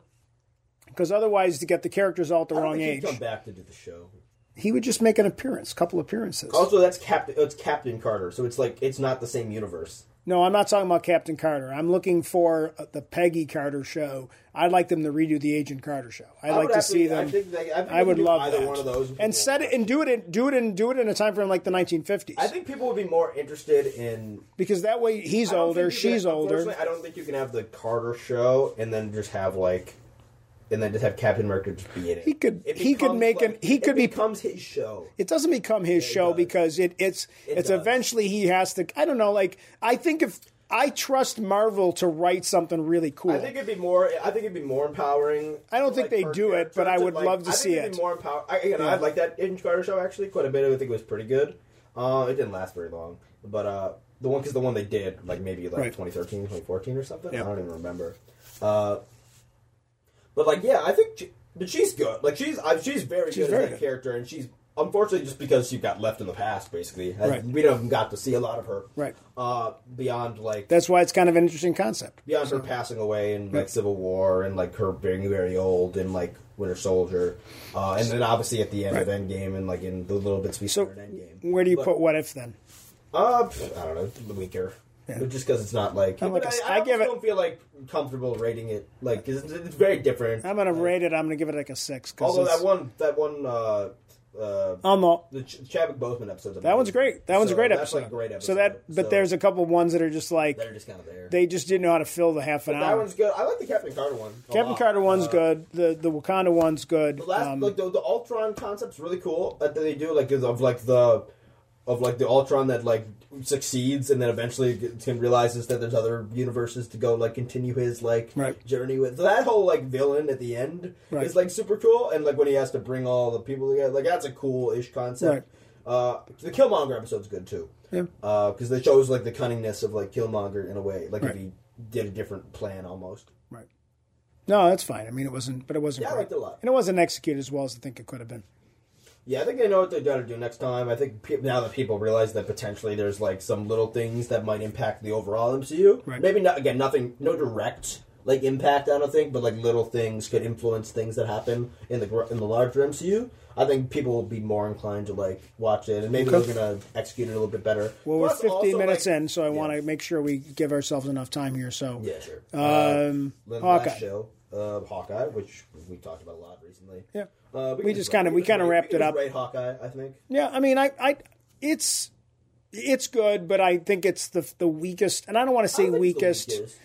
S1: because otherwise, to get the characters all at the
S2: I don't
S1: wrong
S2: think
S1: age,
S2: he'd Come back to do the show.
S1: he would just make an appearance, couple appearances.
S2: Also, that's Captain. It's Captain Carter, so it's like it's not the same universe.
S1: No, I'm not talking about Captain Carter. I'm looking for uh, the Peggy Carter show. I'd like them to redo the Agent Carter show. I'd
S2: I
S1: like
S2: would
S1: to
S2: actually-
S1: see
S2: I
S1: them.
S2: think they- I think
S1: I
S2: they
S1: would
S2: do
S1: love
S2: either
S1: that.
S2: one of those people.
S1: and set it and do it in do it in do it in a time frame like the 1950s
S2: I think people would be more interested in
S1: because that way he's
S2: I don't
S1: older,
S2: think you can-
S1: she's older.
S2: unfortunately, I don't think you can have the Carter show and then just have like, and then just have Captain America just be in it. He
S1: could- he could make an- he could be-
S2: becomes his show.
S1: it doesn't become his show
S2: does.
S1: because it it's it's
S2: does.
S1: eventually he has to I don't know like I think if I trust Marvel to write something really cool.
S2: I think it'd be more. I think it'd be more empowering.
S1: I don't think they
S2: for
S1: do it, but
S2: characters
S1: I
S2: and,
S1: would
S2: like,
S1: love to
S2: I think
S1: see
S2: it'd be
S1: it.
S2: more empower- I, again, I like that Agent Carter show actually quite a bit. I think it was pretty good. Uh, it didn't last very long, but uh, the one because the one they did like maybe like
S1: Right.
S2: 2013, 2014 or something.
S1: Yeah.
S2: I don't even remember. Uh, but like, yeah, I think, she, but she's good. Like she's I, she's very good
S1: very
S2: as that
S1: good.
S2: character, and she's unfortunately just because she got left in the past. Basically, I-
S1: Right.
S2: we don't got to see a lot of her.
S1: Right.
S2: Uh, beyond like
S1: That's why it's kind of an interesting concept.
S2: beyond her passing away and like Civil War and like her being very old and like Winter Soldier, uh, and then obviously at the end of Endgame and like in the little bits we
S1: So
S2: saw in Endgame.
S1: where do you
S2: But,
S1: put what if then?
S2: Uh, pff, I don't know, the weaker. But just because it's not like,
S1: I'm like
S2: But
S1: a-
S2: I, I
S1: I give
S2: almost
S1: it-
S2: don't feel like comfortable rating it like 'cause it's, it's very different.
S1: I'm gonna rate it. I'm gonna give it like a six. 'cause
S2: Uh, Although
S1: it's-
S2: that one, that one, uh, uh,
S1: I don't know.
S2: the Ch- Chadwick Boseman episode's
S1: That one's great. That one's a great
S2: that's
S1: episode.
S2: Like a great episode.
S1: So that, but
S2: So
S1: there's a couple ones that are just like
S2: they're just kind of there.
S1: they just didn't know how to fill the half an
S2: that
S1: hour.
S2: one's good. I like the Captain Carter one. a
S1: Captain
S2: lot.
S1: Carter one's
S2: Uh,
S1: good. The the Wakanda one's good.
S2: The last,
S1: Um,
S2: like the, the Ultron concept's really cool that they do, like 'cause of like the of like the Ultron that like succeeds and then eventually gets- him realizes that there's other universes to go like continue his like
S1: Right.
S2: journey with. So that whole like villain at the end
S1: Right.
S2: is like super cool, and like when he has to bring all the people together, like that's a cool ish concept. Uh, the Killmonger episode's good too, because they shows like the cunningness of like Killmonger in a way, like
S1: Right.
S2: if he did a different plan almost.
S1: right. No, that's fine. I mean, it wasn't, but it wasn't.
S2: Yeah, I
S1: great.
S2: liked it a lot.
S1: and it wasn't executed as well as I think it could have been.
S2: Yeah, I think they know what they got to do next time. I think pe- now that people realize that potentially there's like some little things that might impact the overall MCU.
S1: Right.
S2: Maybe not again, nothing, no direct like impact. I don't think, but like little things could influence things that happen in the gr- in the larger MCU. I think people will be more inclined to like watch it, and maybe
S1: Okay.
S2: they're gonna execute it a little bit better.
S1: Well,
S2: Plus,
S1: we're 15
S2: also,
S1: minutes
S2: like-
S1: in, so I want
S2: Yeah.
S1: to make sure we give ourselves enough time here. So
S2: Yeah, sure. Uh,
S1: Um,
S2: the
S1: Hawkeye.
S2: last show, uh, Hawkeye, which we talked about a lot recently.
S1: Yeah.
S2: uh,
S1: We
S2: can
S1: just
S2: rate-
S1: kinda- we
S2: can
S1: kinda
S2: rate-
S1: wrapped it
S2: can
S1: up.
S2: Rate Hawkeye, I think.
S1: Yeah, I mean, I, I, it's, it's good, but I think it's the the weakest, and I don't want to say
S2: I think it's the
S1: weakest.
S2: weakest.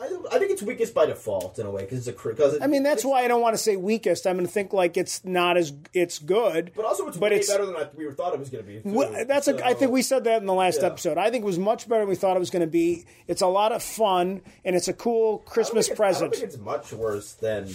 S2: I, don't- I think it's weakest by default in a way because it's a because
S1: I mean, that's why I don't want to say weakest. I'm going to think like it's not as it's good,
S2: But also, it's
S1: but
S2: way
S1: it's-
S2: better than I, we were thought it was going to be. too.
S1: Well, that's a, I
S2: So,
S1: think we said that in the last
S2: Yeah.
S1: episode. I think it was much better than we thought it was going to be. It's a lot of fun and it's a cool
S2: I don't
S1: Christmas
S2: think it-
S1: present.
S2: I don't think it's much worse than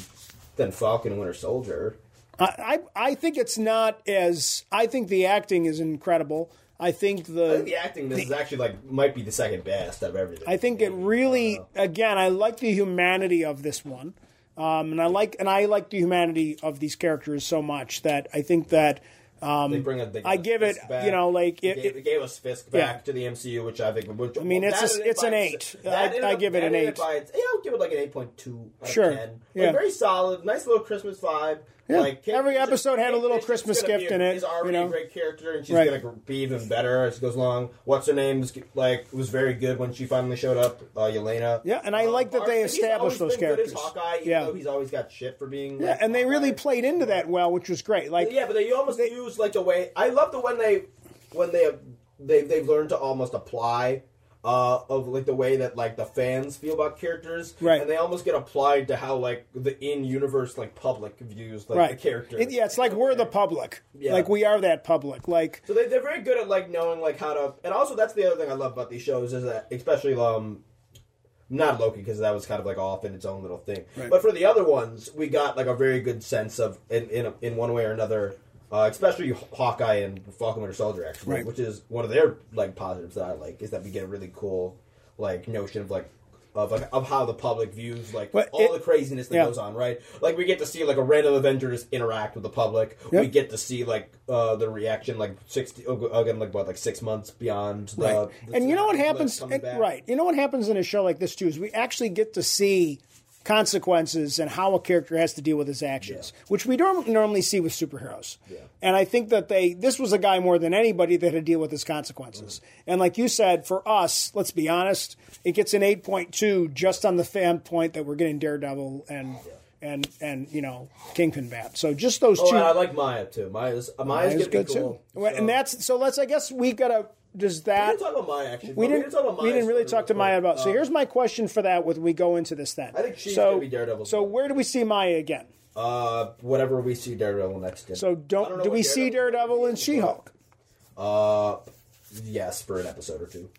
S2: than Falcon and Winter Soldier.
S1: I, I I think it's not as I think the acting is incredible. I think
S2: I think the
S1: the
S2: acting in this is actually like might be the second best of everything.
S1: I think it really again I like the humanity of this one. Um, and I like and I like the humanity of these characters so much that I think that
S2: Um, they bring a, they
S1: I give it,
S2: Fisk back.
S1: you know, like,
S2: they
S1: it-
S2: gave,
S1: it-
S2: they gave us Fisk
S1: Yeah.
S2: back to the MCU, which I think. Which, I
S1: mean, it's a- it's an eight. I- I give it an eight.
S2: By, its- yeah, I'll give it like an eight point two.
S1: Sure.
S2: Sure. 10. Like,
S1: Yeah.
S2: Very solid. Nice little Christmas vibe.
S1: Yeah.
S2: Like Kate
S1: Every
S2: Bishop-
S1: episode had a
S2: Kate
S1: little
S2: Bishop's
S1: Christmas
S2: gonna be
S1: gift
S2: a-
S1: in it,
S2: Is already
S1: you know?
S2: a great character, and she's
S1: Right.
S2: gonna be even better as she goes along. What's her name's like was very good when she finally showed up. Uh, Yelena.
S1: Yeah, and I like that they
S2: Barnes- he's
S1: established
S2: always
S1: those
S2: been good as
S1: characters.
S2: Hawkeye, even
S1: Yeah.
S2: though he's always got shit for being.
S1: Yeah,
S2: like,
S1: and they really
S2: Hawkeye.
S1: played into that well, which was great. Like,
S2: Yeah, but they almost
S1: They-
S2: use like the way I love the when they when they they they've learned to almost apply uh, of like the way that like the fans feel about characters,
S1: Right.
S2: And they almost get applied to how like the in-universe like public views like
S1: right.
S2: the character.
S1: It- yeah, it's like we're the public.
S2: Yeah.
S1: Like, we are that public. Like,
S2: So they, they're very good at like knowing like how to, and also that's the other thing I love about these shows is that especially um, not Loki because that was kind of like off in its own little thing. But for the other ones, we got like a very good sense of in in, in one way or another, uh, especially Hawkeye and Falcon Winter Soldier actually,
S1: Right.
S2: which is one of their like positives that I like is that we get a really cool like notion of like. Of, like, of how the public views like
S1: But
S2: all
S1: it-
S2: the craziness that
S1: yeah.
S2: goes on, right? Like we get to see like a random Avenger just interact with the public. We
S1: Yep.
S2: get to see like uh, the reaction like sixty uh, again like what like six months beyond. The,
S1: right.
S2: the-
S1: and you know what
S2: like,
S1: happens?
S2: coming
S1: and-
S2: back.
S1: right. You know what happens in a show like this too is we actually get to see consequences and how a character has to deal with his actions, which we don't normally see with superheroes. And I think that they this was a guy more than anybody that had to deal with his consequences.
S2: Mm-hmm.
S1: And like you said, for us, let's be honest, it gets an eight point two just on the fan point that we're getting Daredevil and. And and you know Kingpin bat. So just those
S2: Oh,
S1: two.
S2: and I like Maya too. Maya's uh, Maya's,
S1: That is
S2: getting
S1: good
S2: cool.
S1: too. Well, And that's so. Let's. I guess we gotta. Does
S2: we
S1: that?
S2: didn't talk about Maya actually.
S1: We
S2: but
S1: didn't.
S2: talk about
S1: We
S2: Maya's
S1: didn't really
S2: story
S1: talk to
S2: real
S1: Maya
S2: quick.
S1: about. So
S2: Um,
S1: here's my question for that. When we go into this, then I
S2: think she's
S1: so,
S2: gonna be Daredevil.
S1: So where do we see Maya again?
S2: uh, whatever we see Daredevil next. In.
S1: So
S2: I
S1: don't.
S2: know
S1: do
S2: what
S1: we see Daredevil and She Hulk?
S2: Uh, yes, for an episode or two.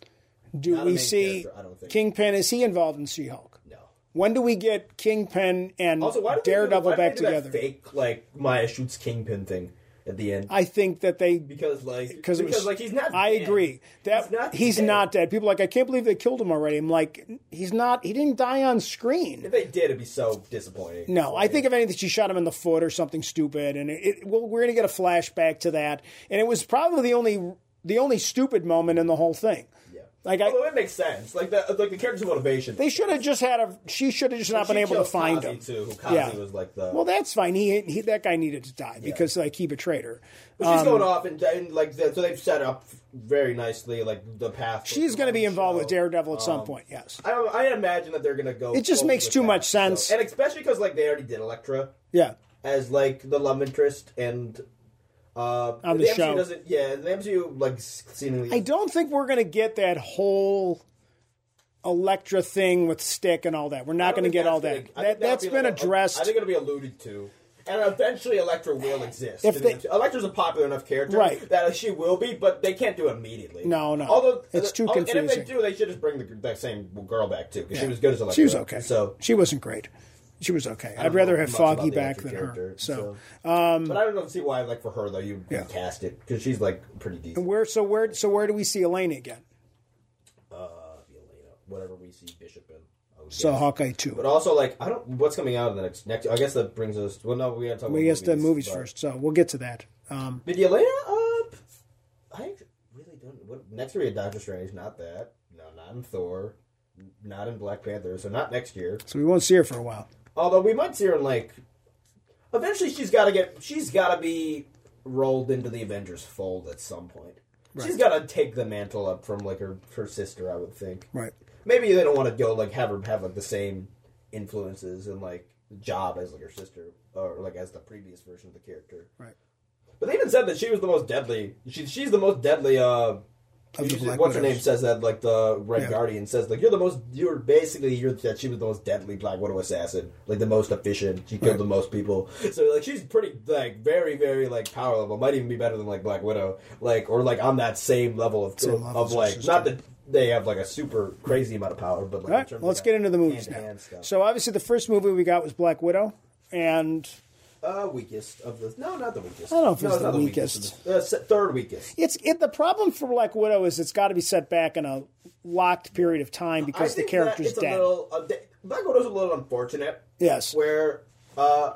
S1: Do
S2: Not a
S1: we
S2: main
S1: see
S2: character, I don't think.
S1: Kingpin? Is he involved in She Hulk?
S2: No.
S1: When do we get Kingpin and
S2: Also, why did they do-
S1: Daredevil
S2: why did
S1: back
S2: they do that
S1: together?
S2: Fake like Maya shoots Kingpin thing at the end.
S1: I think that they
S2: because like
S1: because
S2: because
S1: it was
S2: like he's not.
S1: I
S2: dead.
S1: agree that he's, not, dead. People are like I can't believe they killed him already. I'm like he's not. He didn't die on screen.
S2: If they did, it'd be so disappointing.
S1: No, I think if anything, she shot him in the foot or something stupid, and it, it well, we're gonna get a flashback to that. And it was probably the only the only stupid moment in the whole thing.
S2: Yeah.
S1: Like I,
S2: Although it makes sense, like the like the character's motivation.
S1: they should have just had a. She should have just not
S2: She
S1: been able to
S2: kills
S1: find
S2: Kazi,
S1: him.
S2: Too, who Kazi
S1: Yeah.
S2: was like the.
S1: Well, that's fine. He, he that guy needed to die because like he betrayed her.
S2: But
S1: um,
S2: she's going off and, and like the, so they've set up very nicely like the path.
S1: She's going to be involved
S2: So, um,
S1: with Daredevil at some point. Yes.
S2: I, I imagine that they're going to go.
S1: It just
S2: forward
S1: makes
S2: with
S1: too
S2: that,
S1: much
S2: so-
S1: sense.
S2: and especially because like they already did Elektra
S1: Yeah.
S2: as like the love interest and. Uh,
S1: On the
S2: MCU
S1: show.
S2: doesn't. Yeah, the MCU like seemingly.
S1: I don't think we're going to get that whole Electra thing with stick and all that. We're not going to get all that. that
S2: has
S1: that's been addressed.
S2: I think it'll be alluded to. And eventually, Electra will exist.
S1: If
S2: in
S1: they-
S2: the MCU. Electra's a popular enough character
S1: Right.
S2: that she will be, but they can't do it immediately.
S1: No, no.
S2: Although uh,
S1: It's too
S2: although- And
S1: confusing.
S2: if they do, they should just bring the, that same girl back too, because she was good as Electra.
S1: She was okay.
S2: So
S1: she wasn't great. She was okay.
S2: I
S1: I'd
S2: don't
S1: rather
S2: know
S1: have
S2: much about
S1: Foggy
S2: the
S1: back
S2: Electra
S1: than her.
S2: character,
S1: So, um,
S2: but I don't know, see why, like for her though, you you cast it because she's like pretty decent.
S1: where so where so where do we see Elena again?
S2: Elena, whatever we see Bishop in. I would
S1: So
S2: guess.
S1: Hawkeye two.
S2: But also, like, I don't. What's coming out in the next? Next, I guess that brings us. Well, no, we gotta talk.
S1: We
S2: about
S1: guess the movies
S2: but-
S1: first. So we'll get to that. Um,
S2: Did Elena up? I really don't. What, next year, Doctor Strange. Not that. No, not in Thor. Not in Black Panther. So not next year.
S1: so we won't see her for a while.
S2: Although we might see her in like. Eventually, she's got to get. She's got to be rolled into the Avengers fold at some point. She's got to take the mantle up from like her her sister. I would think.
S1: Right.
S2: Maybe they don't want to go like have her have like the same influences and like job as like her sister or like as the previous version of the character.
S1: Right.
S2: But they even said that she was the most deadly. She, she's the most deadly. Uh,
S1: the
S2: she's-
S1: Black
S2: what's her
S1: Widows.
S2: name says that like the Red
S1: Yeah.
S2: Guardian says like you're the most. You're basically you're that she was the most deadly Black Widow assassin, like the most efficient. She killed the most people. So like she's pretty like very very like power level. Might even be better than like Black Widow, like or like on that same level of
S1: Same
S2: of,
S1: level as her
S2: like
S1: sister.
S2: not that they have like a super crazy amount of power, but like
S1: All right. Well, let's get into the movies now. So obviously the first movie we got was Black Widow, and
S2: uh, weakest of the no, not the weakest.
S1: I don't know if
S2: no,
S1: it's the
S2: not
S1: weakest.
S2: of the- uh, se- third weakest.
S1: It's it, the problem for Black Widow is it's got to be set back in a locked period of time because the
S2: I think
S1: character's
S2: that it's
S1: dead.
S2: A little, uh, th- Black Widow's a little unfortunate.
S1: yes,
S2: Where uh,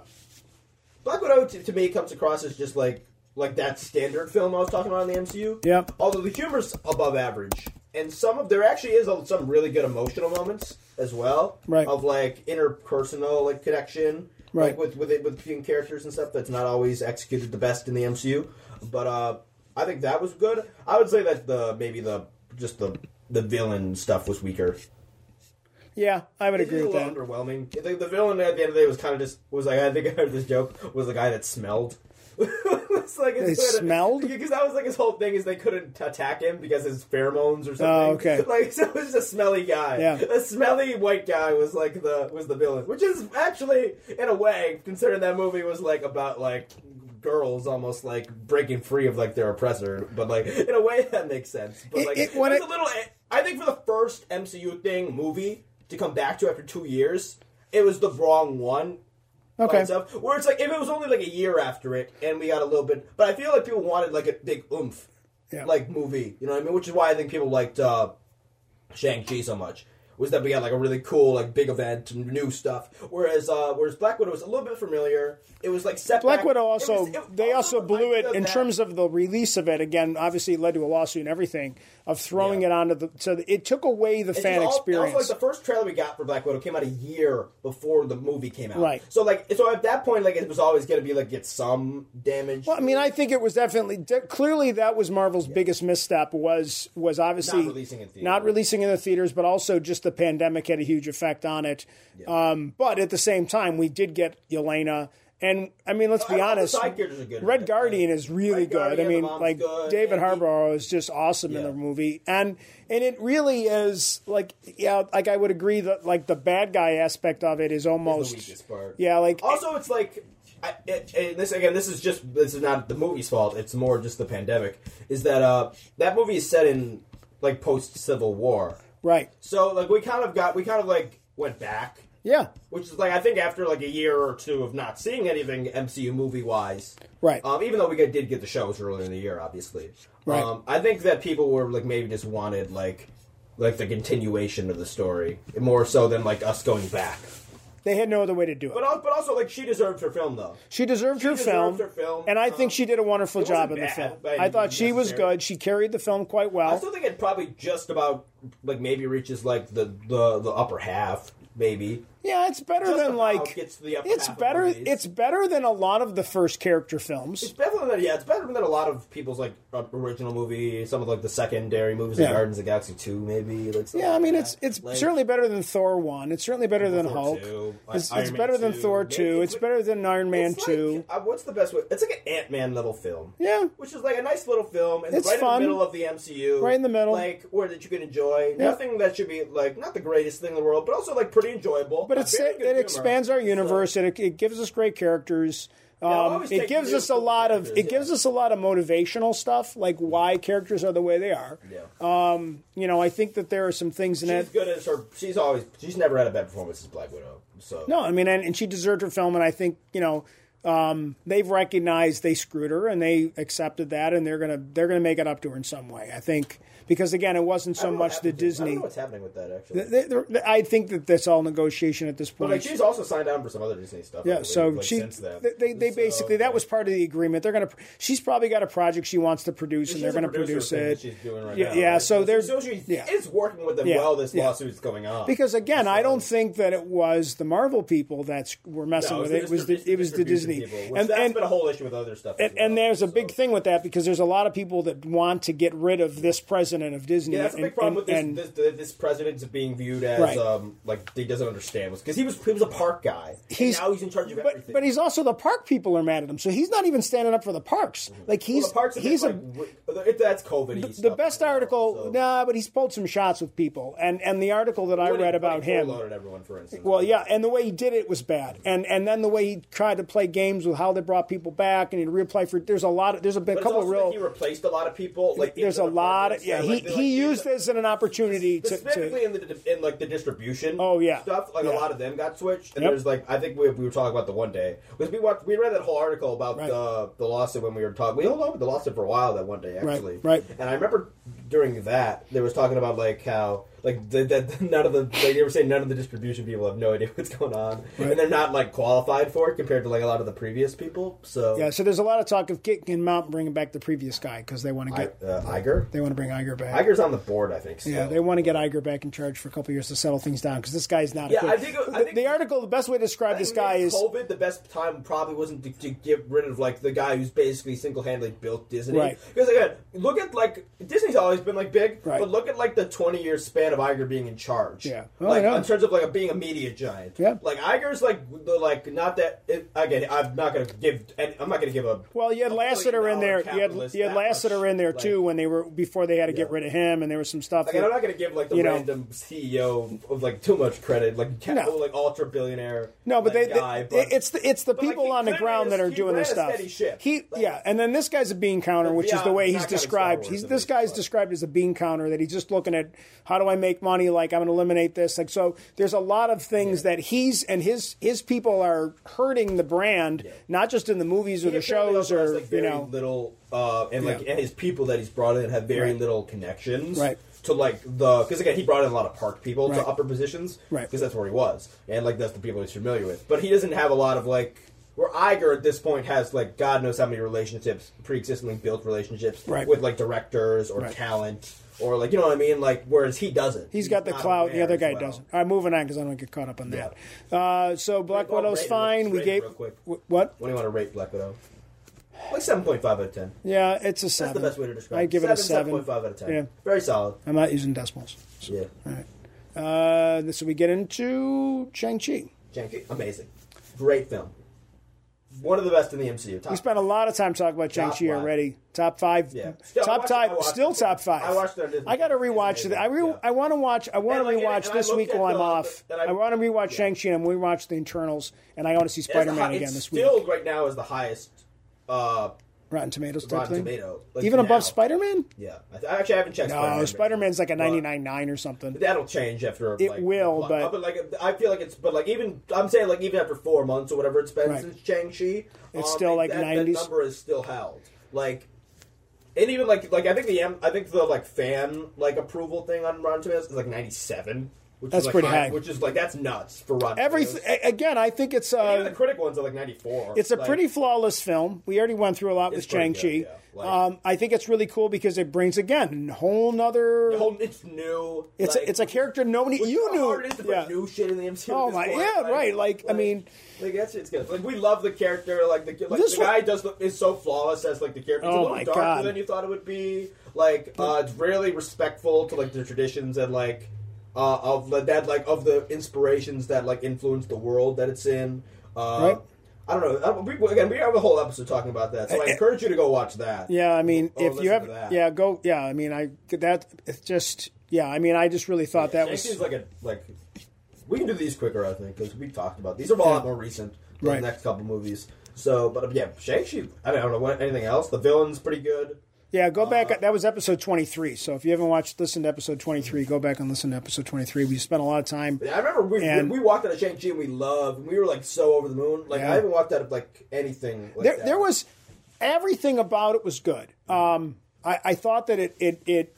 S2: Black Widow to, to me comes across as just like like that standard film I was talking about in the MCU.
S1: Yeah.
S2: Although the humor's above average, and some of there actually is a, some really good emotional moments as well.
S1: Right.
S2: Of like interpersonal like connection.
S1: Right.
S2: Like with with it, with between characters and stuff that's not always executed the best in the MCU. But uh, I think that was good. I would say that the maybe the just the the villain stuff was weaker.
S1: Yeah, I would
S2: It was
S1: agree
S2: a
S1: with
S2: little
S1: that.
S2: underwhelming. The, the villain at the end of the day was kind of just was like I think I heard this joke was the guy that smelled. it's like it's
S1: They smelled?
S2: because that was like his whole thing is they couldn't attack him because his pheromones or something.
S1: Oh, okay.
S2: Like so it was just a smelly guy.
S1: Yeah.
S2: a smelly white guy was like the was the villain, which is actually in a way considering that movie was like about like girls almost like breaking free of like their oppressor, but like in a way that makes sense. But
S1: It-
S2: like
S1: it-
S2: it,
S1: when
S2: was
S1: it-
S2: a little. I think for the first MCU thing movie to come back to after two years, it was the wrong one. by
S1: Okay.
S2: itself. Where it's like if it was only like a year after it, and we got a little bit, but I feel like people wanted like a big oomph,
S1: Yeah.
S2: like movie. You know what I mean? Which is why I think people liked uh, Shang Chi so much. Was that we got like a really cool like big event and new stuff, whereas uh, whereas Black Widow was a little bit familiar. It was like set
S1: Black
S2: back-
S1: Widow
S2: it
S1: also
S2: was- it-
S1: they also blew it
S2: I-
S1: in
S2: that-
S1: terms of the release of it. Again, obviously it led to a lawsuit and everything of throwing
S2: Yeah.
S1: it onto the so it took away the
S2: It's
S1: fan
S2: all-
S1: experience.
S2: Also, like the first trailer we got for Black Widow came out a year before the movie came out.
S1: Right.
S2: So like, so at that point, like it was always going to be like get some damage.
S1: Well, I mean, I think it was definitely de- clearly that was Marvel's biggest misstep was was obviously
S2: Not releasing in theaters.
S1: not releasing in the theaters, but also just the pandemic had a huge effect on it. Um, but at the same time, we did get Yelena, and I mean, let's
S2: I
S1: be
S2: thought the
S1: honest,
S2: side characters are good.
S1: Red Guardian is really
S2: Red
S1: good.
S2: Guardian,
S1: I
S2: the
S1: mean,
S2: mom's
S1: like
S2: good,
S1: David
S2: and he-
S1: Harbour is just awesome in
S2: Yeah.
S1: the movie, and and it really is like yeah, like I would agree that like the bad guy aspect of it is
S2: the
S1: almost
S2: weakest part.
S1: yeah, like
S2: Also, it's like. I, it, it- this again. This is just. This is not the movie's fault. It's more just the pandemic. Is that uh that movie is set in like post Civil War.
S1: right,
S2: So like we kind of got we kind of like went back
S1: yeah,
S2: which is like I think after like a year or two of not seeing anything MCU movie wise,
S1: Right.
S2: Um, even though we get, did get the shows earlier in the year, obviously,
S1: Right.
S2: Um, I think that people were like maybe just wanted like like the continuation of the story more so than like us going back.
S1: they had no other way to do it.
S2: But al- but also like she deserved her film though.
S1: She deserved, her,
S2: deserved
S1: film,
S2: her film.
S1: and I
S2: Um,
S1: think she did a wonderful
S2: it wasn't
S1: job in the
S2: bad,
S1: film.
S2: but
S1: I thought she was
S2: necessary.
S1: good. She carried the film quite
S2: I
S1: well.
S2: still think it probably just about like maybe reaches like the the, the upper half maybe.
S1: yeah, it's better
S2: Just
S1: than
S2: about
S1: like
S2: gets to the upper
S1: it's
S2: half of
S1: better.
S2: movies.
S1: It's better than a lot of the first character films.
S2: It's better than yeah, it's better than a lot of people's like uh, original movie, some of like the secondary movies, like
S1: Yeah.
S2: Guardians of the Galaxy two, maybe. Like something
S1: Yeah, I mean
S2: like
S1: it's
S2: that.
S1: it's
S2: Like,
S1: certainly better than Thor one. It's certainly better than
S2: Thor
S1: Hulk.
S2: 2,
S1: It's,
S2: Iron
S1: it's
S2: Man
S1: better than
S2: 2.
S1: Thor
S2: Maybe
S1: two.
S2: we-
S1: It's better than Iron Man
S2: it's like-
S1: two.
S2: uh, what's the best way? It's like an Ant Man level film.
S1: Yeah.
S2: which is like a nice little film, and
S1: It's
S2: right
S1: fun.
S2: in the middle of the MCU,
S1: Right in the middle.
S2: like where that you can enjoy. Nothing that should be like not the greatest thing in the world, but also like pretty enjoyable.
S1: But it's, it, it expands
S2: uh,
S1: our universe. and It, it gives us great characters. Um,
S2: always
S1: it
S2: take
S1: gives
S2: new
S1: us a lot of
S2: characters,
S1: it gives
S2: yeah.
S1: us a lot of motivational stuff, like why characters are the way they are. Um,
S2: Yeah.
S1: You know, I think that there are some things in
S2: she's
S1: it.
S2: good as her. She's always. She's never had a bad performance as Black Widow. So
S1: No, I mean, and, and she deserved her film, and I think you know um, they've recognized they screwed her, and they accepted that, and they're gonna they're gonna make it up to her in some way. I think because again, it wasn't
S2: I
S1: so
S2: don't know what
S1: much the
S2: happened to- I
S1: Disney.
S2: don't know what's happening with that actually.
S1: They- they're- I think that that's all negotiation at this point.
S2: Like she's also signed on for some other Disney stuff. I
S1: Yeah,
S2: believe,
S1: so
S2: like,
S1: she
S2: since then.
S1: they- they they
S2: So,
S1: basically that was part of the agreement. They're gonna she's probably got a project she wants to produce,
S2: she's
S1: and they're
S2: a
S1: gonna
S2: producer
S1: produce
S2: thing that
S1: it.
S2: She's doing right
S1: Yeah,
S2: now,
S1: yeah,
S2: right?
S1: so there's-
S2: so she
S1: yeah.
S2: is working with them
S1: Yeah,
S2: while this
S1: yeah.
S2: lawsuit's going on.
S1: Because again, I don't think that it was the Marvel people that were messing
S2: No,
S1: with it. It was the
S2: distrib-
S1: it was the
S2: distribution
S1: Disney,
S2: people, which
S1: and
S2: that's
S1: and,
S2: been a whole issue with other stuff. as
S1: and and
S2: well,
S1: there's a big
S2: so.
S1: thing with that because there's a lot of people that want to get rid of this president of Disney.
S2: Yeah, that's the
S1: and,
S2: big
S1: and-
S2: problem with this,
S1: and-
S2: this, this, this president's being viewed as
S1: Right.
S2: um, like he doesn't understand because he was he was a park guy.
S1: He's-
S2: He's now he's in charge of
S1: but
S2: everything.
S1: but he's also the park people are mad at him, so he's not even standing up for the parks. Like he's
S2: Mm-hmm. well, the parks
S1: he's
S2: he's
S1: a
S2: like, w- it- that's COVID.
S1: the best article.
S2: So,
S1: Nah, but he's pulled some shots with people, and and the article that I
S2: when he-
S1: read
S2: when
S1: about
S2: he
S1: him.
S2: foreloaded Everyone, for instance.
S1: Well, yeah, and the way he did it was bad, and and then the way he tried to play games with how they brought people back, and he reapply for. There's a lot. Of, there's been a
S2: But it's
S1: couple of
S2: also that
S1: real.
S2: he replaced a lot of people. Like
S1: there's a
S2: into the
S1: lot. Of,
S2: programs,
S1: yeah,
S2: so,
S1: he
S2: like, they're, like,
S1: he used
S2: like-
S1: this as an opportunity to.
S2: specifically
S1: to
S2: in the in like the distribution.
S1: Oh, yeah.
S2: stuff like
S1: Yeah.
S2: a lot of them got switched, and
S1: Yep.
S2: there's like I think we, we were talking about the one day because we watched we read that whole article about
S1: Right.
S2: the the lawsuit when we were talking. We held on with the lawsuit for a while that one day actually,
S1: right.
S2: And I remember during that they was talking about like how Like the, that, none of the like you were saying, none of the distribution people have no idea what's going on, and they're not like qualified for it compared to like a lot of the previous people. So
S1: Yeah, so there's a lot of talk of kicking him out and bringing back the previous guy because they want to
S2: I,
S1: get
S2: uh, Iger,
S1: they want to bring Iger back.
S2: Iger's on the board, I think. So.
S1: Yeah, they want to get Iger back in charge for a couple years to settle things down because this guy's not.
S2: Yeah,
S1: a good,
S2: I think- I
S1: the,
S2: think-
S1: the article. The best way to describe this guy
S2: With
S1: is
S2: COVID. The best time probably wasn't to, to get rid of like the guy who's basically single handedly built Disney.
S1: Right.
S2: Because again, look at like Disney's always been like big,
S1: Right.
S2: but look at like the twenty year span of Iger being in charge.
S1: Yeah. Oh,
S2: like
S1: yeah.
S2: in terms of like being a media giant.
S1: Yeah.
S2: Like Iger's like the like not that it, again. I'm not gonna give. and I'm not gonna give a.
S1: well, you had
S2: a
S1: Lasseter in
S2: billion-dollar
S1: there. You had
S2: capitalist
S1: you had
S2: that much,
S1: Lasseter in there
S2: like-
S1: too when they were before they had to get
S2: Yeah.
S1: rid of him, and there was some stuff.
S2: Like,
S1: that-
S2: I'm not gonna give like the
S1: You know.
S2: random CEO of like too much credit, like ca- oh,
S1: No.
S2: like ultra billionaire.
S1: no, but
S2: like,
S1: they,
S2: guy,
S1: they-
S2: but-
S1: it's the it's the
S2: but, like,
S1: people
S2: he
S1: on the
S2: clearly
S1: ground
S2: is-
S1: that are
S2: he
S1: doing this
S2: ran a
S1: stuff.
S2: steady ship.
S1: He
S2: Like-
S1: yeah, and then this guy's a bean counter, which is the
S2: beyond-
S1: way
S2: not
S1: he's
S2: counting Star
S1: described.
S2: Wars,
S1: He's
S2: at
S1: this
S2: least,
S1: guy's
S2: but-
S1: described as a bean counter that he's just looking at how do I make money? Like I'm going to eliminate this. Like so, there's a lot of things that he's and his his people are hurting the brand, not just in the movies or
S2: He
S1: the
S2: apparently
S1: shows
S2: also has,
S1: or
S2: like,
S1: you
S2: very
S1: know
S2: little uh, and like
S1: Yeah.
S2: and his people that he's brought in have very
S1: Right.
S2: little connections
S1: Right.
S2: to like the because again he brought in a lot of park people
S1: Right.
S2: to upper positions
S1: Right.
S2: because that's where he was and like that's the people he's familiar with but he doesn't have a lot of like where Iger at this point has like God knows how many relationships pre-existingly built relationships
S1: Right.
S2: with like directors or
S1: Right.
S2: talent or like you know what I mean like whereas he doesn't
S1: He's got the
S2: not
S1: clout, and the
S2: aware
S1: other
S2: as
S1: guy
S2: well.
S1: doesn't. All right, moving on because I don't get caught up on that. Uh, so Black
S2: Well,
S1: Widow's
S2: rate it
S1: fine.
S2: real-
S1: We
S2: rate it
S1: gave
S2: real quick.
S1: wh- what?
S2: what do you want to rate Black Widow like seven point five out of ten
S1: Yeah, it's a seven.
S2: that's the best way to describe it
S1: I'd give it a seven.
S2: seven point five out of ten
S1: Yeah.
S2: very solid
S1: I'm not using decimals.
S2: yeah.
S1: Uh, so we get into Shang Chi.
S2: Janky. Amazing. Great film. One of the best in the MCU. Top
S1: We spent a lot of time talking about Shang
S2: Top
S1: Chi
S2: five.
S1: already. Top five,
S2: Yeah. I
S1: top
S2: watched- I
S1: five,
S2: watched
S1: still
S2: it.
S1: top five.
S2: I watched it on Disney.
S1: I got to rewatch
S2: It's
S1: it. I re-
S2: amazing. Yeah.
S1: I want to watch. I want
S2: And,
S1: to
S2: like, and-
S1: rewatch
S2: and I
S1: this
S2: looked
S1: week
S2: at
S1: while I'm
S2: the-
S1: off.
S2: and
S1: I,
S2: I-
S1: want to rewatch
S2: yeah.
S1: Shang Chi and we watch the Internals, and I want to see
S2: It's the
S1: Spider Man
S2: hi-
S1: again
S2: it's
S1: this week.
S2: Still right now is the highest uh,
S1: Rotten Tomatoes type
S2: Rotten
S1: thing.
S2: Tomato. like,
S1: Even
S2: now.
S1: above Spider Man?
S2: Yeah. I th- actually, I haven't checked.
S1: No, Spider Man's like a
S2: But
S1: 99 9 or something.
S2: That'll change after it like,
S1: will,
S2: the- Uh,
S1: but-
S2: like I feel like it's but like even I'm saying like even after four months or whatever it's been
S1: Right.
S2: since Shang Chi,
S1: It's still, like, 90s.
S2: um, That number is still held. Like and even like like I think the M- I think the like fan like approval thing on Rotten Tomatoes is like 97, which
S1: That's
S2: is like
S1: pretty high.
S2: which is like that's nuts for Rotten.
S1: Everything,
S2: Tomatoes.
S1: a- again, I think it's
S2: And even the
S1: uh,
S2: critic ones are like 94.
S1: it's a
S2: Like,
S1: pretty flawless film. We already went through a lot with
S2: It's
S1: Shang
S2: pretty
S1: Chi.
S2: good, yeah. Like-
S1: um, I think it's really cool because it brings again a whole nother.
S2: whole- it's new.
S1: it's
S2: like,
S1: a, it's a character nobody
S2: Well,
S1: you
S2: know how
S1: knew.
S2: hard it is to put
S1: yeah.
S2: new shit in the MCU. at
S1: Oh
S2: this
S1: my-
S2: point,
S1: yeah, right, like, I mean-
S2: like that's it's good. Like we love the character. Like the like
S1: This
S2: the
S1: one-
S2: guy does the, is so flawless as like the character. It's
S1: Oh
S2: a little
S1: my
S2: darker
S1: God.
S2: than you thought it would be. Like uh, it's really respectful to like the traditions and like uh, of the- that like of the inspirations that like influence the world that it's in. Uh,
S1: Right.
S2: I don't know. I- We, again, we have a whole episode talking about that, so
S1: Eh,
S2: I, encourage you to go watch that.
S1: Yeah, I mean,
S2: Or
S1: if you
S2: listen
S1: have,
S2: to that.
S1: yeah, go, yeah. I mean, I that it's just, yeah. I mean, I just really thought that
S2: Shang Chi's
S1: was
S2: like a like. We can do these quicker, I think, because we talked about these are a lot more recent than
S1: Right.
S2: the next couple movies. So, but uh, yeah, Shang Chi. I, mean, I don't know what, anything else. The villain's pretty good.
S1: Yeah,
S2: uh,
S1: go back. That was episode 23. So if you haven't watched, listened to episode 23, go back and listen to episode 23. We spent a lot of time.
S2: I remember we
S1: And-
S2: we walked out of Shang Chi and we loved. And we were like so over the moon. Like
S1: Yeah.
S2: I haven't walked out of like anything. Like
S1: There,
S2: that.
S1: there was everything about it was good. Um, I, I thought that it, it, it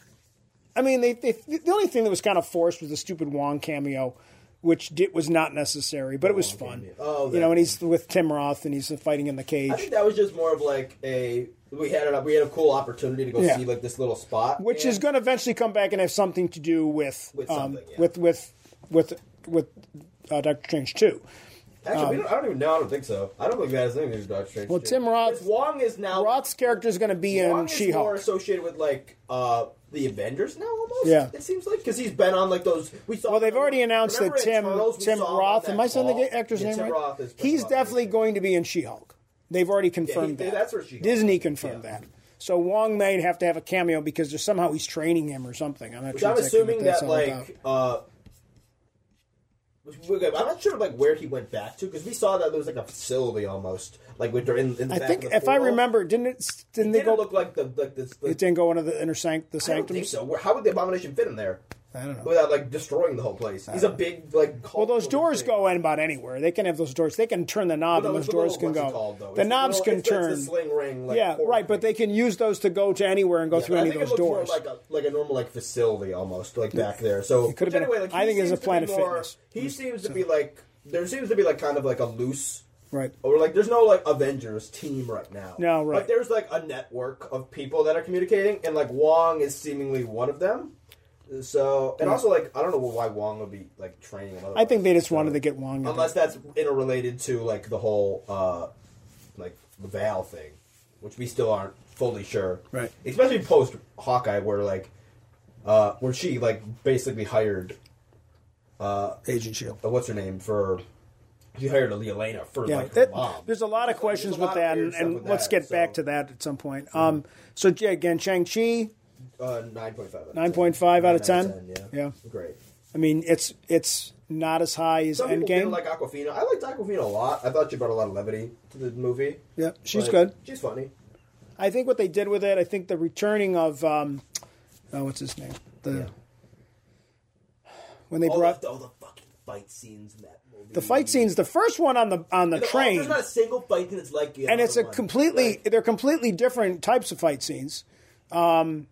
S1: I mean, they, they, the only thing that was kind of forced was the stupid Wong cameo, which did, was not necessary, but it was
S2: Wong
S1: fun.
S2: cameo. Oh,
S1: you
S2: that-
S1: know, and he's with Tim Roth and he's fighting in the
S2: I
S1: cage,
S2: think that was just more of like a we had it. We had a cool opportunity to go
S1: Yeah.
S2: see like this little spot,
S1: which is
S2: And-
S1: going to eventually come back and have something to do with,
S2: With
S1: um,
S2: something, yeah.
S1: with, with, with, with uh, Doctor Strange too.
S2: Actually, we don't, I don't even know. I don't think so. I don't think that has anything to do with Doctor Strange.
S1: um, Well,
S2: too.
S1: Tim Roth-
S2: 'Cause Wong is now
S1: Roth's character is going to be
S2: Wong
S1: in
S2: is more
S1: She-Hulk.
S2: associated with like uh, the Avengers now, almost.
S1: Yeah.
S2: it seems like because he's been on like those. We saw.
S1: Well, they've already announced
S2: Remember
S1: that
S2: in
S1: Tim
S2: Eternals, we
S1: Tim
S2: saw him on
S1: Roth.
S2: that
S1: Am I saying the
S2: ball?
S1: ga- actor's
S2: Yeah,
S1: name
S2: Tim
S1: right?
S2: Roth is
S1: He's
S2: Roth.
S1: definitely going to be in She-Hulk. They've already confirmed
S2: Yeah, he-
S1: that.
S2: that's where She-Hulk
S1: Disney
S2: is,
S1: confirmed
S2: yeah.
S1: that. So Wong may have to have a cameo because there's somehow he's training him or something. I'm not
S2: Which
S1: sure.
S2: I'm
S1: exactly what
S2: assuming
S1: that's
S2: that
S1: all about.
S2: like. Uh, which we're good- I'm not sure like where he went back to because we saw that there was like a facility almost like with in, in the
S1: I
S2: back
S1: think
S2: of the
S1: if I
S2: portal.
S1: remember, didn't it? Didn't
S2: It
S1: they
S2: didn't
S1: go?
S2: look like the like this. Like,
S1: it didn't go into the inner sanct the
S2: I don't think
S1: sanctums.
S2: so. Where- How would the abomination fit in there?
S1: I don't know.
S2: without like destroying the whole place. He's a big like.
S1: Uh, Well, those doors go in about anywhere. They can have those doors. They can turn the knob,
S2: No,
S1: and those
S2: it's the
S1: doors
S2: little-
S1: can
S2: what's it
S1: go.
S2: called, though?
S1: the
S2: It's
S1: knobs
S2: little-
S1: can
S2: it's- it's
S1: turn.
S2: the sling ring, like,
S1: yeah,
S2: forward
S1: right. But
S2: thing.
S1: they can use those to go to anywhere and go
S2: Yeah,
S1: through
S2: but
S1: any
S2: I
S1: of
S2: think
S1: those
S2: it looks
S1: doors.
S2: More like a like a normal like facility almost like back there. So
S1: could have
S2: which
S1: been a-
S2: anyway, like,
S1: I
S2: he
S1: think it's
S2: seems
S1: a
S2: to
S1: Planet
S2: be more,
S1: Fitness.
S2: He seems to be like there seems to be like kind of like a loose
S1: right.
S2: or like there's no like Avengers team right now.
S1: No, right.
S2: But there's like a network of people that are communicating, and like Wong is seemingly one of them. So and also like I don't know why Wong would be like training him.
S1: Hmm. I think they just
S2: So-
S1: wanted to get Wong. in
S2: unless that's interrelated to like the whole uh like the Val thing, which we still aren't fully sure.
S1: Right.
S2: Especially post Hawkeye, where like uh where she like basically hired
S1: Agent Shield.
S2: uh, what's her name for. She hired Elena for
S1: Yeah,
S2: like her
S1: that-
S2: mom.
S1: there's a lot of questions
S2: a lot
S1: with
S2: of
S1: that,
S2: weird
S1: and,
S2: stuff
S1: and
S2: with
S1: let's
S2: that,
S1: get back
S2: so-
S1: to that at some point. Um, so yeah, again, Shang Chi,
S2: Uh, nine point five.
S1: 9.5 out of 10?
S2: Yeah.
S1: Yeah.
S2: Great.
S1: I mean, it's it's not as high as
S2: Some people
S1: Endgame.
S2: didn't like Aquafina. I liked Aquafina a lot. I thought she brought a lot of levity to the movie.
S1: yeah, she's
S2: Like,
S1: good.
S2: She's funny.
S1: I think what they did with it, I think the returning of um, oh, what's his name? The when they
S2: All,
S1: brought
S2: Oh, the, all the fucking fight scenes in that movie.
S1: the fight scenes, the first one on the on the
S2: There's
S1: train,
S2: not a single fight scene that's like the
S1: and it's a
S2: other one.
S1: completely
S2: Like,
S1: they're completely different types of fight scenes, um,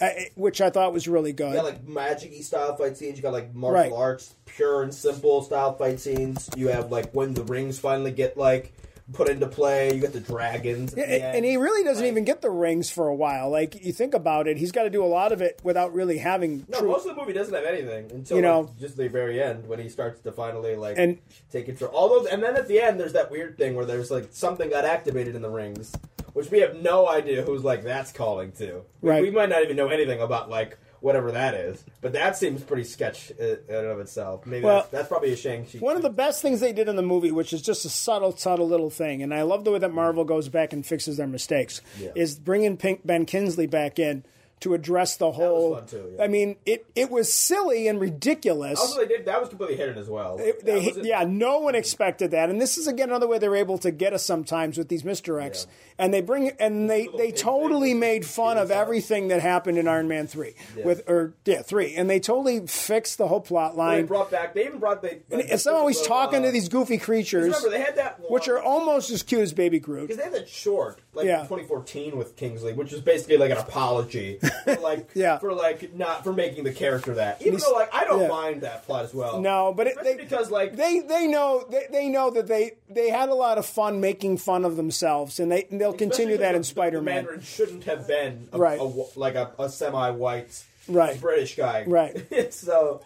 S1: I- which I thought was really good.
S2: you got like magic style fight scenes. You got like martial
S1: Right.
S2: arts, pure and simple style fight scenes. You have like when the rings finally get like put into play. You got the dragons. at
S1: Yeah,
S2: the
S1: and- and
S2: end.
S1: he really doesn't even get the rings for a while. Like you think about it, he's got to do a lot of it without really having
S2: No,
S1: true.
S2: most of the movie doesn't have anything until
S1: You know-
S2: like, just the very end when he starts to finally like
S1: And-
S2: take control. Although, and then at the end, there's that weird thing where there's like something got activated in the rings, which we have no idea who's like that's calling to. We-
S1: Right.
S2: We might not even know anything about like whatever that is, but that seems pretty sketch i- in and of itself. Maybe
S1: Well,
S2: that's, that's probably a Shang Chi.
S1: One of the best things they did in the movie, which is just a subtle, subtle little thing, and I love the way that Marvel goes back and fixes their mistakes,
S2: Yeah.
S1: is bringing Pink Ben Kinsley back in to address the whole.
S2: fun too, yeah.
S1: I mean, it it was silly and ridiculous.
S2: also they did that was completely hidden as well.
S1: It- they-
S2: That wasn't-
S1: yeah, no one expected that, and this is again another way they're able to get us sometimes with these misdirects. And they bring and they they
S2: pig
S1: totally
S2: thing.
S1: made fun of
S2: Yeah.
S1: everything that happened in Iron Man three with or yeah three, and they totally fixed the whole plot
S2: They
S1: line.
S2: brought back. They even brought they.
S1: It's not always talking to these goofy creatures,
S2: Remember, they had that one,
S1: which are almost as cute as Baby Groot.
S2: Because they had that short, like
S1: Yeah.
S2: 2014 with Kingsley, which is basically like an apology, for, like
S1: Yeah.
S2: for like not for making the character that. Even
S1: he's-
S2: though like I don't
S1: yeah.
S2: mind that plot as well.
S1: No, but it,
S2: Especially
S1: they
S2: because like
S1: they they know they, they know that they they had a lot of fun making fun of themselves, and they and they'll continue
S2: especially
S1: that in
S2: because the- the
S1: Spider Man.
S2: Mandarin shouldn't have been a,
S1: Right.
S2: a wa- like a, a semi-white.
S1: Right.
S2: British guy,
S1: Right.
S2: so,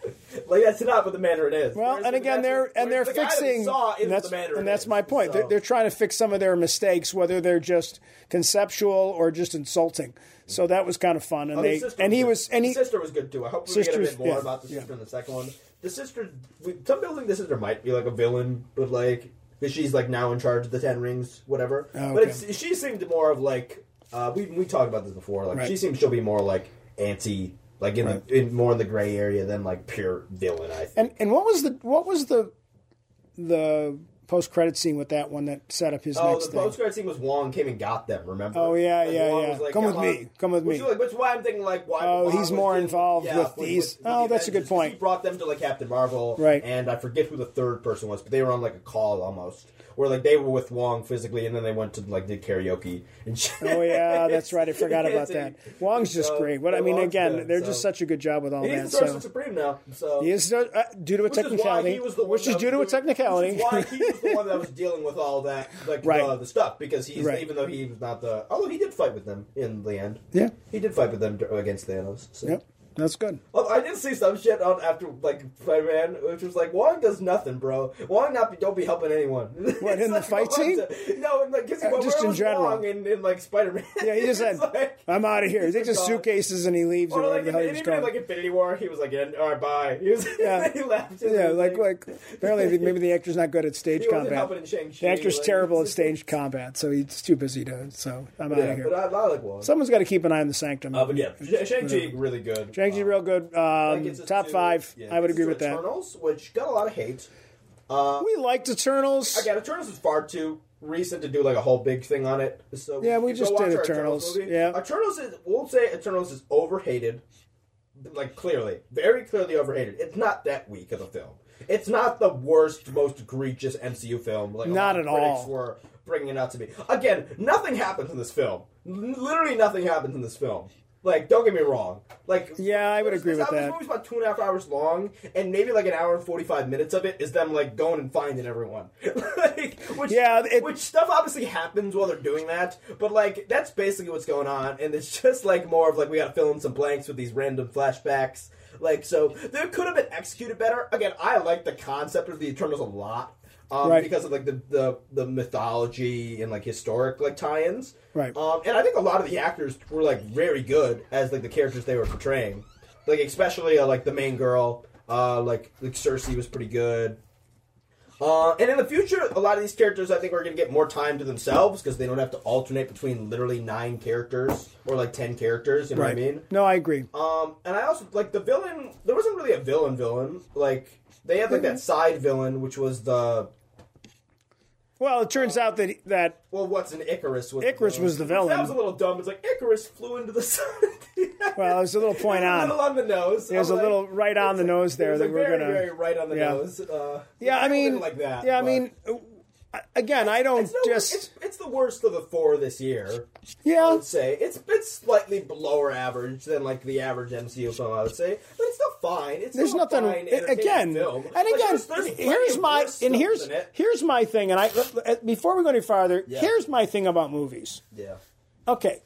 S2: like that's not what the Mandarin is.
S1: Well,
S2: Whereas
S1: and
S2: the
S1: again, they're
S2: Mandarin-
S1: and they're
S2: whereas the guy that we
S1: fixing.
S2: saw is
S1: and that's,
S2: the Mandarin
S1: and that's
S2: is.
S1: my point. They're,
S2: So-
S1: they're trying to fix some of their mistakes, whether they're just conceptual or just insulting. So that was kind of fun, and
S2: Oh,
S1: they
S2: his sister
S1: and he
S2: good.
S1: was and he
S2: His sister was good too. I hope we get a
S1: Sisters-
S2: bit more
S1: yeah,
S2: about the sister
S1: yeah.
S2: in the second one. The sister, we, some people think the sister might be like a villain, but like because she's like now in charge of the Ten Rings, whatever.
S1: Oh,
S2: But
S1: okay.
S2: it's, she seemed more of like uh, we we talked about this before. Like
S1: Right.
S2: she seems she'll be more like anti, like in, the, in more in the gray area than like pure villain. I think.
S1: and and what was the what was the the post credit scene with that one that set up his
S2: Oh,
S1: next
S2: the
S1: thing?
S2: postcard scene was Wong came and got them. Remember?
S1: Oh, yeah,
S2: Like,
S1: yeah,
S2: Wong
S1: yeah.
S2: was
S1: Come with
S2: on."
S1: me, come with
S2: which
S1: me.
S2: is Like, which is why I'm thinking like, why?
S1: Oh,
S2: Wong
S1: he's
S2: was
S1: more
S2: in-
S1: involved
S2: yeah,
S1: with these. Oh,
S2: the
S1: that's a good
S2: Avengers, 'cause He
S1: point.
S2: brought them to like Captain Marvel,
S1: Right.
S2: And I forget who the third person was, but they were on like a call almost, where like they were with Wong physically, and then they went to like did karaoke. And shit.
S1: Oh yeah, that's right. I forgot about
S2: It's a-
S1: that. Wong's just
S2: so,
S1: great. What I mean,
S2: Wong's
S1: again,
S2: good,
S1: they're
S2: so.
S1: just such a good job with all
S2: He's
S1: that.
S2: the Sorcerer
S1: So
S2: Supreme now, so
S1: he is uh, due to a
S2: which is why
S1: technicality,
S2: he was the one
S1: which is
S2: that
S1: due to a
S2: was doing-
S1: technicality.
S2: Which is why he was the one that was dealing with all that, like
S1: Right.
S2: uh, the stuff, because he's
S1: Right.
S2: even though he was not the. Although he did fight with them in the end.
S1: Yeah.
S2: he did fight with them dur- against Thanos. So.
S1: Yep, that's good.
S2: Although I did see some shit on after like Spider Man, which was like Wong does nothing, bro. Wong not be, don't be helping anyone. What
S1: in the fight scene?
S2: No, like, cause,
S1: Uh, just
S2: where
S1: in
S2: was
S1: general.
S2: Wong in, in like Spider Man.
S1: Yeah, he just said, "I'm out of here." He takes his
S2: gone.
S1: suitcases and he leaves, or
S2: Or
S1: whatever
S2: like,
S1: the
S2: in,
S1: hell he
S2: and
S1: was
S2: even in,
S1: going.
S2: like Infinity War, he was like, "Yeah, "All right, bye." He was,
S1: Yeah.
S2: he left.
S1: Yeah, like like apparently the- maybe the actor's not good at stage
S2: He wasn't helping
S1: combat.
S2: in Shang-Chi,
S1: The actor's
S2: like-
S1: terrible at stage combat, so he's too busy to. So I'm out
S2: Yeah,
S1: of
S2: but uh,
S1: here.
S2: I, I like Wong.
S1: Someone's got to keep an eye on the sanctum.
S2: Uh, but yeah, Sh- Shang-Chi really good.
S1: Shang-Chi real good. Um,
S2: That gets us
S1: top
S2: to-
S1: five.
S2: yeah,
S1: I would
S2: gets us
S1: agree
S2: to
S1: with that.
S2: Eternals, which got a lot of hate.
S1: We liked Eternals.
S2: Again, Eternals is far too recent to do like a whole big thing on it. So
S1: Yeah, we
S2: go
S1: just
S2: watch
S1: did
S2: our
S1: Eternals,
S2: movie.
S1: yeah.
S2: Eternals is we'll say Eternals is overhated like clearly, very clearly overrated. It's not that weak of a film. It's not the worst, most egregious MCU film. Like a
S1: Not
S2: lot of
S1: at
S2: critics
S1: all.
S2: Were bringing it out to be. Again, nothing happens in this film. L- Literally nothing happens in this film. Like, don't get me wrong. Like,
S1: Yeah, I would
S2: this-
S1: agree
S2: this-
S1: with
S2: This
S1: that.
S2: movie's about two and a half hours long, and maybe like an hour and forty-five minutes of it is them like going and finding everyone. like, which,
S1: Yeah, it-
S2: which stuff obviously happens while they're doing that, but like that's basically what's going on, and it's just like more of like we got to fill in some blanks with these random flashbacks. Like, so they could have been executed better. Again, I like the concept of the Eternals a lot. Um,
S1: Right.
S2: Because of like the, the the mythology and like historic like tie-ins,
S1: Right.
S2: um, and I think a lot of the actors were like very good as like the characters they were portraying, like especially uh, like the main girl, uh, like like Cersei was pretty good. Uh, and in the future, a lot of these characters I think are going to get more time to themselves because they don't have to alternate between literally nine characters or like ten characters. You know
S1: Right.
S2: what I mean?
S1: No, I agree.
S2: Um, and I also like the villain. There wasn't really a villain villain. Like they had like
S1: Mm-hmm.
S2: that side villain, which was the
S1: Well, it turns out that that
S2: well, what's an Icarus? Was the
S1: Icarus was the villain.
S2: That was a little dumb. It's like Icarus flew into the sun.
S1: well, there's a little point
S2: a
S1: on.
S2: little on the nose.
S1: There's
S2: I'm
S1: a
S2: like-
S1: little right on the nose there
S2: It's
S1: that
S2: like
S1: we're
S2: very,
S1: gonna.
S2: very right on the
S1: yeah.
S2: nose. Uh,
S1: yeah, I mean,
S2: like that.
S1: Yeah, I
S2: but-
S1: mean, uh, again, I don't
S2: It's no-
S1: just.
S2: it's, it's the worst of the four this year. I
S1: yeah,
S2: would say it's it's slightly below our average than like the average MCU film. I would say, but it's still fine. It's
S1: there's
S2: still a
S1: nothing
S2: fine, entertaining
S1: again
S2: film.
S1: and
S2: Like,
S1: again
S2: there's- there's plenty
S1: here's
S2: of
S1: my
S2: worse
S1: and
S2: stuff
S1: here's
S2: than it.
S1: here's my thing and i uh, before we go any farther
S2: Yeah.
S1: here's my thing about movies
S2: yeah.
S1: okay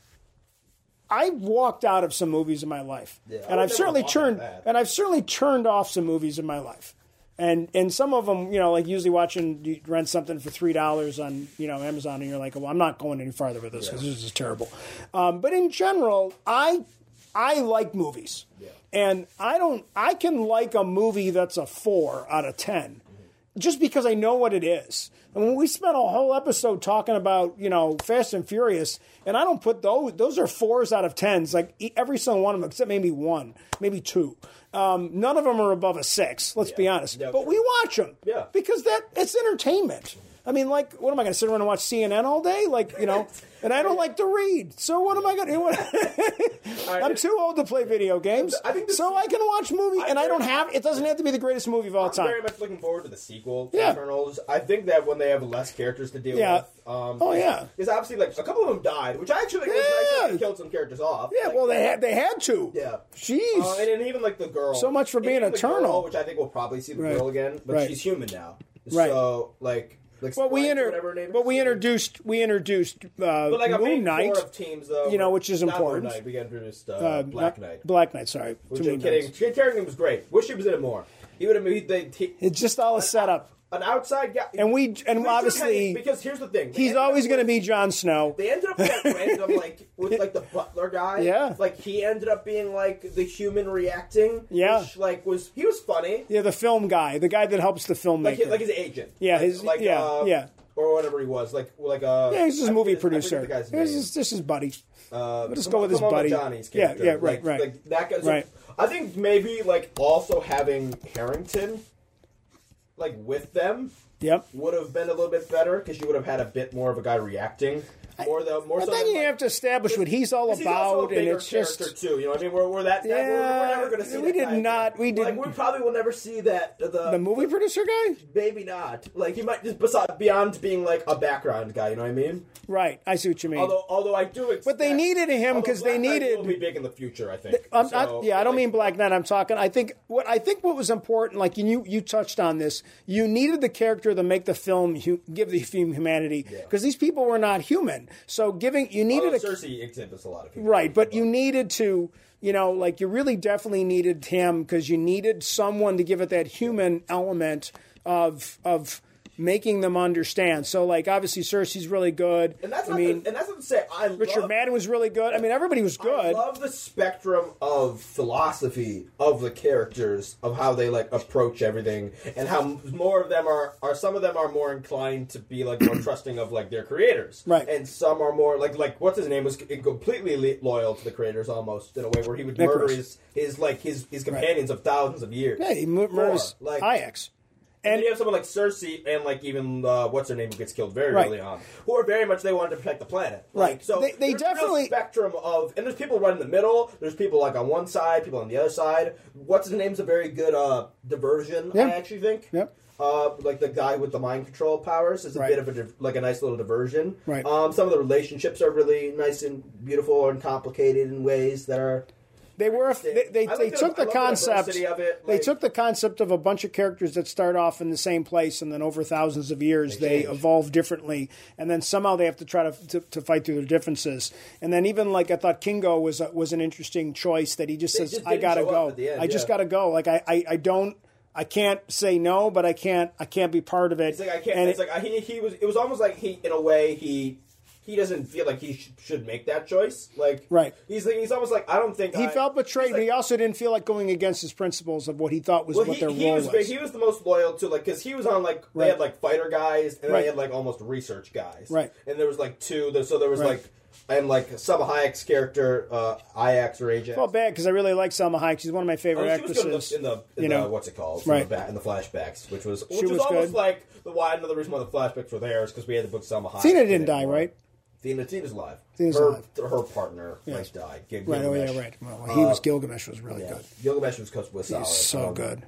S1: I've walked out of some movies in my life,
S2: Yeah, I would
S1: and I've
S2: never
S1: certainly
S2: walk out
S1: churned
S2: of that.
S1: and I've certainly churned off some movies in my life, and and some of them, you know, like usually watching you rent something for three dollars on you know Amazon, and you're like, well, I'm not going any farther with this because
S2: Yeah.
S1: this is terrible. Um, but in general, I I like movies,
S2: Yeah.
S1: and I don't I can like a movie that's a four out of 10 just because I know what it is. And when we spent a whole episode talking about you know Fast and Furious, and I don't put those; those are fours out of tens. Like e- every single one of them, except maybe one, maybe two. Um, none of them are above a six. Let's be honest.
S2: Yeah.
S1: But we watch them,
S2: Yeah.
S1: because that it's entertainment. I mean, like, what am I going to sit around and watch CNN all day? Like, you know, and I don't like to read, so what am I going to? I'm too old to play video games,
S2: I think this-
S1: so I can watch movie, and I don't have. It doesn't have to be the greatest movie of all
S2: I'm
S1: time.
S2: very much looking forward to the sequel,
S1: Yeah.
S2: yeah. Eternals. I think that when they have less characters to deal
S1: Yeah.
S2: with, um,
S1: Oh, yeah.
S2: because obviously like a couple of them died, which I actually think was
S1: Yeah.
S2: nice. They killed some characters off.
S1: Yeah,
S2: Like,
S1: well, they had they had to.
S2: Yeah.
S1: Jeez.
S2: Uh, and, and even like the girl.
S1: So much for
S2: And
S1: being
S2: even the
S1: Eternal.
S2: girl, which I think we'll probably see the
S1: Right.
S2: girl again, but
S1: Right.
S2: she's human now.
S1: Right.
S2: So like, like
S1: but we
S2: Spike,
S1: inter-
S2: whatever her name
S1: but
S2: is.
S1: we introduced we introduced uh,
S2: But like a
S1: Moon
S2: big
S1: Knight.
S2: four of teams, though.
S1: you know, which is
S2: Not Moon
S1: important.
S2: Knight, We got introduced uh,
S1: uh,
S2: Black
S1: not-
S2: Knight.
S1: Black Knight. Sorry,
S2: Which
S1: Two
S2: I'm
S1: Moon
S2: kidding.
S1: Knights.
S2: Kit Harington was great. Wish he was in it more. He would have. He, they, he,
S1: It's just all a setup,
S2: an outside guy,
S1: and we and
S2: They just had-
S1: obviously
S2: because here's the thing, They
S1: he's
S2: ended up
S1: always going to
S2: with-
S1: be Jon Snow.
S2: They ended up with that random like with like the butler guy.
S1: Yeah.
S2: like he ended up being like the human reacting.
S1: Yeah.
S2: which, like was he was funny.
S1: Yeah, the film guy, the guy that helps the filmmaker.
S2: like his, like his agent.
S1: Yeah,
S2: Like-
S1: his-
S2: like
S1: yeah,
S2: uh,
S1: yeah.
S2: or whatever he was. Like like uh
S1: yeah, he's just
S2: I
S1: a movie
S2: forget- I forget
S1: producer.
S2: The guy's
S1: He's
S2: name.
S1: just, this is buddy.
S2: Uh,
S1: just go with his
S2: Kamala
S1: buddy.
S2: Johnny's
S1: Yeah,
S2: character.
S1: yeah, right,
S2: Like-
S1: right.
S2: Like that guy. so
S1: Right.
S2: I think maybe like also having Harrington like with them
S1: Yep.
S2: would have been a little bit better because you would have had a bit more of a guy reacting. More the more.
S1: I
S2: so
S1: think
S2: than,
S1: you
S2: like,
S1: have to establish what he's all
S2: 'Cause
S1: about,
S2: he's also a
S1: and
S2: bigger
S1: it's just
S2: character, too. You know, what I mean, we're, we're that. that- we're- we're, never going to
S1: Yeah,
S2: see.
S1: we
S2: that
S1: did
S2: guy again.
S1: not- we didn't-
S2: Like, we probably will never see that. The,
S1: the movie producer guy.
S2: Maybe not. Like he might just besides, beyond being like a background guy. You know what I mean?
S1: Right, I see what you mean.
S2: Although, although I do. Expect,
S1: they needed him
S2: although
S1: 'cause they
S2: Black Knight
S1: needed-
S2: will be big in the future. I think.
S1: I'm
S2: So,
S1: not, yeah, I don't
S2: like,
S1: mean Black Knight. I'm talking. I think what I think what was important, like you you touched on this, you needed the character to make the film hu- give the film humanity because these people were not human. So giving you needed
S2: although
S1: a
S2: Cersei exhibits a lot of people.
S1: right, but you needed to, you know, like you really definitely needed him because you needed someone to give it that human element of of making them understand. So like obviously Cersei's really good.
S2: And that's
S1: I
S2: not
S1: mean
S2: the, and that's not to say I
S1: Richard
S2: love,
S1: Madden was really good. I mean everybody was
S2: I
S1: good.
S2: love the spectrum of philosophy of the characters of how they like approach everything and how m- more of them are are some of them are more inclined to be like more trusting of like their creators
S1: Right.
S2: and some are more like like what's his name was completely le- loyal to the creators almost in a way where he would murder
S1: Nicholas.
S2: his his like his his companions of thousands of years
S1: yeah, he mur-
S2: More,
S1: murders
S2: like
S1: Ajax.
S2: And
S1: And-
S2: you have someone like Cersei and like even uh, what's her name who gets killed very
S1: Right.
S2: early on, who are very much they wanted to protect the planet.
S1: Right.
S2: Like, so
S1: They- they
S2: there's a real
S1: definitely-
S2: spectrum of and there's people right in the middle. There's people like on one side, people on the other side. What's his name's a very good uh, diversion.
S1: Yeah.
S2: I actually think.
S1: Yep.
S2: Uh, like the guy with the mind control powers is a
S1: Right.
S2: bit of a div- like a nice little diversion.
S1: Right.
S2: Um, some of the relationships are really nice and beautiful and complicated in ways that are
S1: They were they, they,
S2: I like
S1: they
S2: the-
S1: took the
S2: I love the
S1: concept
S2: diversity of it,
S1: they
S2: like-
S1: took the concept of a bunch of characters that start off in the same place and then over thousands of years
S2: They
S1: they,
S2: change.
S1: evolve differently and then somehow they have to try to, to to fight through their differences and then even like I thought Kingo was a, was an interesting choice that he just says
S2: just
S1: I
S2: didn't
S1: gotta
S2: show up
S1: go
S2: at the end,
S1: I just
S2: yeah.
S1: gotta go like I, I, I don't I can't say no but I can't I can't be part of it
S2: It's like I can't.
S1: And
S2: it's
S1: it-
S2: like I, he he was. It was almost like he, in a way, he he doesn't feel like he sh- should make that choice. Like
S1: Right.
S2: He's like, he's almost like I don't think
S1: he
S2: I-
S1: felt betrayed
S2: he's
S1: but he
S2: like-
S1: also didn't feel like going against his principles of what he thought was
S2: well,
S1: what
S2: he,
S1: their
S2: he
S1: role
S2: was,
S1: was
S2: he was the most loyal to like because he was on like they
S1: Right.
S2: had like fighter guys and
S1: Right.
S2: they had like almost research guys.
S1: Right.
S2: And there was like two. there- So there was
S1: Right.
S2: like and like some Hayek's character, uh, Ajax or Ajax.
S1: felt bad because I really like Selma Hayek. She's one of my
S2: Oh,
S1: favorite
S2: she was
S1: actresses.
S2: good in the, in the, in
S1: you
S2: the-
S1: know.
S2: what's it called
S1: Right.
S2: in, the back, in the flashbacks, which was which
S1: She
S2: was,
S1: was
S2: almost
S1: good.
S2: like the why another reason why the flashbacks were there is because we had the book Selma Hayek.
S1: Tina didn't
S2: in it.
S1: die, right?
S2: Tina Tina's alive.
S1: Tina's
S2: her
S1: alive.
S2: her partner like died. Gil-
S1: Right. Oh
S2: Gilgamesh.
S1: yeah. Right. Well, he was Gilgamesh was really
S2: Uh, Yeah.
S1: good.
S2: Gilgamesh was, was solid.
S1: So
S2: Um,
S1: good.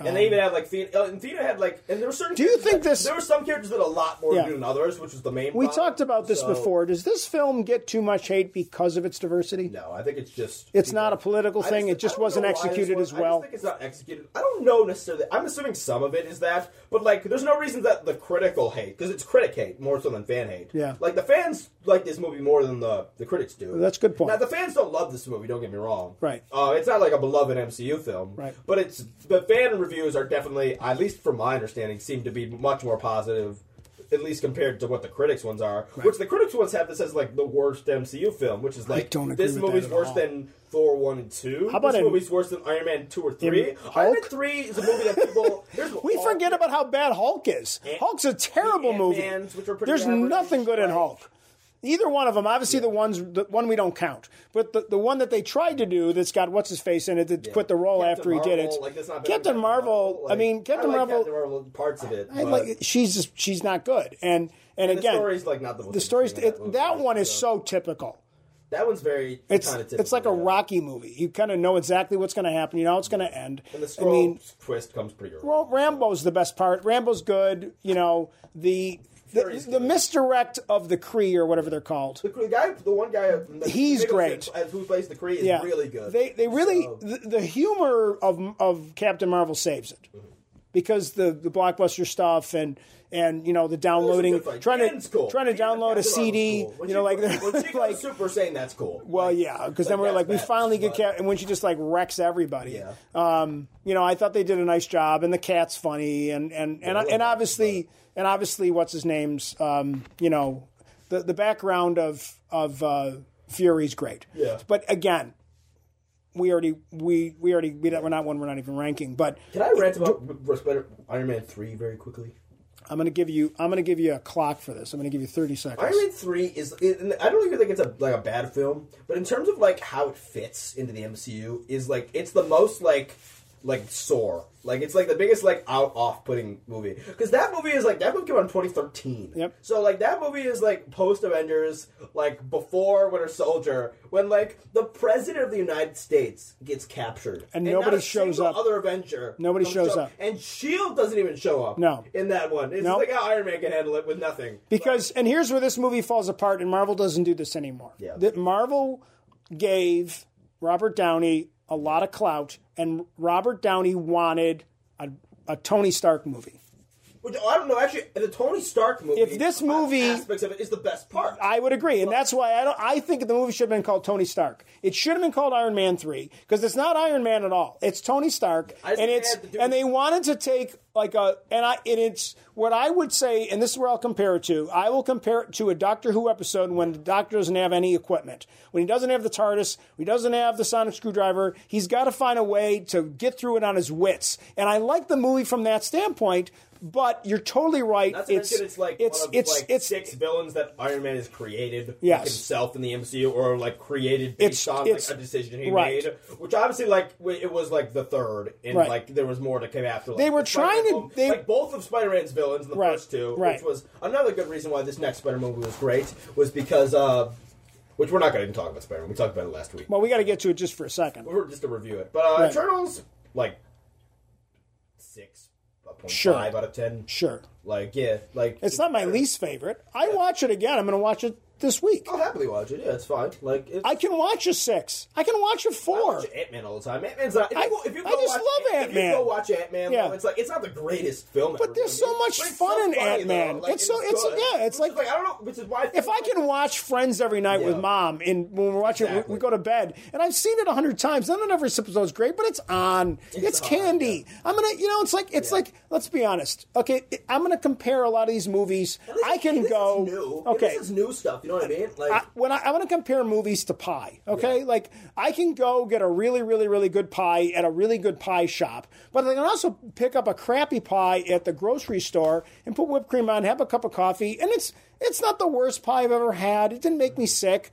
S1: Um,
S2: and they even had like Thea, uh, and Thea had like, and there were certain.
S1: Do you
S2: characters
S1: think
S2: that-
S1: this-
S2: There were some characters that had a lot more
S1: Yeah.
S2: to do than others, which was the main.
S1: We
S2: plot.
S1: talked about this
S2: uh, So,
S1: before. Does this film get too much hate because of its diversity?
S2: No, I think it's just.
S1: It's not a political
S2: I
S1: thing.
S2: just-
S1: it just
S2: I don't
S1: wasn't
S2: know why this
S1: executed
S2: was-
S1: as well.
S2: I just think it's not executed. I don't know necessarily. I'm assuming some of it is that, but like, there's no reason that the critical hate because it's critic hate more so than fan hate.
S1: Yeah.
S2: like the fans like this movie more than the the critics do.
S1: That's a good point.
S2: Now the fans don't love this movie. Don't get me wrong.
S1: Right.
S2: Uh, it's not like a beloved MCU film.
S1: Right.
S2: But it's the fan reviews are definitely, at least from my understanding, seem to be much more positive. At least compared to what the critics ones are, which the critics ones have this as like the worst MCU film, which is like
S1: don't agree
S2: this
S1: with that
S2: movie's
S1: at
S2: worse
S1: all.
S2: than than Thor one and two.
S1: How about
S2: this
S1: in-
S2: movie's worse than Iron Man two or three?
S1: in
S2: Iron Man
S1: Hulk?
S2: three is a movie that people here's what
S1: we
S2: Hulk-
S1: forget about how bad Hulk is. Hulk's a terrible
S2: the
S1: movie.
S2: Ant-Mans, which are pretty
S1: There's
S2: average,
S1: nothing good in
S2: right?
S1: Hulk. Either one of them. Obviously, the ones the one we don't count, but the, the one that they tried to do that's got what's his face in it that quit the role
S2: Captain
S1: after he did
S2: Marvel,
S1: it.
S2: like, that's not better than
S1: Captain Marvel. I
S2: like,
S1: mean, Captain
S2: I like
S1: Marvel.
S2: Captain Marvel parts of it.
S1: I
S2: but
S1: like she's just, she's not good. And and,
S2: the
S1: again,
S2: story's like not the
S1: the story's it, that, one is
S2: so
S1: so typical.
S2: that one's very
S1: It's
S2: kinda
S1: it's like a
S2: typical, yeah.
S1: Rocky movie. You kind of know exactly what's going to happen. You know how it's going to end.
S2: And the
S1: I
S2: scroll
S1: mean,
S2: twist comes pretty early.
S1: well, Rambo's the best part. Rambo's good. You know the the,
S2: Fury's
S1: the
S2: good.
S1: misdirect of the Kree or whatever they're called.
S2: the, the guy, the one guy, uh, the
S1: He's
S2: Nicholas
S1: great.
S2: Cage, who plays the Kree is
S1: Yeah,
S2: really good.
S1: They they really
S2: So-
S1: the, the humor of of Captain Marvel saves it.
S2: Mm-hmm.
S1: Because the, the blockbuster stuff and and you know the downloading
S2: It's a good fight.
S1: trying to
S2: Dan's cool.
S1: trying to
S2: Dan's
S1: download a
S2: Captain Marvel's
S1: CD
S2: cool. When
S1: you know
S2: she-
S1: like
S2: when she goes
S1: like
S2: Super Saiyan, that's cool.
S1: Well,
S2: Like,
S1: yeah, because then we're like,
S2: that's
S1: we
S2: badass,
S1: finally get
S2: but-
S1: cat, and when she just like wrecks everybody.
S2: Yeah.
S1: Um, you know, I thought they did a nice job, and the cat's funny, and and and,
S2: I love
S1: and
S2: that,
S1: obviously, and obviously, what's his name's, um, you know, the the background of of uh, Fury's great.
S2: Yeah.
S1: But again, we already we we already we don't, we're not one we're not even ranking, but
S2: Can I rant about R- R- Iron Man three very quickly?
S1: I'm gonna give you I'm gonna give you a clock for this. I'm gonna give you 30 seconds.
S2: Iron Man three is it- and I don't even think it's a like a bad film, but in terms of like how it fits into the MCU is like it's the most like like sore like it's like the biggest like out off putting movie because that movie is like that movie came out in 2013
S1: Yep.
S2: so like that movie is like post avengers like before winter soldier when like the president of the united states gets captured
S1: And
S2: not
S1: nobody
S2: a
S1: shows
S2: single
S1: up.
S2: other avenger
S1: Nobody
S2: comes
S1: shows up.
S2: and shield E doesn't even show up
S1: No.
S2: in that one it's
S1: Nope.
S2: like how iron man can handle it with nothing
S1: Because and here's where this movie falls apart, and Marvel doesn't do this anymore.
S2: Yeah.
S1: That Marvel gave Robert Downey a lot of clout, and Robert Downey wanted a, a Tony Stark movie.
S2: Which I don't know. Actually, the Tony Stark movie. uh,
S1: If this movie-
S2: aspects of it is the best part.
S1: I would agree, and that's why I don't. I think the movie should have been called Tony Stark. It should have been called Iron Man Three because it's not Iron Man at all. It's Tony Stark,
S2: I just
S1: and
S2: think
S1: it's
S2: they had to do-
S1: and they wanted to take like a and I and it's what I would say, and this is where I'll compare it to. I will compare it to a Doctor Who episode when the Doctor doesn't have any equipment, when he doesn't have the TARDIS, when he doesn't have the sonic screwdriver. He's got to find a way to get through it on his wits, and I like the movie from that standpoint. But you're totally right.
S2: Not to
S1: it's,
S2: mention, it's like
S1: it's
S2: one of,
S1: it's
S2: like
S1: it's
S2: six villains that Iron Man has created like,
S1: Yes.
S2: himself in the MCU, or like created
S1: It's-
S2: based on
S1: it's-
S2: like a decision he
S1: right.
S2: made. Which obviously, like w- it was like the third, and
S1: Right.
S2: like there was more to come after. Like,
S1: They were
S2: Spider-Man
S1: trying to-
S2: Home-
S1: they-
S2: like both of Spider-Man's villains in the
S1: Right,
S2: first two,
S1: right.
S2: which was another good reason why this next Spider movie was great, was because uh, which we're not going to talk about Spider-Man. We talked about it last week.
S1: well, we got to get to it just for a second.
S2: We were just to review it, but uh,
S1: Right.
S2: Eternals like six. point five
S1: Sure.
S2: out of ten.
S1: Sure,
S2: Like yeah, like
S1: it's not my least favorite. I watch it again. I'm going to watch it this week.
S2: I'll happily watch it. Yeah, it's fine. Like it's,
S1: I can watch a six. I can watch a
S2: I
S1: four.
S2: watch Ant Man all the time. Ant Man's not. If
S1: I-
S2: you go, if you
S1: I
S2: go
S1: just
S2: watch,
S1: love
S2: if you
S1: Ant-Man.
S2: go watch Ant Man.
S1: Yeah.
S2: it's like it's not the greatest film.
S1: But there's so much fun in Ant-Man. It's so- it's- yeah, it's like-
S2: like I don't know. Which is why
S1: If I can watch Friends every night with
S2: Yeah.
S1: mom, and when we're watching, it, we,
S2: Exactly.
S1: we go to bed, and I've seen it a hundred times. None of every episode's great, but it's on. It's,
S2: on,
S1: candy. I'm gonna, you know, it's like it's
S2: Yeah.
S1: like. Let's be honest. Okay, it- I'm gonna compare a lot of these movies.
S2: At least-
S1: I
S2: at
S1: can
S2: least
S1: go.
S2: It's new.
S1: Okay,
S2: this is new stuff. You know what I mean? Like
S1: I, when I, I want to compare movies to pie, okay? Like I can go get a really, really, really good pie at a really good pie shop, but I can also pick up a crappy pie at the grocery store and put whipped cream on, have a cup of coffee, and it's it's not the worst pie I've ever had. It didn't make me sick.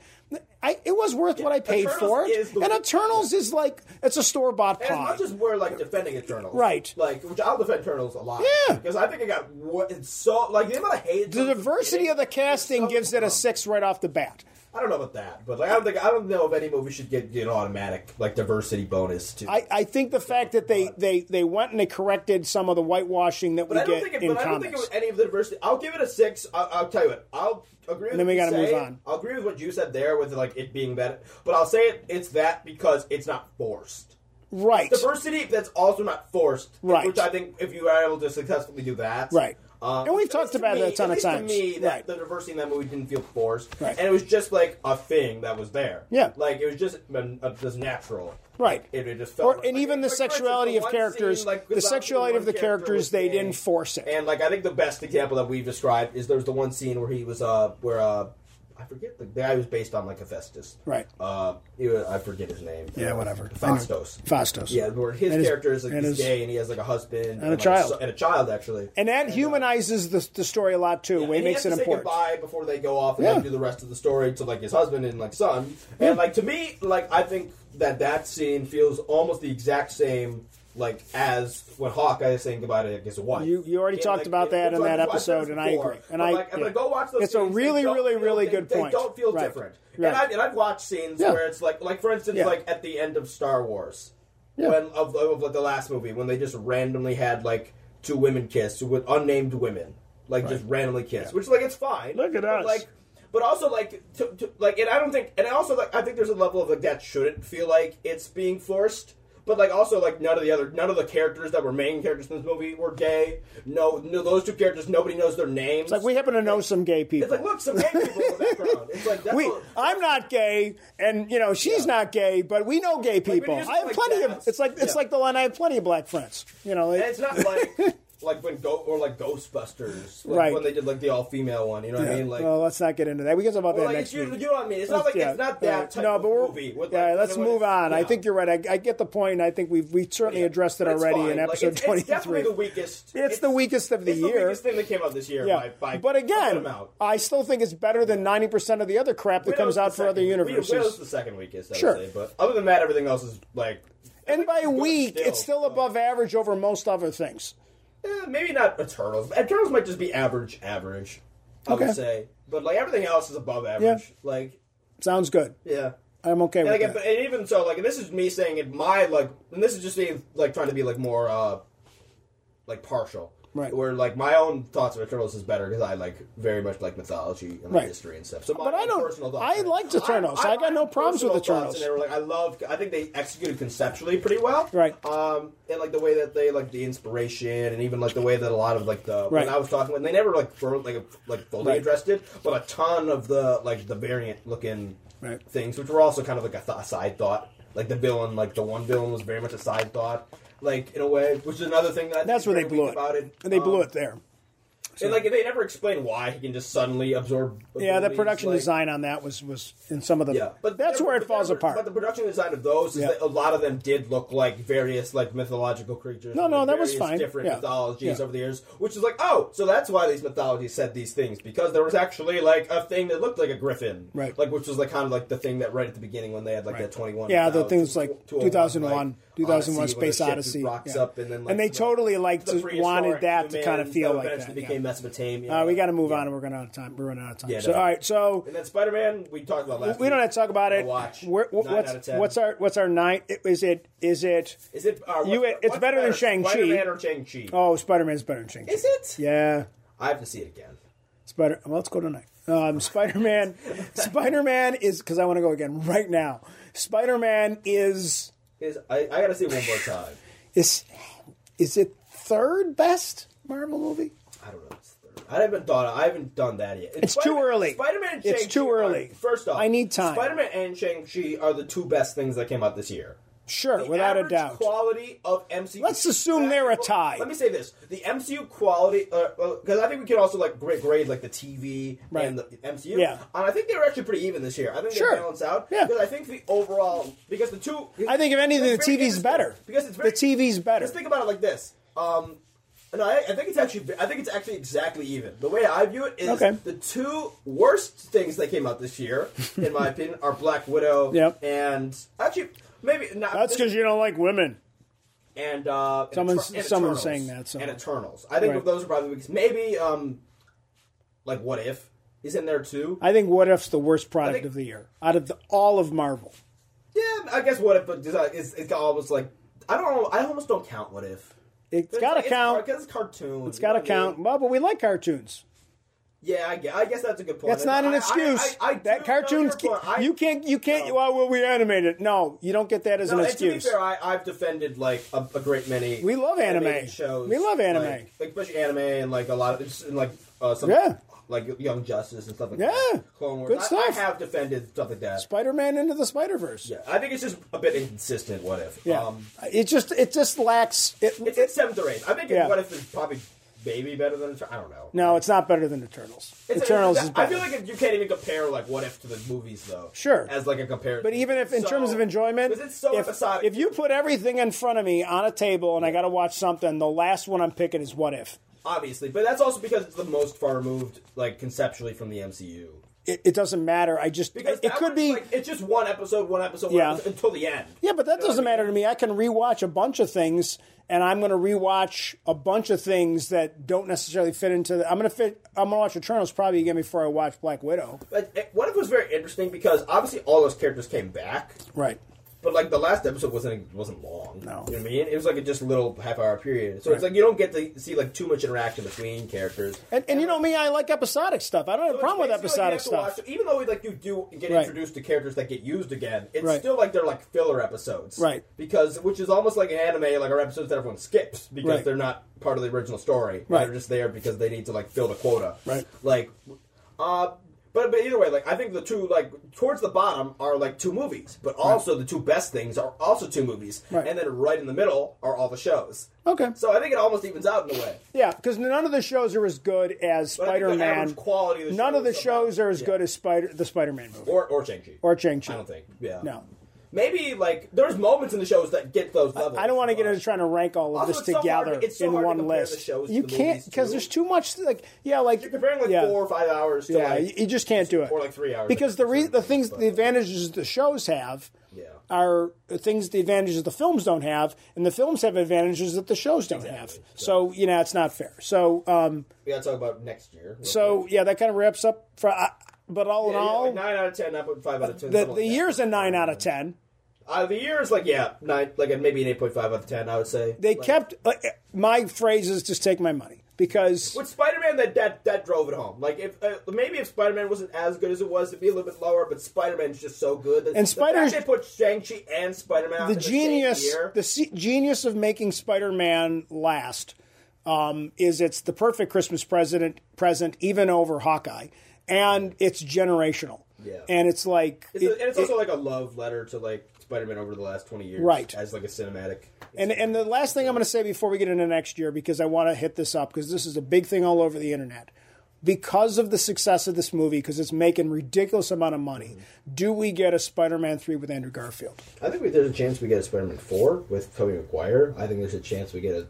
S1: I, it was worth what I paid
S2: Eternals
S1: for it,
S2: is the-
S1: and Eternals is like it's a store bought
S2: as
S1: pie.
S2: much as we're like defending Eternals,
S1: Right.
S2: Like, which I'll defend Eternals a lot,
S1: Yeah.
S2: because I think it got wo- it's so like the amount of hate.
S1: the diversity of the casting gives it a
S2: six.
S1: six right off the bat.
S2: I don't know about that, but like I don't think I don't know if any movie should get get an automatic like diversity bonus too.
S1: I, I think the fact that they, they, they went and they corrected some of the whitewashing that we
S2: but I don't
S1: get
S2: think it,
S1: in
S2: but I don't think
S1: comics.
S2: it was any of the diversity. I'll give it a six. I'll, I'll tell you what. I'll agree. With
S1: Then we
S2: what you
S1: gotta move
S2: say.
S1: on.
S2: I'll agree with what you said there with like it being better, but I'll say it. It's that because it's not forced.
S1: Right.
S2: Diversity that's also not forced,
S1: Right.
S2: Which I think if you are able to successfully do that,
S1: Right.
S2: Um,
S1: And we've
S2: at
S1: talked
S2: least to
S1: about
S2: me-
S1: that a ton
S2: at
S1: of
S2: least to
S1: times.
S2: me, that
S1: Right.
S2: the diversity in that movie didn't feel forced,
S1: Right.
S2: and it was just like a thing that was there.
S1: Yeah.
S2: like it was just um, uh, just natural.
S1: Right.
S2: It, it just felt
S1: Or,
S2: like-
S1: and
S2: like,
S1: even the
S2: like, for instance,
S1: sexuality of
S2: one
S1: characters,
S2: scene, like,
S1: the
S2: without
S1: sexuality
S2: one
S1: of the
S2: character
S1: characters,
S2: was
S1: they
S2: gay.
S1: didn't force it.
S2: And like I think the best example that we've described is there's the one scene where he was uh where uh I forget the guy was based on like Hephaestus.
S1: Right.
S2: Uh, he was, I forget his name.
S1: Yeah, whatever.
S2: Fastos.
S1: Fastos.
S2: Yeah, where his
S1: And his-
S2: character is like
S1: and
S2: he's
S1: his-
S2: gay and he has like a husband and,
S1: a
S2: like,
S1: child.
S2: so- and a child actually.
S1: And that humanizes the, the story a lot too.
S2: And
S1: it
S2: he
S1: makes
S2: has
S1: it
S2: to say
S1: important.
S2: goodbye before they go off and
S1: Yeah.
S2: like, do the rest of the story to like his husband and like son. And like to me, like I think that that scene feels almost the exact same like as when Hawkeye is saying goodbye to his wife.
S1: You- you already
S2: And,
S1: talked about
S2: it-
S1: that
S2: it's
S1: in
S2: like-
S1: that
S2: I've said
S1: episode,
S2: this
S1: and I
S2: before,
S1: agree. And
S2: but,
S1: I-
S2: like,
S1: yeah.
S2: if I go watch those,
S1: It's a
S2: scenes, they
S1: really,
S2: don't
S1: really,
S2: feel-
S1: really
S2: they-
S1: good point.
S2: They don't feel
S1: Right.
S2: different.
S1: Right.
S2: And, I've, and I've watched scenes
S1: Yeah.
S2: where it's like, like for instance,
S1: Yeah.
S2: like at the end of Star Wars,
S1: Yeah.
S2: when of, of like, the last movie when they just randomly had like two women kiss with unnamed women. Like just randomly kiss, which like it's fine.
S1: Look at
S2: But,
S1: us.
S2: Like, but also like to, to, like, and I don't think, and I also like, I think there's a level of like that shouldn't feel like it's being forced. But like, also like none of the other, none of the characters that were main characters in this movie were gay. No, no, those two characters, nobody knows their names.
S1: Like we happen to know some gay
S2: it's
S1: people.
S2: like look, some gay people in the background. It's like that's
S1: we,
S2: what-
S1: I'm not gay, and you know she's not gay, but we know gay people.
S2: just
S1: I have
S2: like
S1: plenty
S2: that.
S1: of. It's like it's
S2: Yeah.
S1: like the line. I have plenty of black friends. You know,
S2: And it's
S1: like,
S2: not like like when Go or like Ghostbusters, like
S1: Right.
S2: When they did like the all female one, you know what I mean? Like,
S1: well, let's not get into that. We can talk about
S2: well,
S1: that
S2: like
S1: next
S2: it's, you,
S1: week.
S2: you know what I mean? It's not like
S1: Yeah,
S2: it's not
S1: right.
S2: that type
S1: no,
S2: of
S1: but we're,
S2: movie. with,
S1: yeah,
S2: like,
S1: let's
S2: you know,
S1: move
S2: it's-
S1: on. I
S2: yeah.
S1: think you're right. I, I get the point. I think we've we certainly addressed it
S2: But it's
S1: already
S2: fine.
S1: in
S2: Like,
S1: episode
S2: it's,
S1: twenty
S2: It's definitely
S1: three.
S2: the weakest.
S1: It's the weakest of the
S2: it's
S1: year.
S2: The weakest thing that came out this year.
S1: Yeah,
S2: By, by
S1: but again,
S2: amount.
S1: I still think it's better than ninety percent of the other crap that comes
S2: Widow's
S1: out
S2: the
S1: for other
S2: second-
S1: universes.
S2: Widow's the second weakest, I
S1: Sure.
S2: would say. But other than that, everything else is like.
S1: and by
S2: good
S1: week, it's still
S2: but-
S1: above average over most other things.
S2: Eh, maybe not Eternals. Eternals might just be average, average. I
S1: Okay.
S2: would say, but like everything else is above average.
S1: Yeah.
S2: Like,
S1: Sounds good.
S2: yeah.
S1: I'm okay
S2: And,
S1: with
S2: like,
S1: that.
S2: and even so, like, and this is me saying it. My like, and this is just me like trying to be like more uh like partial,
S1: Right.
S2: Where like my own thoughts of Eternals is better because I like very much like mythology and like,
S1: Right.
S2: history and stuff. So, my
S1: But I
S2: own
S1: don't-
S2: Personal thoughts
S1: I liked Eternals. I got no problems with
S2: personal
S1: Eternals.
S2: thoughts, And they were like, I love. I think they executed conceptually pretty well,
S1: Right.
S2: Um, and like the way that they like the inspiration and even like the way that a lot of like the
S1: Right.
S2: when I was talking with, they never like for, like like fully
S1: Right.
S2: addressed it, but a ton of the like the variant looking
S1: Right.
S2: things, which were also kind of like a, th- a side thought. Like the villain, like the one villain was very much a side thought, like in a way, which is another thing that I think
S1: That's
S2: is
S1: where they
S2: very
S1: blew
S2: weak
S1: it.
S2: About it.
S1: And they blew
S2: Um,
S1: it there.
S2: and like they never explain why he can just suddenly absorb.
S1: Yeah, the
S2: abilities,
S1: production
S2: like-
S1: design on that was was in some of the.
S2: Yeah,
S1: but that's
S2: there-
S1: where it
S2: but
S1: falls
S2: there-
S1: apart.
S2: But the production design of those is
S1: Yeah.
S2: that a lot of them did look like various like mythological creatures.
S1: No,
S2: with
S1: no, that was
S2: various
S1: fine.
S2: Different
S1: Yeah.
S2: mythologies
S1: Yeah.
S2: over the years, which is like, oh, so that's why these mythologies said these things because there was actually like a thing that looked like a griffin,
S1: Right.
S2: Like which was like kind of like the thing that right at the beginning when they had like that twenty-one.
S1: yeah, the things like
S2: 201,
S1: 2001,
S2: like,
S1: 2001
S2: Odyssey, where the
S1: Space
S2: ship just
S1: Odyssey,
S2: rocks
S1: yeah.
S2: up and then like,
S1: they
S2: the-
S1: totally liked
S2: the
S1: to- wanted
S2: prehistoric
S1: that to kind of
S2: humans
S1: feel like
S2: eventually
S1: that.
S2: became
S1: yeah.
S2: Mesopotamia.
S1: Uh, we got to move
S2: Yeah.
S1: on, and we're going out of time. We're running out of time.
S2: Yeah,
S1: so, all right, so
S2: And then Spider Man, we talked about last.
S1: we don't
S2: week.
S1: have to talk about
S2: I
S1: it.
S2: Watch.
S1: We're- wh-
S2: Nine out of
S1: what's
S2: ten.
S1: what's our what's our nine? Is it is it?
S2: Is it? Uh,
S1: You-
S2: what's-
S1: it's
S2: what's
S1: better than Shang-Chi.
S2: Spider Man or Shang Chi?
S1: Oh, Spider Man's better than Shang.
S2: Is it?
S1: Yeah,
S2: I have to see it again.
S1: Spider. Well, let's go tonight. Um, Spider Man. Spider Man is because I want to go again right now. Spider Man is
S2: Is I, I got to see it one more time.
S1: is is it third best Marvel movie?
S2: I don't know. It's third. I haven't done. I haven't done that yet.
S1: It's too early.
S2: Spider Man.
S1: It's too early.
S2: first off,
S1: I need time.
S2: Spider Man and Shang Chi are the two best things that came out this year.
S1: Sure,
S2: The
S1: without a
S2: average
S1: doubt.
S2: Quality of MCU.
S1: Let's assume they're a tie.
S2: Let me say this: the MCU quality, because uh, well, I think we could also like gra- grade like the TV
S1: Right.
S2: and the MCU.
S1: Yeah.
S2: and I think they were actually pretty even this year. I think
S1: Sure.
S2: they balanced out.
S1: Yeah.
S2: because I think the overall because the two.
S1: I think if anything,
S2: it's
S1: the
S2: very
S1: TV's
S2: interesting.
S1: better.
S2: because it's
S1: The
S2: very,
S1: TV's better.
S2: Just think about it like this. Um, no, I, I think it's actually I think it's actually exactly even. The way I view it is
S1: Okay.
S2: the two worst things that came out this year, in my opinion, are Black Widow
S1: Yep.
S2: and actually maybe not.
S1: That's because you don't like women.
S2: and uh, and
S1: Someone's-
S2: Eter- and
S1: someone's
S2: Eternals.
S1: saying that, so-
S2: and Eternals. I think
S1: Right.
S2: of those are probably the weakest. maybe um, like what if is in there too.
S1: I think What If's the worst product
S2: think-
S1: of the year out of the, all of Marvel.
S2: yeah, I guess what if but design- it's it's almost like I don't I almost don't count what if.
S1: It's got to
S2: it's,
S1: count.
S2: because it's cartoon.
S1: It's got to
S2: you know what I mean?
S1: count. Well, but we like cartoons.
S2: Yeah, I guess, I guess that's a good point.
S1: That's not an
S2: I- I-
S1: excuse.
S2: I- I do know
S1: that cartoons,
S2: your point. I-
S1: you can't, you can't.
S2: No.
S1: Well, well, we animate it. No, you don't get that as
S2: No,
S1: an
S2: and to be
S1: excuse.
S2: fair, I, I've defended like a, a great many.
S1: We love anime.
S2: animated shows.
S1: We love anime.
S2: like, like, especially anime and like a lot of it's- and like uh, some
S1: Yeah.
S2: like Young Justice and stuff like
S1: Yeah.
S2: that. Clone Wars.
S1: Good
S2: I-
S1: stuff.
S2: I, have defended stuff like that.
S1: Spider-Man into the Spider-Verse.
S2: Yeah, I think it's just a bit inconsistent. What if?
S1: Yeah.
S2: Um,
S1: it just, it just lacks. It,
S2: it's at seventh or eighth. I think
S1: Yeah.
S2: what if is probably maybe better than Eter- I don't know.
S1: no, it's not better than Eternals.
S2: It's-
S1: Eternals
S2: it's-
S1: is better.
S2: I feel like if you can't even compare like what if to the movies though.
S1: Sure.
S2: As like a comparison.
S1: But even if, in terms of enjoyment,
S2: because it's so
S1: if,
S2: episodic.
S1: if you put everything in front of me on a table and I got to watch something, the last one I'm picking is What If.
S2: obviously, but that's also because it's the most far removed, like conceptually, from the MCU.
S1: It, it doesn't matter. I just
S2: Because
S1: it
S2: that
S1: could
S2: was,
S1: be
S2: like, it's just one episode, one episode,
S1: Yeah.
S2: one episode until the end.
S1: yeah, but that doesn't matter to me. I can rewatch a bunch of things, and I'm going to rewatch a bunch of things that don't necessarily fit into. The, I'm going to fit. I'm going to watch Eternals probably again before I watch Black Widow.
S2: But it, what if it was very interesting because obviously all those characters came back,
S1: Right.
S2: but like the last episode wasn't wasn't long.
S1: No.
S2: you know what I mean it was like a just little half hour period. So it's like you don't get to see like too much interaction between characters.
S1: And, and you know me, I like episodic stuff. I don't have a
S2: Which
S1: problem with
S2: makes you, like, you
S1: episodic
S2: have to watch-
S1: stuff.
S2: even though like you do get
S1: Right.
S2: introduced to characters that get used again, it's
S1: Right.
S2: still like they're like filler episodes,
S1: Right.
S2: Because which is almost like an anime, like our episodes that everyone skips because
S1: Right.
S2: they're not part of the original story.
S1: Right.
S2: They're just there because they need to like fill the quota,
S1: Right.
S2: Like, uh. But, but either way, like I think the two like towards the bottom are like two movies, but also the two best things are also two movies,
S1: Right. Oh.
S2: and then right in the middle are all the shows.
S1: Okay.
S2: So I think it almost evens out in a way.
S1: Yeah, because none of the shows are as good as
S2: But I think the
S1: Spider Man.
S2: average quality of the
S1: None
S2: show
S1: of the
S2: is about-
S1: shows are as
S2: yeah.
S1: good as Spider the Spider Man movie
S2: or or Shang Chi
S1: or Chang Chi.
S2: I don't think. Yeah.
S1: No.
S2: Maybe like there's moments in the shows that get those levels. Uh,
S1: I don't want to get
S2: But-
S1: into trying to rank all of
S2: Also,
S1: this
S2: it's so hard to-
S1: together
S2: it's so
S1: in
S2: hard to
S1: one
S2: compare the
S1: list.
S2: shows to
S1: you
S2: the
S1: can't
S2: movies,
S1: because
S2: too.
S1: there's too much. Like yeah, like
S2: You're comparing like
S1: yeah.
S2: four or five hours. To,
S1: Yeah,
S2: like,
S1: you just can't do it.
S2: or like three hours.
S1: Because the re- the
S2: But-
S1: things the advantages the shows have
S2: Yeah.
S1: are things the advantages the films don't have, and the films have advantages that the shows don't have. So you know it's not fair. So um,
S2: we gotta talk about next year. real
S1: so
S2: quick.
S1: yeah, that kind of wraps up. For, uh, but all in
S2: Yeah, yeah,
S1: all,
S2: like nine out of ten, I put five out of ten.
S1: the,
S2: something
S1: the
S2: like
S1: year's
S2: that.
S1: a nine out of ten.
S2: Uh, the year is like yeah, nine, like a- maybe an eight point five out of ten. I would say
S1: They
S2: Like-
S1: kept uh, my phrase is just take my money because
S2: with Spider Man that, that that drove it home. Like if uh, maybe if Spider Man wasn't as good as it was, it'd be a little bit lower. But Spider Man's just so good. That,
S1: And Spider-
S2: the fact they put Shang Chi and Spider Man
S1: the genius the se- genius of making Spider-Man last um, is it's the perfect Christmas present present even over Hawkeye and it's generational.
S2: Yeah.
S1: and it's like
S2: It's, a-
S1: it-
S2: and it's
S1: it-
S2: also like a love letter to like Spider-Man over the last twenty years,
S1: Right.
S2: As like a cinematic.
S1: And and the last thing I'm going to say before we get into next year because I want to hit this up because this is a big thing all over the internet. Because of the success of this movie, because it's making ridiculous amount of money, do we get a Spider-Man three with Andrew Garfield?
S2: I think we, there's a chance we get a Spider-Man four with Tobey Maguire. I think there's a chance we get a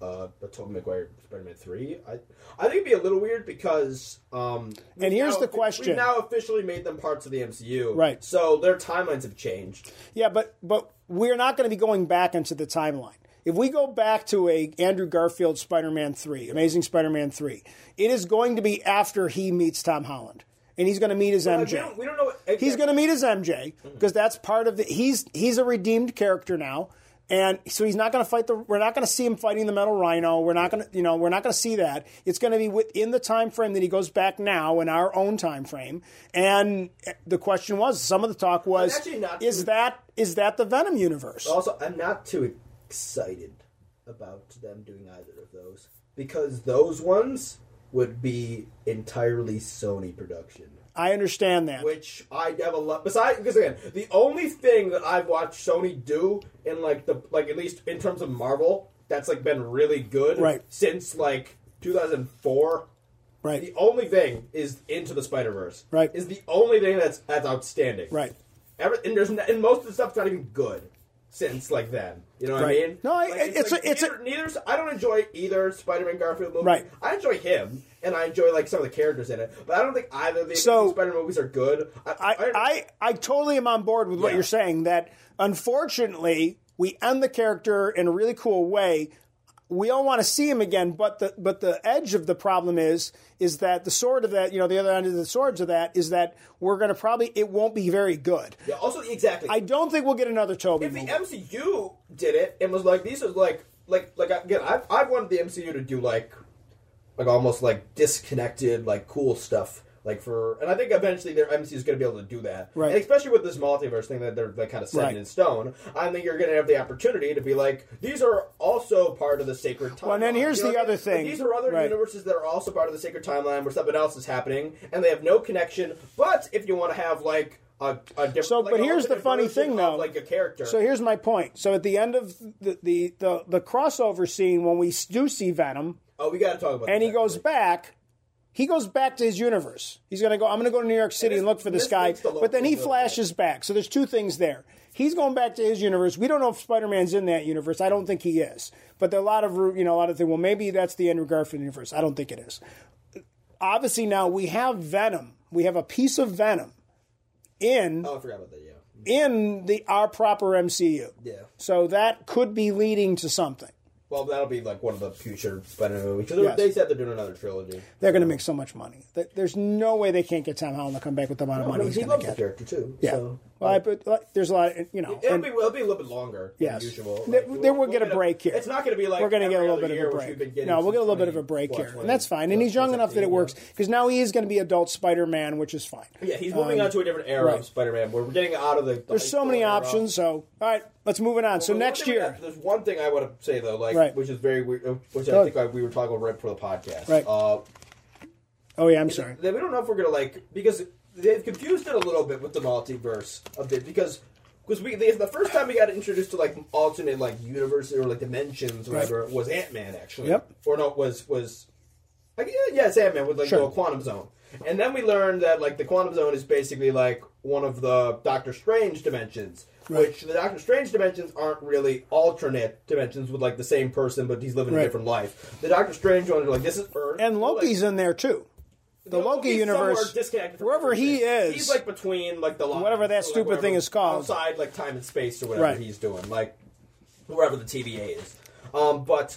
S2: uh, a Tobey Maguire Spider-Man three. I I think it'd be a little weird because um, we've
S1: And here's
S2: now-
S1: the question.
S2: We've now officially made them parts of the MCU,
S1: Right.
S2: So their timelines have changed.
S1: Yeah, but but we're not going to be going back into the timeline. If we go back to a Andrew Garfield Spider-Man 3, Amazing Spider-Man 3, it is going to be after he meets Tom Holland and he's going to meet his
S2: Like,
S1: MJ.
S2: we, don't, we don't know. What,
S1: he's going to meet his MJ because that's part of the he's he's a redeemed character now. And so he's not going to fight the. We're not going to see him fighting the metal rhino. We're not going to, you know, we're not going to see that. It's going to be within the time frame that he goes back now in our own time frame. And the question was, some of the talk was,
S2: actually not
S1: is
S2: too-
S1: that is that the Venom universe?
S2: Also, I'm not too excited about them doing either of those because those ones would be entirely Sony production.
S1: I understand that.
S2: Which I have a lot. Besides, because again, the only thing that I've watched Sony do in like the like at least in terms of Marvel that's like been really good
S1: Right.
S2: since like 2004.
S1: right,
S2: The only thing is Into the Spider Verse.
S1: Right.
S2: is the only thing that's that's outstanding.
S1: right.
S2: Every, and there's n- and most of the stuff's not even good since like then. You know what I
S1: Right.
S2: mean?
S1: No, I-
S2: Like,
S1: it's a-
S2: like
S1: it's a-
S2: neither, neither. s- I don't enjoy either Spider-Man Garfield movie.
S1: Right.
S2: I enjoy him, and I enjoy like some of the characters in it, but I don't think either of the
S1: So-
S2: Spider-Man movies are good.
S1: I, I, I totally am on board with what
S2: Yeah.
S1: you're saying. That unfortunately, we end the character in a really cool way. We all want to see him again, but the but the edge of the problem is is that the sword of that you know the other end of the swords of that is that we're going to probably it won't be very good.
S2: Yeah, also, exactly.
S1: I don't think we'll get another Toby.
S2: if the
S1: movie.
S2: MCU did it and was like, these are like, like, like again, I've, I've wanted the MCU to do like, like almost like disconnected, like cool stuff, like for, and I think eventually their MCU is going to be able to do that,
S1: Right.
S2: And especially with this multiverse thing that they're like kind of setting
S1: Right.
S2: in stone. I think you're going to have the opportunity to be like, these are also part of the sacred timeline.
S1: and then here's
S2: You know
S1: the
S2: what I mean?
S1: other thing.
S2: Like, these are other
S1: Right.
S2: universes that are also part of the sacred timeline where something else is happening, and they have no connection. But if you want to have like. A, a different,
S1: So,
S2: like,
S1: but
S2: a
S1: here's
S2: limited
S1: the funny
S2: version
S1: thing,
S2: of,
S1: though.
S2: like a character.
S1: So here's my point. So at the end of the the the, the crossover scene when we do see Venom,
S2: Oh, we got to talk about.
S1: and
S2: that.
S1: he goes back. He goes back to his universe. He's going to go. I'm going to go to New York City and,
S2: this-
S1: look for this,
S2: this
S1: guy.
S2: links to
S1: But then he
S2: Loki, though.
S1: flashes back. So there's two things there. He's going back to his universe. We don't know if Spider-Man's in that universe. I don't think he is. But there are a lot of ru- you know a lot of things. Well, maybe that's the Andrew Garfield universe. I don't think it is. Obviously, now we have Venom. We have a piece of Venom in
S2: Oh, I forgot about that. Yeah.
S1: in the our proper MCU.
S2: Yeah.
S1: So that could be leading to something.
S2: Well, that'll be like one of the future Spider-Man movies because
S1: Yes.
S2: they said they're doing another trilogy.
S1: They're going to make so much money. There- There's no way they can't get Tom Holland to come back with the amount of money he's
S2: he
S1: going to
S2: loves the
S1: get.
S2: character too.
S1: Yeah.
S2: So.
S1: well, I, but like, there's a lot, of, you know.
S2: It'll
S1: and-
S2: be, it'll be a little bit longer
S1: Yes.
S2: than usual.
S1: Th- then we'll get a break here.
S2: It's not going to be like
S1: we're going to
S2: every
S1: get a little
S2: other
S1: bit of
S2: year,
S1: a
S2: which we've been
S1: break.
S2: getting
S1: No, we'll get a little
S2: since
S1: bit of a break
S2: 20,
S1: here,
S2: what,
S1: and that's
S2: 20,
S1: fine. And he's young
S2: 20,
S1: enough that it
S2: 17,
S1: works
S2: yeah.
S1: because now he is going to be adult Spider-Man, which is fine.
S2: Yeah, he's moving on to a different era
S1: Um, right.
S2: of Spider-Man. We're getting out of the. the
S1: There's so many
S2: era.
S1: options. So, all right, let's move it on. So
S2: Well,
S1: next
S2: one thing we
S1: year,
S2: have- there's one thing I want to say though, like
S1: Right.
S2: which is very weird, uh, which
S1: Go
S2: I think like, we were talking about right before the podcast.
S1: Right.
S2: Uh,
S1: oh yeah, I'm sorry.
S2: Then we don't know if we're gonna like because they've confused it a little bit with the multiverse a bit because because we the, the first time we got introduced to like alternate like universes or like dimensions or
S1: Right.
S2: whatever was Ant Man actually
S1: Yep.
S2: or no was was like yeah, yeah it's Ant Man with like
S1: Sure.
S2: the quantum zone and then we learned that like the quantum zone is basically like one of the Doctor Strange dimensions. Which the Doctor Strange dimensions aren't really alternate dimensions with like the same person, but he's living
S1: Right.
S2: a different life. The Doctor Strange ones are like this is Earth,
S1: And
S2: Like-
S1: Loki's in there too. The Loki
S2: He's somewhere
S1: universe,
S2: disconnected from
S1: wherever he
S2: everything.
S1: is,
S2: he's like between like the lines,
S1: Whatever that
S2: like,
S1: stupid thing is called.
S2: outside like time and space or whatever
S1: Right.
S2: he's doing, like wherever the TVA is. Um, but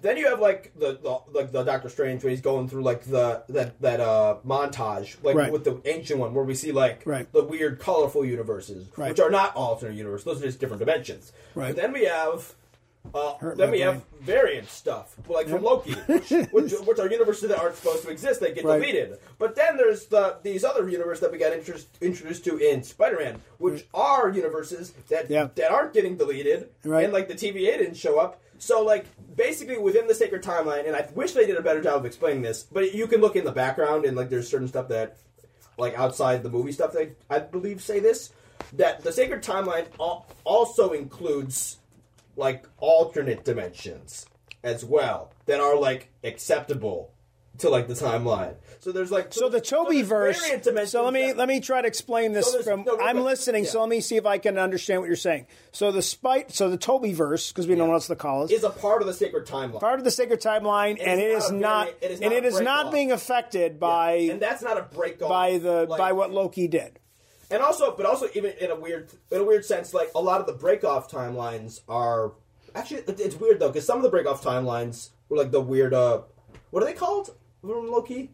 S2: then you have like the, the like the Doctor Strange where he's going through like the that that uh, montage like
S1: Right.
S2: with the ancient one where we see like
S1: Right.
S2: the weird colorful universes
S1: Right.
S2: which are not alternate universes; those are just different dimensions.
S1: Right.
S2: But then we have. Uh,
S1: Hurt
S2: then
S1: my
S2: we have variant stuff, like from Loki, which, which, which are universes that aren't supposed to exist. They get
S1: Right.
S2: deleted. But then there's the these other universes that we got interest, introduced to in Spider-Man, which are universes that
S1: Mm. Yeah.
S2: that aren't getting deleted,
S1: Right.
S2: and like the TVA didn't show up. So like basically within the sacred timeline, and I wish they did a better job of explaining this. But you can look in the background and like there's certain stuff that like outside the movie stuff, they I believe say this that the sacred timeline al- also includes like alternate dimensions as well that are like acceptable to like the timeline. So there's like
S1: So the Toby verse.
S2: variant dimensions
S1: So let me
S2: that-
S1: let me try to explain this
S2: So there's-
S1: from.
S2: no, wait,
S1: I'm
S2: wait.
S1: listening, so
S2: Yeah.
S1: let me see if I can understand what you're saying. So the spite. So the Toby verse, because we don't know what else to call it,
S2: is a part of the sacred timeline.
S1: part of the sacred timeline, and it
S2: is
S1: is
S2: not
S1: not.
S2: a variant. It is
S1: and
S2: not
S1: it
S2: a
S1: is not
S2: break-off.
S1: being affected by
S2: and that's not a break off
S1: by the
S2: like-
S1: by what Loki did.
S2: and also but also even in a weird in a weird sense like a lot of the break off timelines are actually it- it's weird though because some of the break off timelines were like the weird uh what are they called from Loki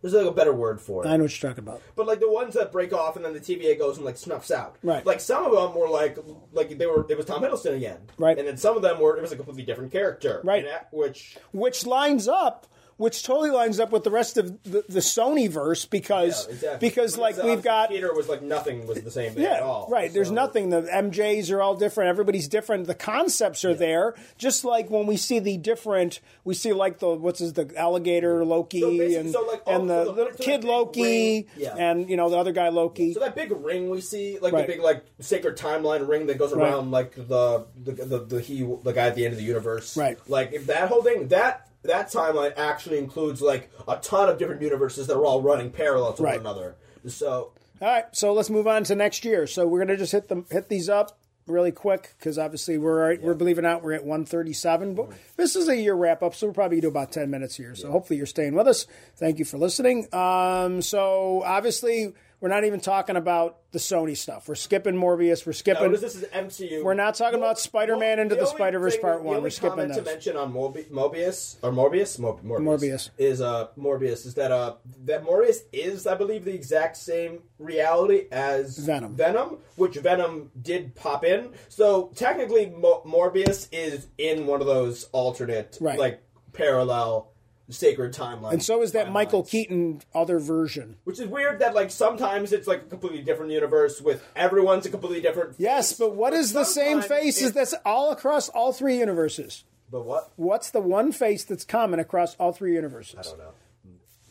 S2: there's like a better word for it
S1: I know what you're talking about.
S2: but like the ones that break off and then the TVA goes and like snuffs out.
S1: Right.
S2: Like some of them were like like they were it was Tom Hiddleston again.
S1: Right.
S2: And then some of them were it was a completely different character.
S1: Right.
S2: And that- which uh,
S1: which lines up which totally lines up with the rest of the, the Sony verse because
S2: yeah, exactly.
S1: because
S2: But
S1: like
S2: it's, uh,
S1: we've got
S2: Peter was like nothing was the same
S1: yeah
S2: at all.
S1: right there's
S2: So-
S1: nothing the MJs are all different everybody's different the concepts are there just like when we see the different we see like the what's his the alligator Loki
S2: So basically-
S1: and
S2: so, like, all-
S1: and the,
S2: so the-
S1: little
S2: so the
S1: kid
S2: big
S1: Loki
S2: ring- yeah.
S1: and you know the other guy Loki
S2: So that big ring we see, like
S1: Right.
S2: the big like sacred timeline ring that goes
S1: Right.
S2: around like the the, the the he the guy at the end of the universe.
S1: Right.
S2: Like if that whole thing that that timeline actually includes like a ton of different universes that are all running parallel to
S1: Right.
S2: one another. So
S1: All right, so let's move on to next year. So we're gonna just hit them, hit these up really quick because obviously we're already- we're believing out we're at one thirty seven, but this is a year wrap up, so we'll probably do about ten minutes here. So hopefully you're staying with us. Thank you for listening. Um, so obviously we're not even talking about the Sony stuff. We're skipping Morbius. We're skipping.
S2: Notice this is MCU.
S1: We're not talking about Spider-Man Into the
S2: only
S1: Spider-Verse
S2: thing-
S1: Part
S2: the
S1: One.
S2: only
S1: We're skipping
S2: comment
S1: those.
S2: to mention on Morbi- Mobius or Morbius, Mor- Morbius,
S1: Morbius.
S2: is uh Morbius is that uh that Morbius is I believe the exact same reality as
S1: Venom.
S2: Venom, which Venom did pop in. So technically, Mo- Morbius is in one of those alternate
S1: Right.
S2: like parallel sacred timeline.
S1: and so is that Michael Keaton other version.
S2: Which is weird that like sometimes it's like a completely different universe with everyone's a completely different.
S1: Yes, but what is the same
S2: sometimes
S1: face as
S2: it-
S1: that's all across all three universes?
S2: But what?
S1: What's the one face that's common across all three universes?
S2: I don't know.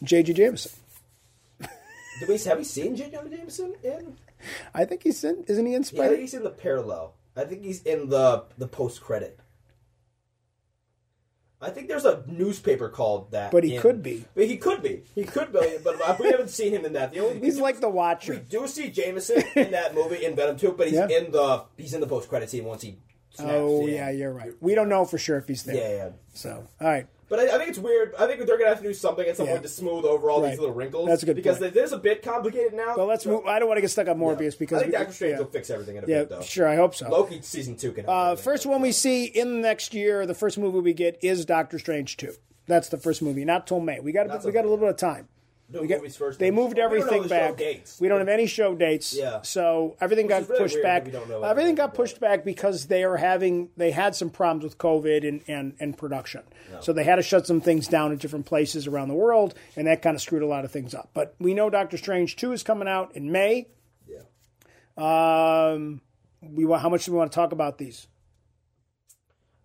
S1: J.J. Jameson.
S2: Did we have we seen J. Jonah Jameson in?
S1: I think he's in. Isn't he in
S2: Yeah, I
S1: Spider?
S2: think he's in the parallel. I think he's in the the post credit. I think there's a newspaper called that.
S1: But he
S2: in-
S1: could be.
S2: But he could be. He could be. But we haven't seen him in that. The only
S1: he's like the
S2: we
S1: Watcher.
S2: do see Jameson in that movie in Venom 2, but he's
S1: Yeah.
S2: in the he's in the post credit scene once he. Snaps
S1: Oh
S2: in.
S1: yeah, you're right. We don't know for sure if he's there.
S2: Yeah, yeah.
S1: So all right,
S2: But I, I think it's weird. I think they're gonna have to do something at some
S1: Yeah.
S2: point to smooth over all
S1: Right.
S2: these little wrinkles.
S1: That's a good
S2: because
S1: point.
S2: it is a bit complicated now.
S1: but let's
S2: So-
S1: move. I don't want to get stuck on Morbius because
S2: I think
S1: we-
S2: Doctor Strange
S1: yeah.
S2: will fix everything in a
S1: Yeah,
S2: bit, though.
S1: sure. I hope so.
S2: Loki season two can.
S1: Uh, first one we see in the next year, the first movie we get is Doctor Strange two. That's the first movie. Not till May. We got
S2: Not
S1: we
S2: till
S1: got a
S2: May.
S1: little bit of time.
S2: No,
S1: We got-
S2: movies first.
S1: they moved
S2: Well, we don't
S1: everything
S2: know the show
S1: back.
S2: dates.
S1: We don't have any show dates.
S2: Yeah.
S1: So everything got
S2: is really
S1: pushed
S2: weird that
S1: back.
S2: we don't know
S1: everything
S2: anything
S1: got
S2: about
S1: pushed back because they are having they had some problems with COVID and and, and production. So they had to shut some things down at different places around the world, and that kind of screwed a lot of things up. But we know Doctor Strange two is coming out in May.
S2: Yeah.
S1: Um, we want how much do we want to talk about these?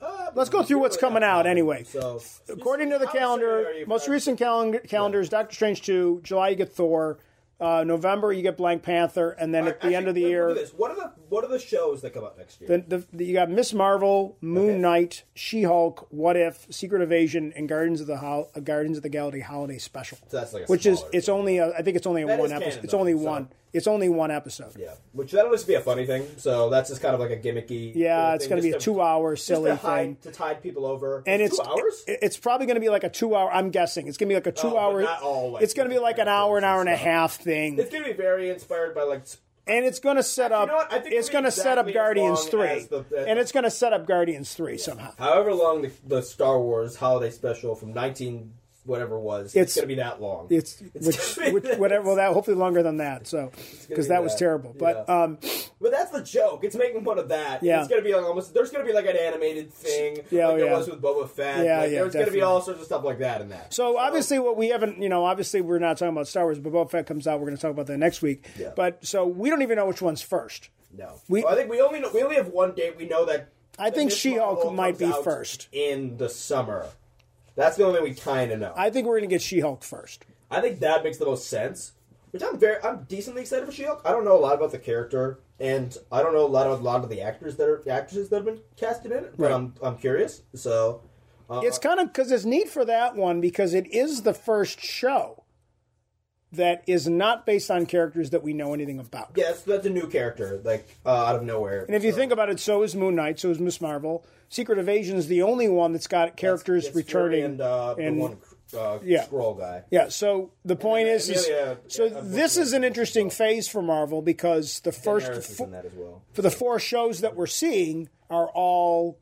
S2: Uh,
S1: Let's go through what's coming out anyway.
S2: So,
S1: According to the
S2: How much are
S1: calendar,
S2: you-
S1: most recent calendar calendars: Doctor Strange two, July you get Thor, uh, November you get Black Panther, and then at the
S2: Actually,
S1: end of the
S2: look-
S1: year,
S2: look at this. What are the what are the shows that come out next year?
S1: then the, the, you got Miss Marvel, Moon Knight, She Hulk, What If, Secret Invasion, and Guardians of the Hol- uh, Guardians of the Galaxy Holiday Special,
S2: so that's like a
S1: which is
S2: smaller
S1: it's
S2: thing.
S1: only a, I think it's only a
S2: That
S1: one
S2: is
S1: episode.
S2: canon,
S1: it's only
S2: though, so-
S1: one. It's only one episode.
S2: yeah, which that'll just be a funny thing. So that's just kind of like a gimmicky.
S1: Yeah,
S2: little
S1: it's
S2: thing,
S1: going to
S2: just
S1: be a two-hour
S2: just
S1: silly
S2: to hide,
S1: thing.
S2: to tide people over.
S1: and it's
S2: two hours. Oh,
S1: it- It's probably going to be like a two-hour. I'm guessing it's going to be like a
S2: but
S1: two-hour.
S2: not all, like,
S1: it's going to be like an hour, an hour and a half thing.
S2: it's going to be very inspired by like.
S1: and it's going to set up.
S2: know what? I think
S1: it's
S2: it'll be
S1: going to set up
S2: exactly as
S1: Guardians
S2: long
S1: three,
S2: as the- the-
S1: and it's going to set up Guardians three somehow.
S2: However long the, the Star Wars holiday special from nineteen whatever was, it's,
S1: It's-
S2: going to be that long.
S1: It's,
S2: gonna
S1: which,
S2: be
S1: which,
S2: that.
S1: whatever. Well, that hopefully longer than that. So because
S2: be
S1: that was
S2: that.
S1: terrible. But
S2: Yeah.
S1: um,
S2: But that's the joke. It's making fun of that.
S1: Yeah.
S2: It's gonna be like almost. There's gonna be like an animated thing.
S1: Yeah,
S2: like
S1: oh,
S2: there
S1: yeah.
S2: was with Boba Fett.
S1: Yeah,
S2: like,
S1: yeah,
S2: There's gonna
S1: definitely.
S2: be all sorts of stuff like that in that.
S1: so obviously, what we haven't, you know, obviously we're not talking about Star Wars. But Boba Fett comes out. We're going to talk about that next week.
S2: Yeah.
S1: But so we don't even know which one's first.
S2: no,
S1: we-
S2: I think we only know, we only have one date. We know that.
S1: I
S2: that
S1: think
S2: Miss
S1: She-Hulk
S2: Marvel
S1: might
S2: comes
S1: be
S2: out
S1: first.
S2: in the summer. That's the only thing we kind of know. I,
S1: I think we're going to get She Hulk first.
S2: think that makes the most sense. Which I'm very, I'm decently excited for She-Hulk. I don't know a lot about the character, and I don't know a lot of a lot of the actors that are actresses that have been casted in it. But
S1: Right.
S2: I'm I'm curious. So uh,
S1: It's kind of because there's need for that one because it is the first show that is not based on characters that we know anything about.
S2: yeah, Uh-huh. that's, that's a new character, like uh, out of nowhere.
S1: And if you think about it, so is Moon Knight, so is Miss Marvel. Secret Evasion is the only one that's got characters
S2: It's Fury
S1: returning.
S2: and, uh,
S1: and-
S2: the one uh,
S1: yeah.
S2: scroll guy.
S1: yeah, so the point is, is
S2: Amelia-
S1: so
S2: yeah,
S1: this is an interesting phase for Marvel because the
S2: Daenerys
S1: first
S2: is
S1: fo-
S2: in that as well.
S1: for the four shows that we're seeing are all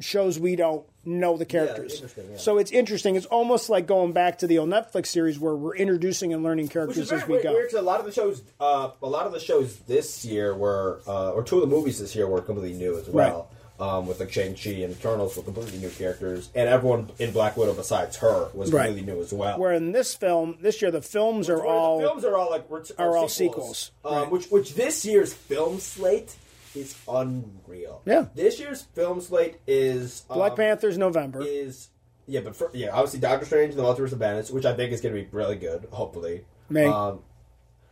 S1: shows we don't know the characters.
S2: interesting, yeah.
S1: So it's interesting. It's almost like going back to the old Netflix series where we're introducing and learning
S2: Which is
S1: characters
S2: very
S1: as we
S2: weird
S1: go.
S2: because a lot of the shows, uh, a lot of the shows this year were, uh, or two of the movies this year were completely new as well. Um, with like Shang Chi and Eternals were completely new characters, and everyone in Black Widow besides her was
S1: Right.
S2: completely new as well.
S1: Where in this film, this year the films are
S2: Whereas
S1: all
S2: the films are all like ret-
S1: are all sequels,
S2: Um, Which which this year's film slate is unreal.
S1: Yeah.
S2: this year's film slate is um,
S1: Black Panther's November.
S2: is yeah, but for, yeah, obviously Doctor Strange and the Multiverse of Madness, which I think is going to be really good. Hopefully,
S1: May.
S2: Um,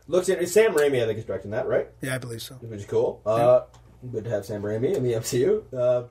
S2: looks at Sam Raimi. I think is directing that, right?
S1: yeah, I believe so.
S2: Which is cool. Uh, Good to have Sam Raimi in the MCU. Uh,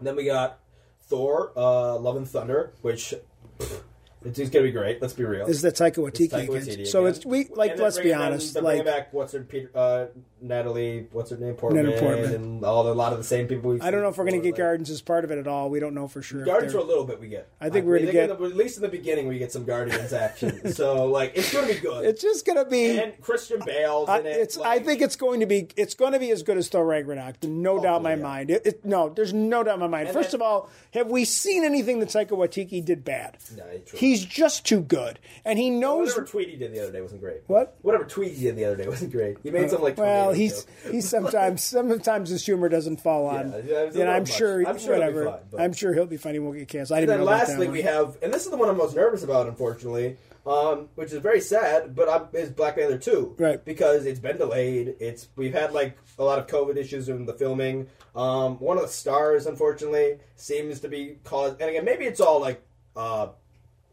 S2: then we got Thor: uh, Love and Thunder, which pff, it's, it's going to be great. Let's be real.
S1: Is the Taika Waititi,
S2: Taika
S1: again.
S2: Waititi
S1: So
S2: again.
S1: it's we like
S2: And they're
S1: let's be
S2: bringing in-
S1: honest,
S2: they're
S1: like
S2: bringing back what's her Peter, uh, Natalie, what's her name, Portman,
S1: Portman.
S2: and all a lot of the same people. We've
S1: I don't know if we're going to get
S2: Guardians.
S1: Gardens as part of it at all. We don't know for sure. if
S2: Guardians for
S1: they're-
S2: a little bit we get.
S1: I think we're gonna
S2: in the- at least in the beginning we get some Guardians action. so like it's gonna be good.
S1: it's just going to be
S2: and Christian Bale's
S1: I,
S2: in it.
S1: it's.
S2: like, Oh,
S1: I think it's going to be. It's going to be as good as Thor Ragnarok. No doubt in my
S2: yeah.
S1: mind. It, it, no, there's no doubt in my mind.
S2: And
S1: First
S2: then-
S1: of all, have we seen anything that Taika Waititi did bad?
S2: No, true.
S1: He's just too good, and he knows.
S2: whatever tweet he did the other day wasn't great.
S1: What? Uh,
S2: Whatever tweet he did the other day wasn't great. He made some like
S1: well,
S2: tornado
S1: he's
S2: joke.
S1: he's sometimes sometimes his humor doesn't fall on.
S2: Yeah, it's a
S1: and
S2: little
S1: I'm
S2: much.
S1: sure,
S2: I'm sure he'll be
S1: whatever.
S2: fine, but-
S1: I'm sure he'll be fine. He won't get canceled. I didn't
S2: And then
S1: know about that
S2: lastly
S1: one.
S2: we have, and this is the one I'm most nervous about, unfortunately, um, which is very sad. But I'm, is Black Panther two,
S1: Right.
S2: Because it's been delayed. It's we've had like a lot of COVID issues in the filming. Um, one of the stars, unfortunately, seems to be caused. And again, maybe it's all like uh,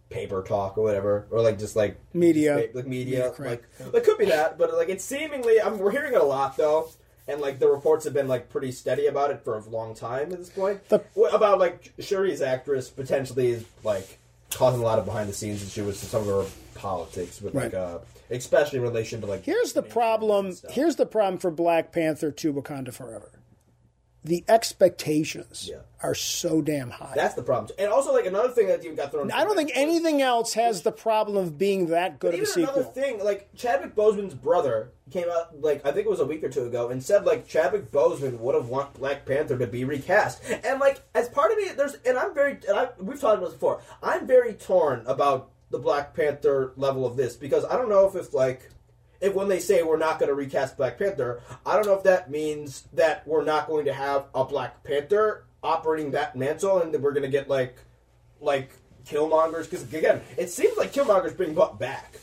S2: paper talk or whatever, or like just like
S1: Media.
S2: just pa- like media, like
S1: correct.
S2: it could be that. But like it's seemingly, I mean, we're hearing it a lot though. And like the reports have been like pretty steady about it for a long time at this point.
S1: The-
S2: What about like Shuri's actress potentially is like causing a lot of behind the scenes issues with some of her politics with like
S1: Right.
S2: uh especially in relation to like
S1: Here's the problem. Here's the problem for Black Panther to Wakanda Forever. The expectations
S2: Yeah.
S1: are so damn high.
S2: that's the problem. And also like another thing that even got thrown.
S1: I don't think anything else has the problem of being that good of a
S2: Even another
S1: sequel.
S2: thing, like Chadwick Boseman's brother came out like I think it was a week or two ago and said like Chadwick Boseman would have want Black Panther to be recast. And like as part of me, there's and I'm very and I, we've talked about this before. I'm very torn about the Black Panther level of this because I don't know if it's like if when they say we're not going to recast Black Panther, I don't know if that means that we're not going to have a Black Panther operating that mantle and that we're going to get like like Killmonger's because again, it seems like Killmonger's being brought back.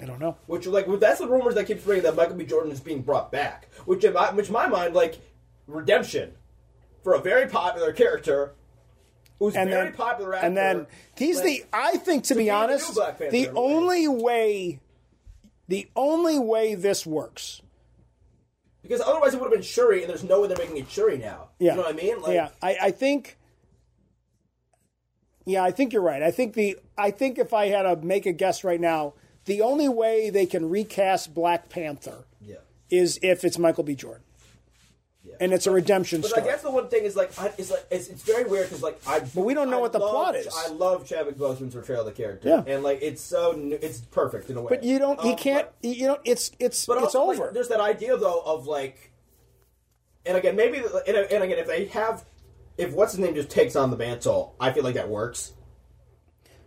S1: I don't know.
S2: Which like well, that's the rumors that keep spreading that Michael B. Jordan is being brought back. Which in my, which in my mind like redemption for a very popular character who's
S1: And
S2: very
S1: then,
S2: popular actor.
S1: and then he's the. I think to be
S2: be the new
S1: honest,
S2: Black Panther
S1: the
S2: in a way.
S1: only way, the only way this works.
S2: because otherwise it would have been Shuri, and there's no way they're making it Shuri now.
S1: Yeah,
S2: You know what I mean? Like,
S1: yeah, I, I think. Yeah, I think you're right. I think the. I think if I had to make a guess right now, the only way they can recast Black Panther
S2: yeah.
S1: is if it's Michael B. Jordan,
S2: Yeah.
S1: and it's a redemption
S2: But
S1: story.
S2: I guess the one thing is like, I, it's like it's, it's very weird because like I. But
S1: we don't know what the plot is.
S2: I love Chadwick Boseman's portrayal of the character.
S1: Yeah.
S2: and like it's so new, it's perfect in a way.
S1: But you don't. he
S2: Um,
S1: can't.
S2: but-
S1: you know. It's it's
S2: But
S1: it's
S2: also, like,
S1: over.
S2: there's that idea though of like, and again, maybe, and, and again, if they have, if what's his name just takes on the mantle, I feel like that works.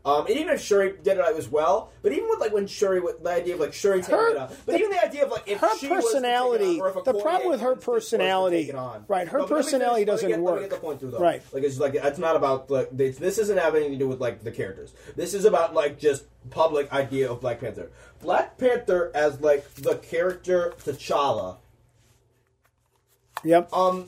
S2: Um, and even if Shuri did it as well, but even with like when Shuri, with the idea of like Shuri taking
S1: Her-
S2: it up, but even the idea of like if
S1: her
S2: she was to take it
S1: personality-
S2: on, or if a
S1: the problem
S2: Cormier
S1: with her
S2: was to- was to
S1: personality-
S2: take it on.
S1: right, her
S2: But let me finish-
S1: personality
S2: let me
S1: doesn't
S2: get- let me
S1: work.
S2: get the point through though.
S1: Right.
S2: like it's like it's not about like it's, this isn't having anything to do with like the characters. This is about like just public idea of Black Panther. Black Panther as like the character T'Challa
S1: yep.
S2: um,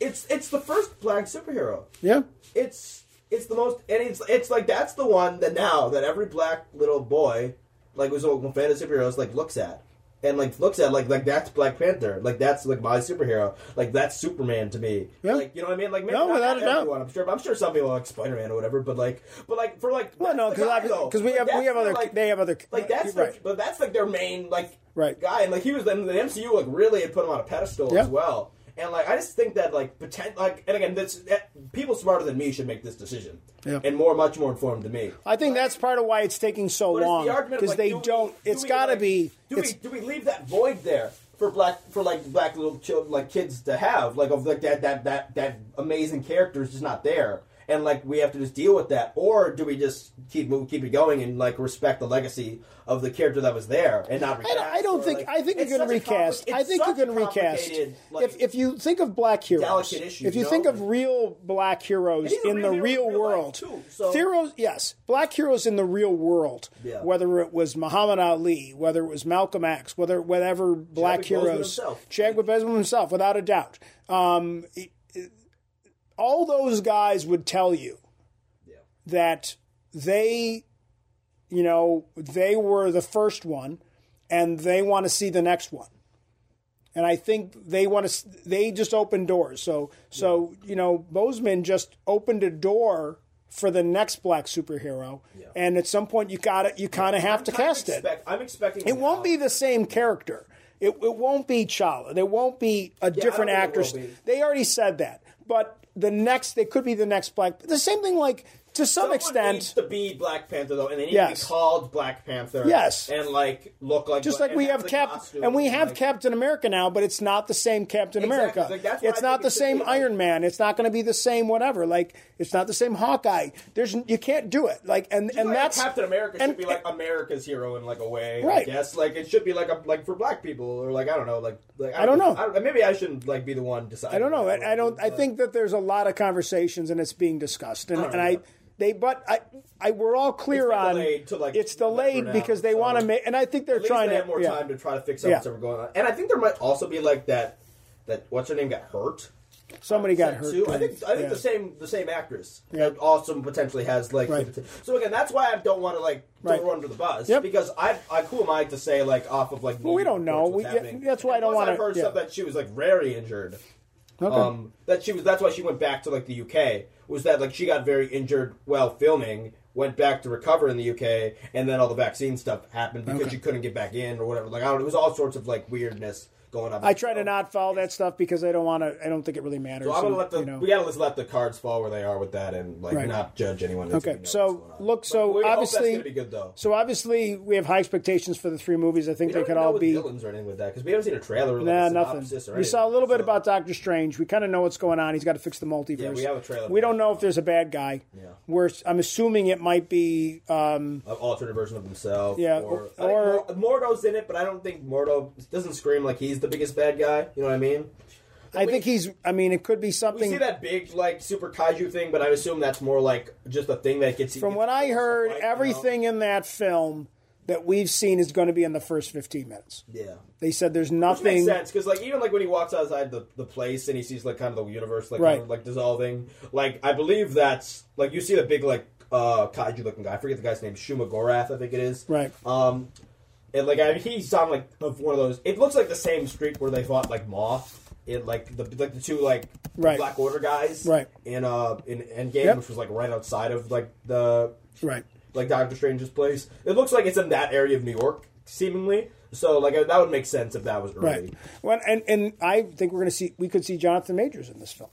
S2: it's it's the first black superhero.
S1: yeah.
S2: It's It's the most, and it's it's like that's the one that now that every black little boy, like who's a fan of superheroes, like looks at, and like looks at like like that's Black Panther, like that's like my superhero, like that's Superman to me.
S1: Yeah.
S2: Like you know what I mean? Like maybe
S1: No,
S2: not
S1: without a doubt.
S2: everyone, I'm sure. I'm sure some people like Spider Man or whatever, but like, but like for like,
S1: Well, no,
S2: that's the guy, though.
S1: because we
S2: Like,
S1: have we
S2: that's
S1: have
S2: the,
S1: other
S2: like-
S1: they have other
S2: like that's
S1: right.
S2: their, but that's like their main like
S1: Right.
S2: guy, and like he was in the MCU like really had put him on a pedestal
S1: Yeah.
S2: as well. And like I just think that like pretend like and again that's that, people smarter than me should make this decision,
S1: Yeah.
S2: and more much more informed than me.
S1: I think that's part of why it's taking so
S2: But it's the
S1: long
S2: argument of,
S1: because
S2: like,
S1: they
S2: do we-
S1: don't.
S2: do
S1: it's
S2: we,
S1: got to
S2: like-
S1: be.
S2: Do
S1: it's,
S2: we do we leave that void there for black for like black little children like kids to have like of like that that that that amazing character is just not there. And like we have to just deal with that, or do we just keep move, keep it going and like respect the legacy of the character that was there and not
S1: I
S2: recast?
S1: don't, I don't
S2: or,
S1: think.
S2: like-
S1: I think
S2: it's
S1: you can
S2: such a compli-
S1: recast. I
S2: it's
S1: think you
S2: such a
S1: can recast.
S2: complicated, like-
S1: if if you think of black heroes,
S2: delicate issue,
S1: if you
S2: no?
S1: think of real black heroes
S2: these are
S1: in the
S2: real heroes
S1: real
S2: in real life,
S1: world,
S2: too, so-
S1: heroes, yes, black heroes in the real world.
S2: Yeah.
S1: Whether it was Muhammad Ali, whether it was Malcolm X, whether whatever black
S2: Chadwick Boseman
S1: heroes,
S2: himself.
S1: Chadwick Boseman himself, without a doubt, um, it- it- all those guys would tell you
S2: Yeah.
S1: that they, you know, they were the first one, and they want to see the next one. And I think they want to. They just opened doors. So so you know, Bozeman just opened a door for the next black superhero. And at some point, you got to You kind of have to
S2: I'm
S1: cast it.
S2: expect- I'm expecting
S1: It won't be the same character. It, it won't be Chala. There won't be a different
S2: think it
S1: actress.
S2: will be.
S1: They already said that. But the next, they could be the next Black. The same thing, like to some
S2: Someone needs
S1: extent,
S2: to be Black Panther though, and they need
S1: Yes.
S2: to be called Black Panther.
S1: Yes.
S2: and like look like
S1: just
S2: Black-
S1: like we
S2: and
S1: have
S2: the
S1: Cap,
S2: costume
S1: and we have
S2: like-
S1: Captain America now, but it's not the same Captain
S2: Exactly.
S1: America.
S2: Like, that's why
S1: it's
S2: I
S1: not
S2: think
S1: the
S2: it should
S1: same
S2: be like-
S1: Iron Man. It's not going to be the same whatever. Like it's not the same Hawkeye. There's you can't do it. Like and and
S2: like,
S1: that's
S2: Captain America
S1: and-
S2: should be like America's hero in like a way. I
S1: Right.
S2: guess like it should be like a like for Black people or like I don't know like like
S1: I don't know.
S2: I maybe I shouldn't like be the one deciding.
S1: I don't know.
S2: that,
S1: I, I don't. I
S2: but-
S1: think that there's a lot of conversations and it's being discussed. And,
S2: I don't
S1: and I,
S2: know.
S1: they, but I, I, we're all clear
S2: It's been
S1: on
S2: delayed to, like,
S1: it's delayed
S2: November now,
S1: because they
S2: so-
S1: want to make. And I think they're
S2: At least
S1: trying
S2: they
S1: to
S2: have more
S1: yeah.
S2: time to try to fix
S1: Yeah.
S2: up what's ever going on. And I think there might also be like that that what's her name got hurt.
S1: Somebody got
S2: Set
S1: hurt.
S2: too. I think I think
S1: Yeah.
S2: the same the same actress
S1: Yeah.
S2: that also potentially has like.
S1: Right.
S2: So again, that's why I don't want to like throw
S1: Right.
S2: her under the bus
S1: Yep.
S2: because I I who am I to say like off of like. Well,
S1: we don't know. We- yeah, that's why I don't wanna-
S2: I've heard
S1: yeah.
S2: stuff that she was like very injured.
S1: Okay.
S2: Um, that she was that's why she went back to like the UK was that like she got very injured while filming. Went back to recover in the UK, and then all the vaccine stuff happened because she couldn't get back in or whatever. Like I don't, it was all sorts of like weirdness going on.
S1: I try to not follow that stuff because I don't want to. I don't think it really matters.
S2: So I'm gonna
S1: and,
S2: let the
S1: you know.
S2: we gotta just let the cards fall where they are with that and like
S1: Right.
S2: not judge anyone. until we
S1: Okay,
S2: know what's
S1: so
S2: going on.
S1: look, so
S2: But we hope
S1: obviously,
S2: that's gonna be good though.
S1: so obviously, we have high expectations for the three movies. I think
S2: we don't
S1: they could
S2: even know
S1: all
S2: what
S1: be.
S2: villains or anything with that because we haven't seen a trailer. Or, like,
S1: Nah,
S2: a
S1: nothing.
S2: synopsis Or
S1: We saw a
S2: anything,
S1: little bit
S2: so-
S1: about Doctor Strange. We kind of know what's going on. He's got to fix the multiverse.
S2: Yeah, we have a trailer.
S1: We don't know if there's a bad guy.
S2: Yeah.
S1: We're, I'm assuming it might be. Um,
S2: an alternate version of himself.
S1: Yeah,
S2: or,
S1: or-
S2: or Mordo's in it, but I don't think Mordo doesn't scream like he's the biggest bad guy. You know what I mean?
S1: I think he's. I mean, it could be
S2: We see
S1: something.
S2: that big like super kaiju thing, but I assume that's more like just a thing that gets.
S1: From what I heard, everything in that film that we've seen is going to be in the first 15 minutes.
S2: Yeah.
S1: They said there's
S2: Which makes
S1: nothing.
S2: sense because, like, even like when he walks outside the, the place and he sees like kind of the universe like
S1: Right.
S2: kind of, like dissolving, like I believe that's like you see the big like uh kaiju looking guy. I forget the guy's name, Shuma Gorath, I think it is.
S1: Right.
S2: Um, and like I, he's on like of one of those. It looks like the same street where they fought like Moth. It like the like the two like
S1: Right.
S2: Black Order guys.
S1: Right.
S2: In uh in Endgame,
S1: Yep.
S2: which was like right outside of like the
S1: Right.
S2: like Doctor Strange's place. It looks like it's in that area of New York, seemingly. So like that would make sense if that was early.
S1: Right. Well, and, and I think we're going to see. We could see Jonathan Majors in this film.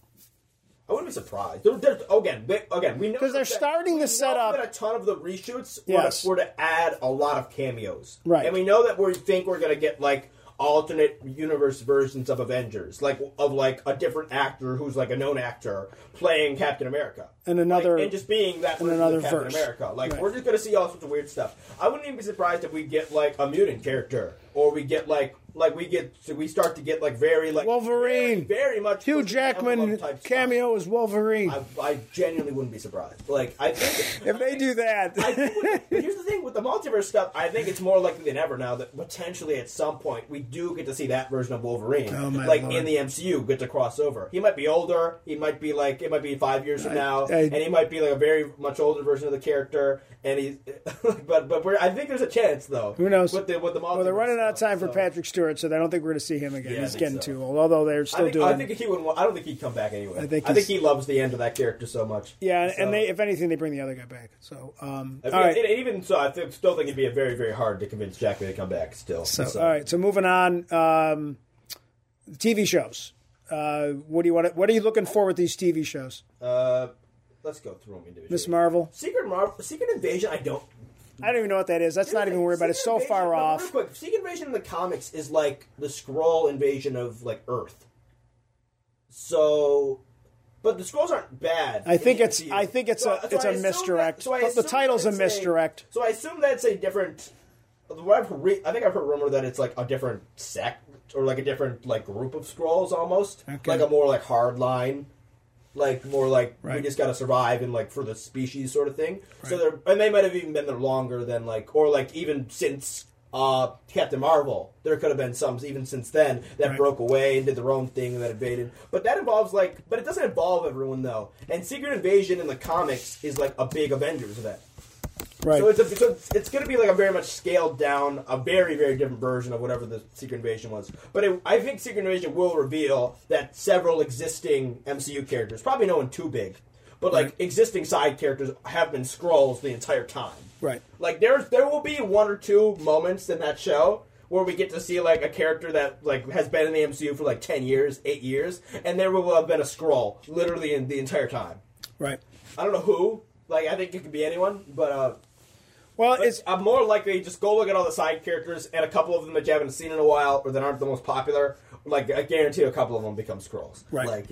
S2: I wouldn't be surprised. There, there's, again, they, again, we know
S1: 'Cause they're
S2: that-
S1: starting
S2: we
S1: to
S2: know
S1: set up-
S2: that a ton of the reshoots
S1: Yes.
S2: were, to, were to add a lot of cameos,
S1: Right.
S2: And we know that we think we're going to get like alternate universe versions of Avengers, like of like a different actor who's like a known actor playing Captain America,
S1: And another-
S2: Like, and just being that
S1: and
S2: version
S1: another
S2: of Captain
S1: verse.
S2: America. Like
S1: Right.
S2: we're just going to see all sorts of weird stuff. I wouldn't even be surprised if we get like a mutant character, or we get like like we get so we start to get like very like
S1: Wolverine.
S2: very, very much
S1: Hugh
S2: pushing the
S1: Jackman
S2: envelope type stuff.
S1: cameo as Wolverine.
S2: I, I genuinely wouldn't be surprised. Like I think
S1: if they do that,
S2: I think- but here's the thing with the multiverse stuff, I think it's more likely than ever now that potentially at some point we do get to see that version of Wolverine,
S1: Oh, my
S2: like
S1: Lord.
S2: in the MCU, get to cross over. He might be older. He might be like it might be five years from now,
S1: I-
S2: and he might be like a very much older version of the character. And he, but but we're, I think there's a chance though.
S1: Who knows?
S2: With the with the multiverse
S1: Well, they're running out of
S2: stuff,
S1: time for
S2: so.
S1: Patrick Stewart, so I don't think we're going to see him again.
S2: Yeah, I
S1: He's
S2: think
S1: getting
S2: so.
S1: too old. Although they're
S2: I
S1: still
S2: think,
S1: doing.
S2: I think he would. want- I don't think he'd come back anyway. I
S1: think
S2: think,
S1: he's-
S2: he loves the end of that character so much.
S1: yeah, and,
S2: So-
S1: and they, if anything, they bring the other guy back. So, um, all
S2: I mean,
S1: right.
S2: and even so, I th- still think it'd be very, very hard to convince Jackman to come back. Still,
S1: So, uh, all right. So moving on, um, TV shows. Uh, what do you want? what are you looking for with these TV shows?
S2: Uh, let's go through them individually.
S1: Miss Marvel.
S2: Secret Marvel, Secret Invasion. I don't.
S1: I don't even know what that is. That's not even worried about. it. It's so
S2: Secret Invasion-
S1: far
S2: no,
S1: off.
S2: Real quick, Secret Invasion in the comics is like the Skrull invasion of like Earth. So, but the Skrulls aren't bad.
S1: I think
S2: in the
S1: it's-
S2: MCU.
S1: I think it's a- it's
S2: I
S1: a
S2: assume
S1: misdirect.
S2: that- so I
S1: The- the
S2: assume
S1: title's a
S2: that's
S1: misdirect.
S2: so I assume that's a different. What I've re- I think I've heard rumor that it's like a different sect or like a different like group of Skrulls almost,
S1: Okay.
S2: like a more like hard line like more like we
S1: Right.
S2: just got to survive and like for the species sort of thing. So they're and they might have even been there longer than like or like even since uh Captain Marvel, there could have been some even since then that
S1: Right.
S2: broke away and did their own thing and that invaded. But that involves like, but it doesn't involve everyone though. And Secret Invasion in the comics is like a big Avengers event.
S1: Right.
S2: So it's, a, so it's, it's going to be like a very much scaled down, a very very different version of whatever the Secret Invasion was. But it, I think Secret Invasion will reveal that several existing MCU characters, probably no one too big, but like
S1: Right.
S2: existing side characters have been scrolls the entire time.
S1: Right.
S2: Like there's there will be one or two moments in that show where we get to see like a character that like has been in the MCU for like ten years, eight years, and there will have been a scroll literally in the entire time.
S1: Right.
S2: I don't know who. Like I think it could be anyone, but. uh
S1: Well,
S2: but
S1: it's
S2: I'm more likely to just go look at all the side characters and a couple of them that you haven't seen in a while or that aren't the most popular. Like I guarantee a couple of them become scrolls.
S1: Right.
S2: Like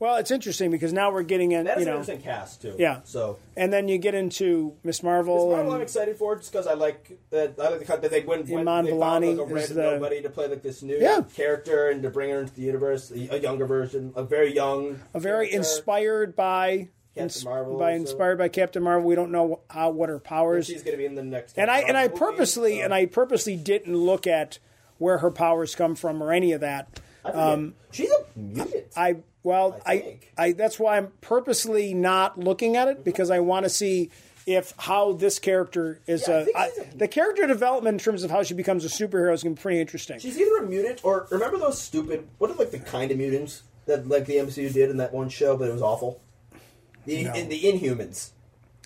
S1: well, it's interesting because now we're getting in.
S2: that's
S1: You
S2: an
S1: know,
S2: interesting cast too.
S1: Yeah.
S2: So
S1: and then you get into Miss Marvel,
S2: Marvel, I'm
S1: and
S2: excited for just because I like that. I like the cut that they went. went
S1: Iman
S2: they found,
S1: Vellani
S2: like, a
S1: is
S2: random
S1: the-
S2: nobody to play like this new
S1: Yeah.
S2: character and to bring her into the universe, a a younger version, a very young,
S1: a very
S2: character.
S1: inspired by.
S2: Captain
S1: ins-
S2: Marvel
S1: by
S2: also.
S1: inspired by Captain Marvel, we don't know how what her powers.
S2: She's going to be in the next.
S1: and I and I
S2: Marvel movie,
S1: purposely
S2: so-
S1: and I purposely didn't look at where her powers come from or any of that.
S2: I forget.
S1: um,
S2: she's a mutant.
S1: I well,
S2: I
S1: I,
S2: think. Mm-hmm.
S1: I, that's why I'm purposely not looking at it because I want to see if how this character is
S2: Yeah, I
S1: a,
S2: think
S1: I-
S2: she's a-
S1: the character development in terms of how she becomes a superhero is going to be pretty interesting.
S2: She's either a mutant or remember those stupid what are like the kind of mutants that like the MCU did in that one show, but it was awful. The
S1: No.
S2: in the Inhumans.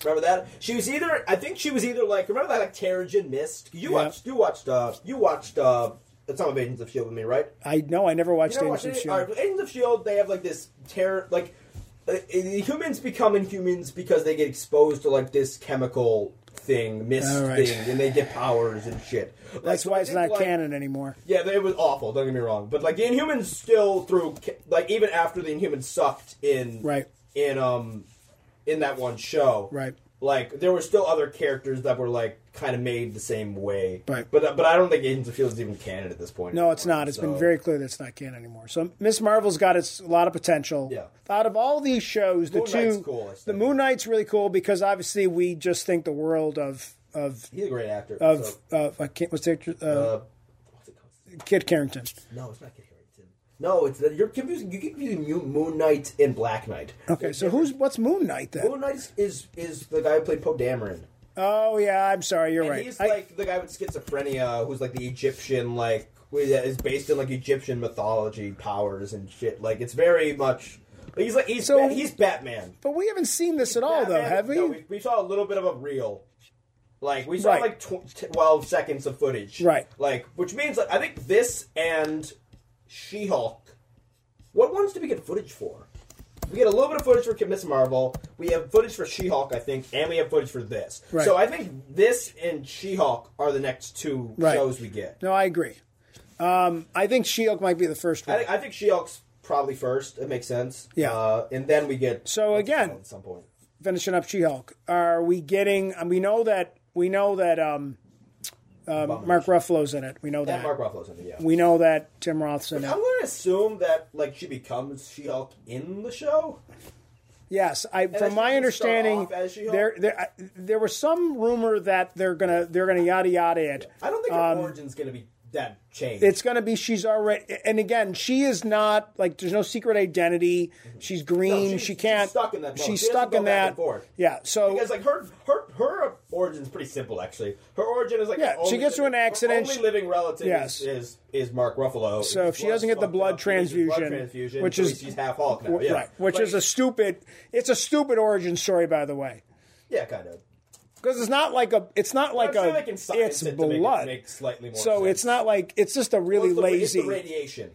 S2: Remember that? She was either I think she was either like remember that like Terrigen Mist. You
S1: Yeah.
S2: watched you watched uh you watched uh some of Agents of Shield with E me, right?
S1: I know I E never watched
S2: You know,
S1: Agents of
S2: Agents-
S1: Shield.
S2: alright, Agents of Shield. E They have like this terror, like uh, the humans become inhumans because they get exposed to like this chemical thing, mist
S1: All right.
S2: thing, and they get powers and shit. Like,
S1: That's
S2: so
S1: why
S2: I
S1: it's
S2: think,
S1: not
S2: like,
S1: canon anymore.
S2: yeah, they- it was awful. Don't get me wrong, but like the Inhumans still through like even after the Inhumans sucked in
S1: Right.
S2: in um in that one show
S1: Right.
S2: Like there were still other characters that were like kind of made the same way,
S1: Right.
S2: But but I don't think Agents of Shield is even canon at this point.
S1: No, it's not. It's
S2: It's
S1: been very clear that it's not canon anymore. So Miss Marvel's got its a lot of potential.
S2: Yeah.
S1: Out of all these shows, the
S2: Moon
S1: two
S2: Knight's cool, I
S1: the
S2: think.
S1: Moon Knight's really cool because obviously we just think the world of of
S2: He's a great actor.
S1: of
S2: so,
S1: uh, I can't, what's the actor- uh,
S2: uh, what's it called?
S1: Kit Carrington.
S2: No, it's not Kit Harington. No, it's uh, you're confusing. You keep using Mu- Moon Knight and Black Knight.
S1: Okay, so who's what's Moon Knight then?
S2: Moon Knight is, is is the guy who played Poe Dameron.
S1: Oh yeah, I'm sorry, you're
S2: And
S1: right.
S2: He's
S1: I-
S2: like the guy with schizophrenia, who's like the Egyptian, like who is based in like Egyptian mythology, powers and shit. Like it's very much. He's like he's
S1: So-
S2: Bat- he's Batman.
S1: but we haven't seen this at all, though,
S2: Batman-
S1: have we?
S2: no, we? We saw a little bit of a reel. Like we saw
S1: Right.
S2: like tw- t- twelve seconds of footage.
S1: Right.
S2: Like which means like, I think this and She Hulk. What ones do we get footage for? We get a little bit of footage for Miss Marvel. We have footage for She Hulk, I think, and we have footage for this.
S1: Right.
S2: So I think this and She Hulk are the next two
S1: Right.
S2: shows we get.
S1: No, I agree. Um, I think She-Hulk might be the first
S2: I
S1: one.
S2: think I think She Hulk's probably first. It makes sense.
S1: Yeah.
S2: Uh, and then we get
S1: So again-
S2: at some point.
S1: Finishing up She-Hulk. Are we getting? um, We know that we know that um, um, Mark Ruffalo's in it. We know
S2: And
S1: that.
S2: Mark Ruffalo's in it. Yeah.
S1: We know that Tim Roth's in it.
S2: I'm going to assume that like she becomes She Hulk in the show.
S1: Yes, I,
S2: that's
S1: from
S2: what
S1: my
S2: you
S1: understanding,
S2: start off as She-Hulk?
S1: there there I- there was some rumor that they're gonna they're gonna yada yada it.
S2: I don't think her origin's going to be that changed.
S1: Um, It's gonna be she's already, and again, she is not like there's no secret identity. She's green.
S2: No, she's-
S1: she can't.
S2: she's stuck in that mode.
S1: She's
S2: She has to
S1: stuck
S2: go
S1: in
S2: back
S1: that.
S2: and forth.
S1: Yeah. So
S2: because like her her her origin's pretty simple actually. Her origin is like
S1: Yeah,
S2: her only
S1: she gets to an
S2: living- her
S1: accident, she-
S2: Only living relative
S1: Yes.
S2: is, is is Mark Ruffalo.
S1: So
S2: His
S1: she doesn't get the
S2: blood's
S1: blood
S2: fucked up, he needs a
S1: transfusion,
S2: transfusion,
S1: which
S2: so
S1: is-
S2: she's half Hulk now. Yeah.
S1: right, which
S2: Like,
S1: is a stupid. It's a stupid origin story, by the way,
S2: yeah kind of.
S1: because it's not like a. It's not like
S2: I'm sure
S1: a.
S2: they can science
S1: It's
S2: it to make it
S1: blood.
S2: make slightly more
S1: so
S2: sense.
S1: it's not like it's just a
S2: Well,
S1: really
S2: it's the, it's
S1: lazy.
S2: the radiation.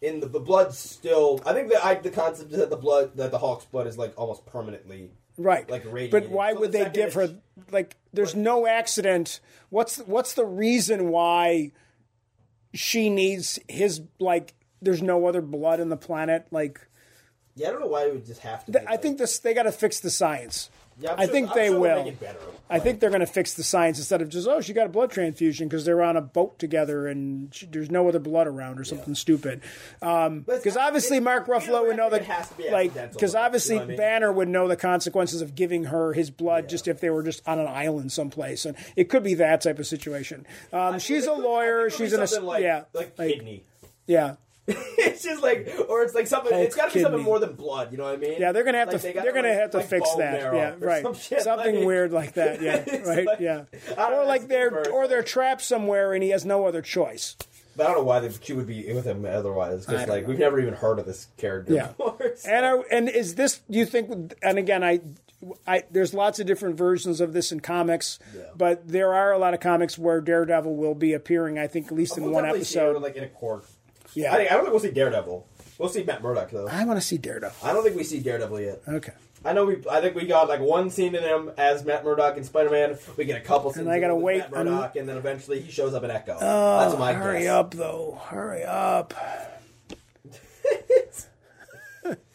S2: In the, the blood's still. I think the I, the concept is that the blood that the Hulk's blood is like almost permanently
S1: Right.
S2: like
S1: But
S2: radiated.
S1: why
S2: So the
S1: would they
S2: second
S1: give
S2: it-
S1: her like there's no accident. What's what's the reason why she needs his like there's no other blood on the planet like
S2: Yeah, I don't know why it would just have to. be
S1: I
S2: like-
S1: think this they got to fix the science.
S2: Yeah, I'm
S1: I
S2: sure-
S1: think
S2: I'm
S1: they
S2: sure they'll
S1: will.
S2: make it better.
S1: I think they're going to fix the science instead of just oh she got a blood transfusion because they're on a boat together and she, there's no other blood around or something stupid.
S2: But
S1: Because
S2: it's-
S1: obviously
S2: it-
S1: Mark
S2: either way,
S1: Ruffalo would know
S2: it
S1: that,
S2: has to be
S1: like,
S2: accidental,
S1: because
S2: you know
S1: obviously
S2: what I mean?
S1: Banner would know the consequences of giving her his blood just if they were just on an island someplace, and it could be that type of situation. Um, she's a
S2: It could-
S1: lawyer.
S2: it could be
S1: she's an ass-
S2: something like,
S1: yeah,
S2: like, kidney.
S1: yeah.
S2: it's just like, or it's like something.
S1: Hulk
S2: it's got to be something
S1: kidney.
S2: more than blood. You know what I mean?
S1: Yeah, they're gonna have
S2: Like,
S1: to.
S2: they
S1: They
S2: gotta,
S1: are gonna
S2: like-
S1: have to
S2: like
S1: fix
S2: bone
S1: that.
S2: marrow
S1: Yeah,
S2: or
S1: right.
S2: some shit,
S1: Something
S2: like-
S1: weird like that. Yeah,
S2: It's
S1: right.
S2: like-
S1: yeah,
S2: I don't
S1: or
S2: know,
S1: like
S2: it's
S1: they're
S2: different.
S1: or they're trapped somewhere and he has no other choice.
S2: But I don't know why the, she would be with him otherwise.
S1: I
S2: Because
S1: don't
S2: like
S1: know.
S2: we've never even heard of this character
S1: Yeah.
S2: before. so-
S1: And are, and is this? Do you think? And again, I, I there's lots of different versions of this in comics,
S2: Yeah.
S1: but there are a lot of comics where Daredevil will be appearing. I think at least in
S2: Oh, We'll
S1: one
S2: definitely see her,
S1: episode.
S2: like in a court.
S1: Yeah.
S2: I, think, I don't think we'll see Daredevil. We'll see Matt Murdock though.
S1: I want to see Daredevil.
S2: I don't think we see Daredevil yet.
S1: Okay,
S2: I know we. I think we got like one scene in him as Matt Murdock in Spider Man. We get a couple scenes.
S1: I
S2: in
S1: gotta
S2: him with
S1: wait Oh,
S2: Matt Murdock, and then eventually he shows up in Echo. That's my
S1: Uh, hurry
S2: guess.
S1: up though, hurry up.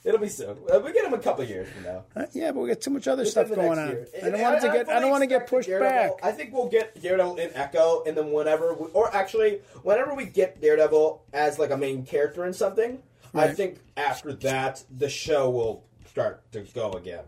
S2: It'll be soon. Uh, We get him a couple years from now.
S1: Uh, Yeah, but we got too much other
S2: Within
S1: stuff
S2: the
S1: going
S2: next
S1: on.
S2: year.
S1: I don't
S2: And
S1: want it to get. I
S2: fully
S1: don't want to get
S2: expect that
S1: pushed
S2: Daredevil-
S1: back.
S2: I think we'll get Daredevil in Echo, and then whenever, we, or actually, whenever we get Daredevil as like a main character in something, I
S1: Right.
S2: think after that the show will start to go again.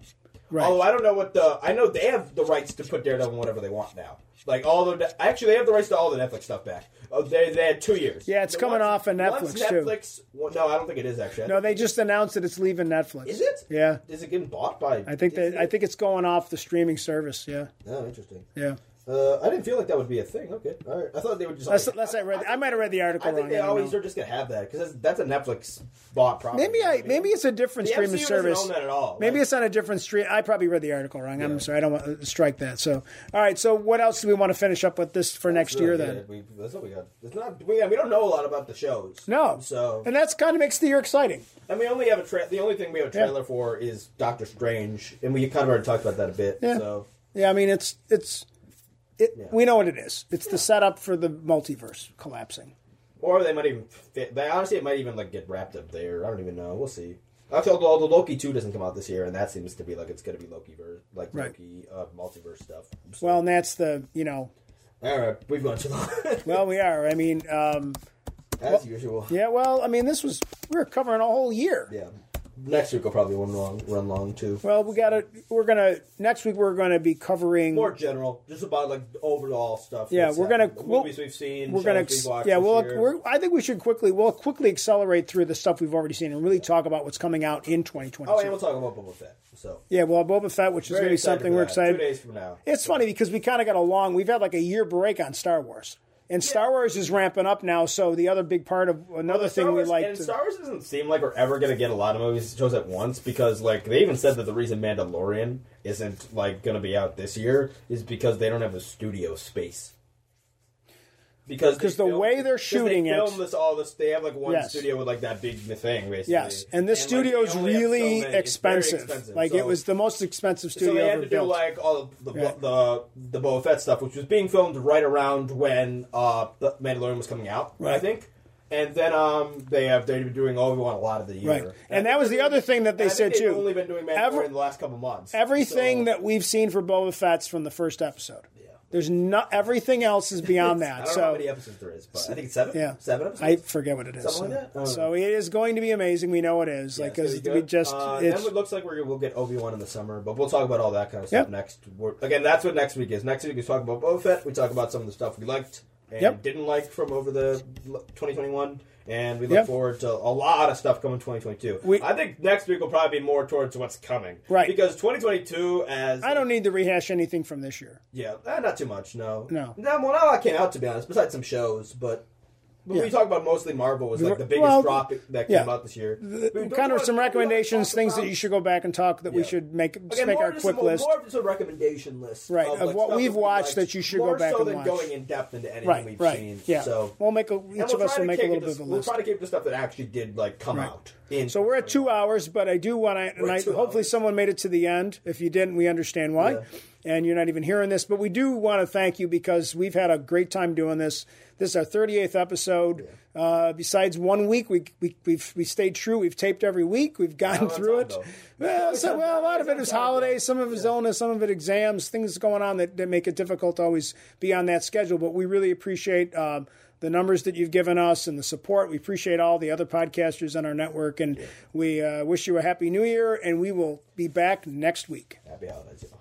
S1: Right.
S2: Although I don't know what the I know they have the rights to put Daredevil in whatever they want now. Like all the actually they have the rights to all the Netflix stuff back. Oh, they they had two years.
S1: Yeah, it's
S2: The
S1: coming off of
S2: once
S1: Netflix, too.
S2: Netflix, well, no, I don't think it is actually. I
S1: No,
S2: think-
S1: they just announced that it's leaving Netflix.
S2: is it?
S1: Yeah,
S2: Is it getting bought by?
S1: I think that. I think it's going off the streaming service. Yeah,
S2: Oh, interesting.
S1: yeah.
S2: Uh, I didn't feel like that would be a thing. Okay, all right. I thought they would just.
S1: Unless, unless I read, I might have read the article
S2: I think
S1: wrong.
S2: they
S1: don't
S2: always
S1: know.
S2: are just gonna have that because that's, that's a Netflix bought property.
S1: Maybe I maybe it's a different
S2: Oh, the
S1: streaming
S2: MCU
S1: service.
S2: Doesn't own that at all.
S1: Maybe
S2: Like,
S1: it's on a different stream. I probably read the article wrong. I'm sorry. I don't want to strike that. So, all right. So, what else do we want to finish up with this for next
S2: that's
S1: year
S2: really
S1: then?
S2: good. We, that's what we got. It's not we, we don't know a lot about the shows.
S1: No.
S2: So
S1: and that's kind of makes the year exciting.
S2: and we only have a tra- the only thing we have a trailer for is Doctor Strange, and we kind of already talked about that a bit.
S1: Yeah.
S2: So
S1: Yeah. I mean, it's it's it. We know what it is. It's the setup for the multiverse collapsing.
S2: or they might even fit. They honestly it might even like get wrapped up there. I don't even know. We'll see. Actually, although, although Loki two doesn't come out this year, and that seems to be like it's going to be Loki ver- like
S1: Right.
S2: Loki uh, multiverse stuff. So-
S1: Well, and that's the you know.
S2: all right, we've gone too long
S1: Well, we are. I mean, um,
S2: as usual.
S1: yeah. Well, I mean, this was we were covering a whole year.
S2: Yeah. Next week will probably run long, run long too.
S1: Well, we got to. We're gonna next week. We're gonna be covering.
S2: More general, just about like overall stuff.
S1: Yeah,
S2: that's
S1: we're gonna-
S2: happened. The
S1: we'll-
S2: movies we've seen.
S1: we're gonna.
S2: shows we've watched
S1: Yeah,
S2: this
S1: we'll.
S2: year.
S1: We're, I think we should quickly. We'll quickly accelerate through the stuff we've already seen and really talk about what's coming out in 2022.
S2: oh, and we'll talk about Boba Fett. So
S1: yeah, well, Boba Fett, which is
S2: very
S1: gonna be
S2: excited
S1: something
S2: for
S1: we're
S2: that.
S1: excited.
S2: Two days from now.
S1: It's funny because we kind of got a long. We've had like a year break on Star Wars, and Star Wars is ramping up now. So the other big part of another
S2: Well,
S1: thing
S2: Star
S1: we
S2: Wars,
S1: like.
S2: And
S1: to-
S2: Star Wars doesn't seem like we're ever gonna get a lot of movies shows at once because like they even said that the reason Mandalorian isn't like gonna be out this year is because they don't have the studio space. Because they
S1: 'Cause the
S2: film-
S1: way they're
S2: 'cause
S1: shooting
S2: they
S1: it-
S2: film this all this. They have like one
S1: Yes.
S2: studio with like that big thing, basically.
S1: Yes, and this
S2: like,
S1: studio
S2: they
S1: is
S2: only have so
S1: really
S2: many. It's very
S1: expensive. Like
S2: So-
S1: it was the most expensive studio
S2: so they had
S1: ever
S2: to do
S1: built.
S2: like all the the,
S1: Yeah.
S2: the the Boba Fett stuff, which was being filmed right around when uh, the Mandalorian was coming out, I
S1: Right.
S2: think. And then um, they have they've been doing Obi Wan a lot of the year,
S1: Right. And
S2: I
S1: that
S2: think
S1: was the
S2: they've-
S1: other thing that they
S2: I think
S1: said,
S2: they've
S1: too.
S2: Only been doing Mandalorian
S1: Every-
S2: the last couple months.
S1: Everything
S2: So-
S1: that we've seen for Boba Fett's from the first episode. There's not everything else is beyond
S2: I
S1: that.
S2: don't know how
S1: So
S2: many episodes there is, but I think it's seven.
S1: yeah,
S2: seven episodes.
S1: I forget what it is.
S2: Something
S1: so.
S2: like that? I don't
S1: So it is going to be amazing. We know it is. like
S2: Yeah, it's
S1: 'cause
S2: gonna be
S1: we
S2: good.
S1: just
S2: Uh, then
S1: it's,
S2: it looks like we're, we'll get Obi Wan in the summer, but we'll talk about all that kind of stuff
S1: Yep.
S2: next. We're, again, that's what next week is. Next week we talk about Boba Fett. We talk about some of the stuff we liked and
S1: Yep.
S2: didn't like from over the l- 2021, and we look
S1: Yep.
S2: forward to a lot of stuff coming 2022.
S1: We-
S2: I think next week will probably be more towards what's coming,
S1: Right.
S2: Because 2022, as
S1: I don't need to rehash anything from this year.
S2: yeah, eh, not too much, no,
S1: No.
S2: no. Well, not a lot came out to be honest, besides some shows, but. When we
S1: Yeah.
S2: talk about mostly Marvel was like the biggest
S1: Well,
S2: drop that came
S1: yeah.
S2: out this year. We don't
S1: kind of
S2: wanna-
S1: some
S2: we don't
S1: recommendations,
S2: talk
S1: things
S2: about-
S1: that you should go back and talk that we
S2: Yeah.
S1: should make just
S2: Again,
S1: make
S2: more
S1: our
S2: just
S1: quick
S2: a,
S1: list.
S2: More of just a recommendation list,
S1: Right, of
S2: like,
S1: what
S2: stuff
S1: we've
S2: that we
S1: watched
S2: liked,
S1: that you should go
S2: more
S1: back
S2: so
S1: and
S2: than
S1: watch.
S2: going in depth into anything
S1: Right,
S2: we've
S1: right,
S2: seen.
S1: yeah.
S2: So
S1: we'll make a, each of
S2: and we'll
S1: us
S2: try
S1: will
S2: to
S1: make a
S2: keep
S1: little
S2: it
S1: bit
S2: just-
S1: of a
S2: We'll
S1: list.
S2: try to keep the stuff that actually did like come
S1: Right.
S2: out. In,
S1: So we're at two hours, but I do want to, and
S2: We're
S1: I,
S2: at two
S1: hopefully
S2: hours.
S1: someone made it to the end. If you didn't, we understand why.
S2: Yeah.
S1: And you're not even hearing this, but we do want to thank you because we've had a great time doing this. This is our 38th episode. Uh, besides one week, we we we've we stayed true. We've taped every week. We've gotten
S2: Not on
S1: through
S2: time,
S1: it.
S2: though.
S1: Well,
S2: It's
S1: so-
S2: on
S1: well, a
S2: time.
S1: lot of
S2: It's
S1: it
S2: on
S1: is
S2: time, though.
S1: holidays. Some of it is illness. Some of it exams. Things going on that, that make it difficult to always be on that schedule. But we really appreciate um, the numbers that you've given us and the support. We appreciate all the other podcasters on our network, and we uh, wish you a happy New Year. And we will be back next week.
S2: Happy holidays.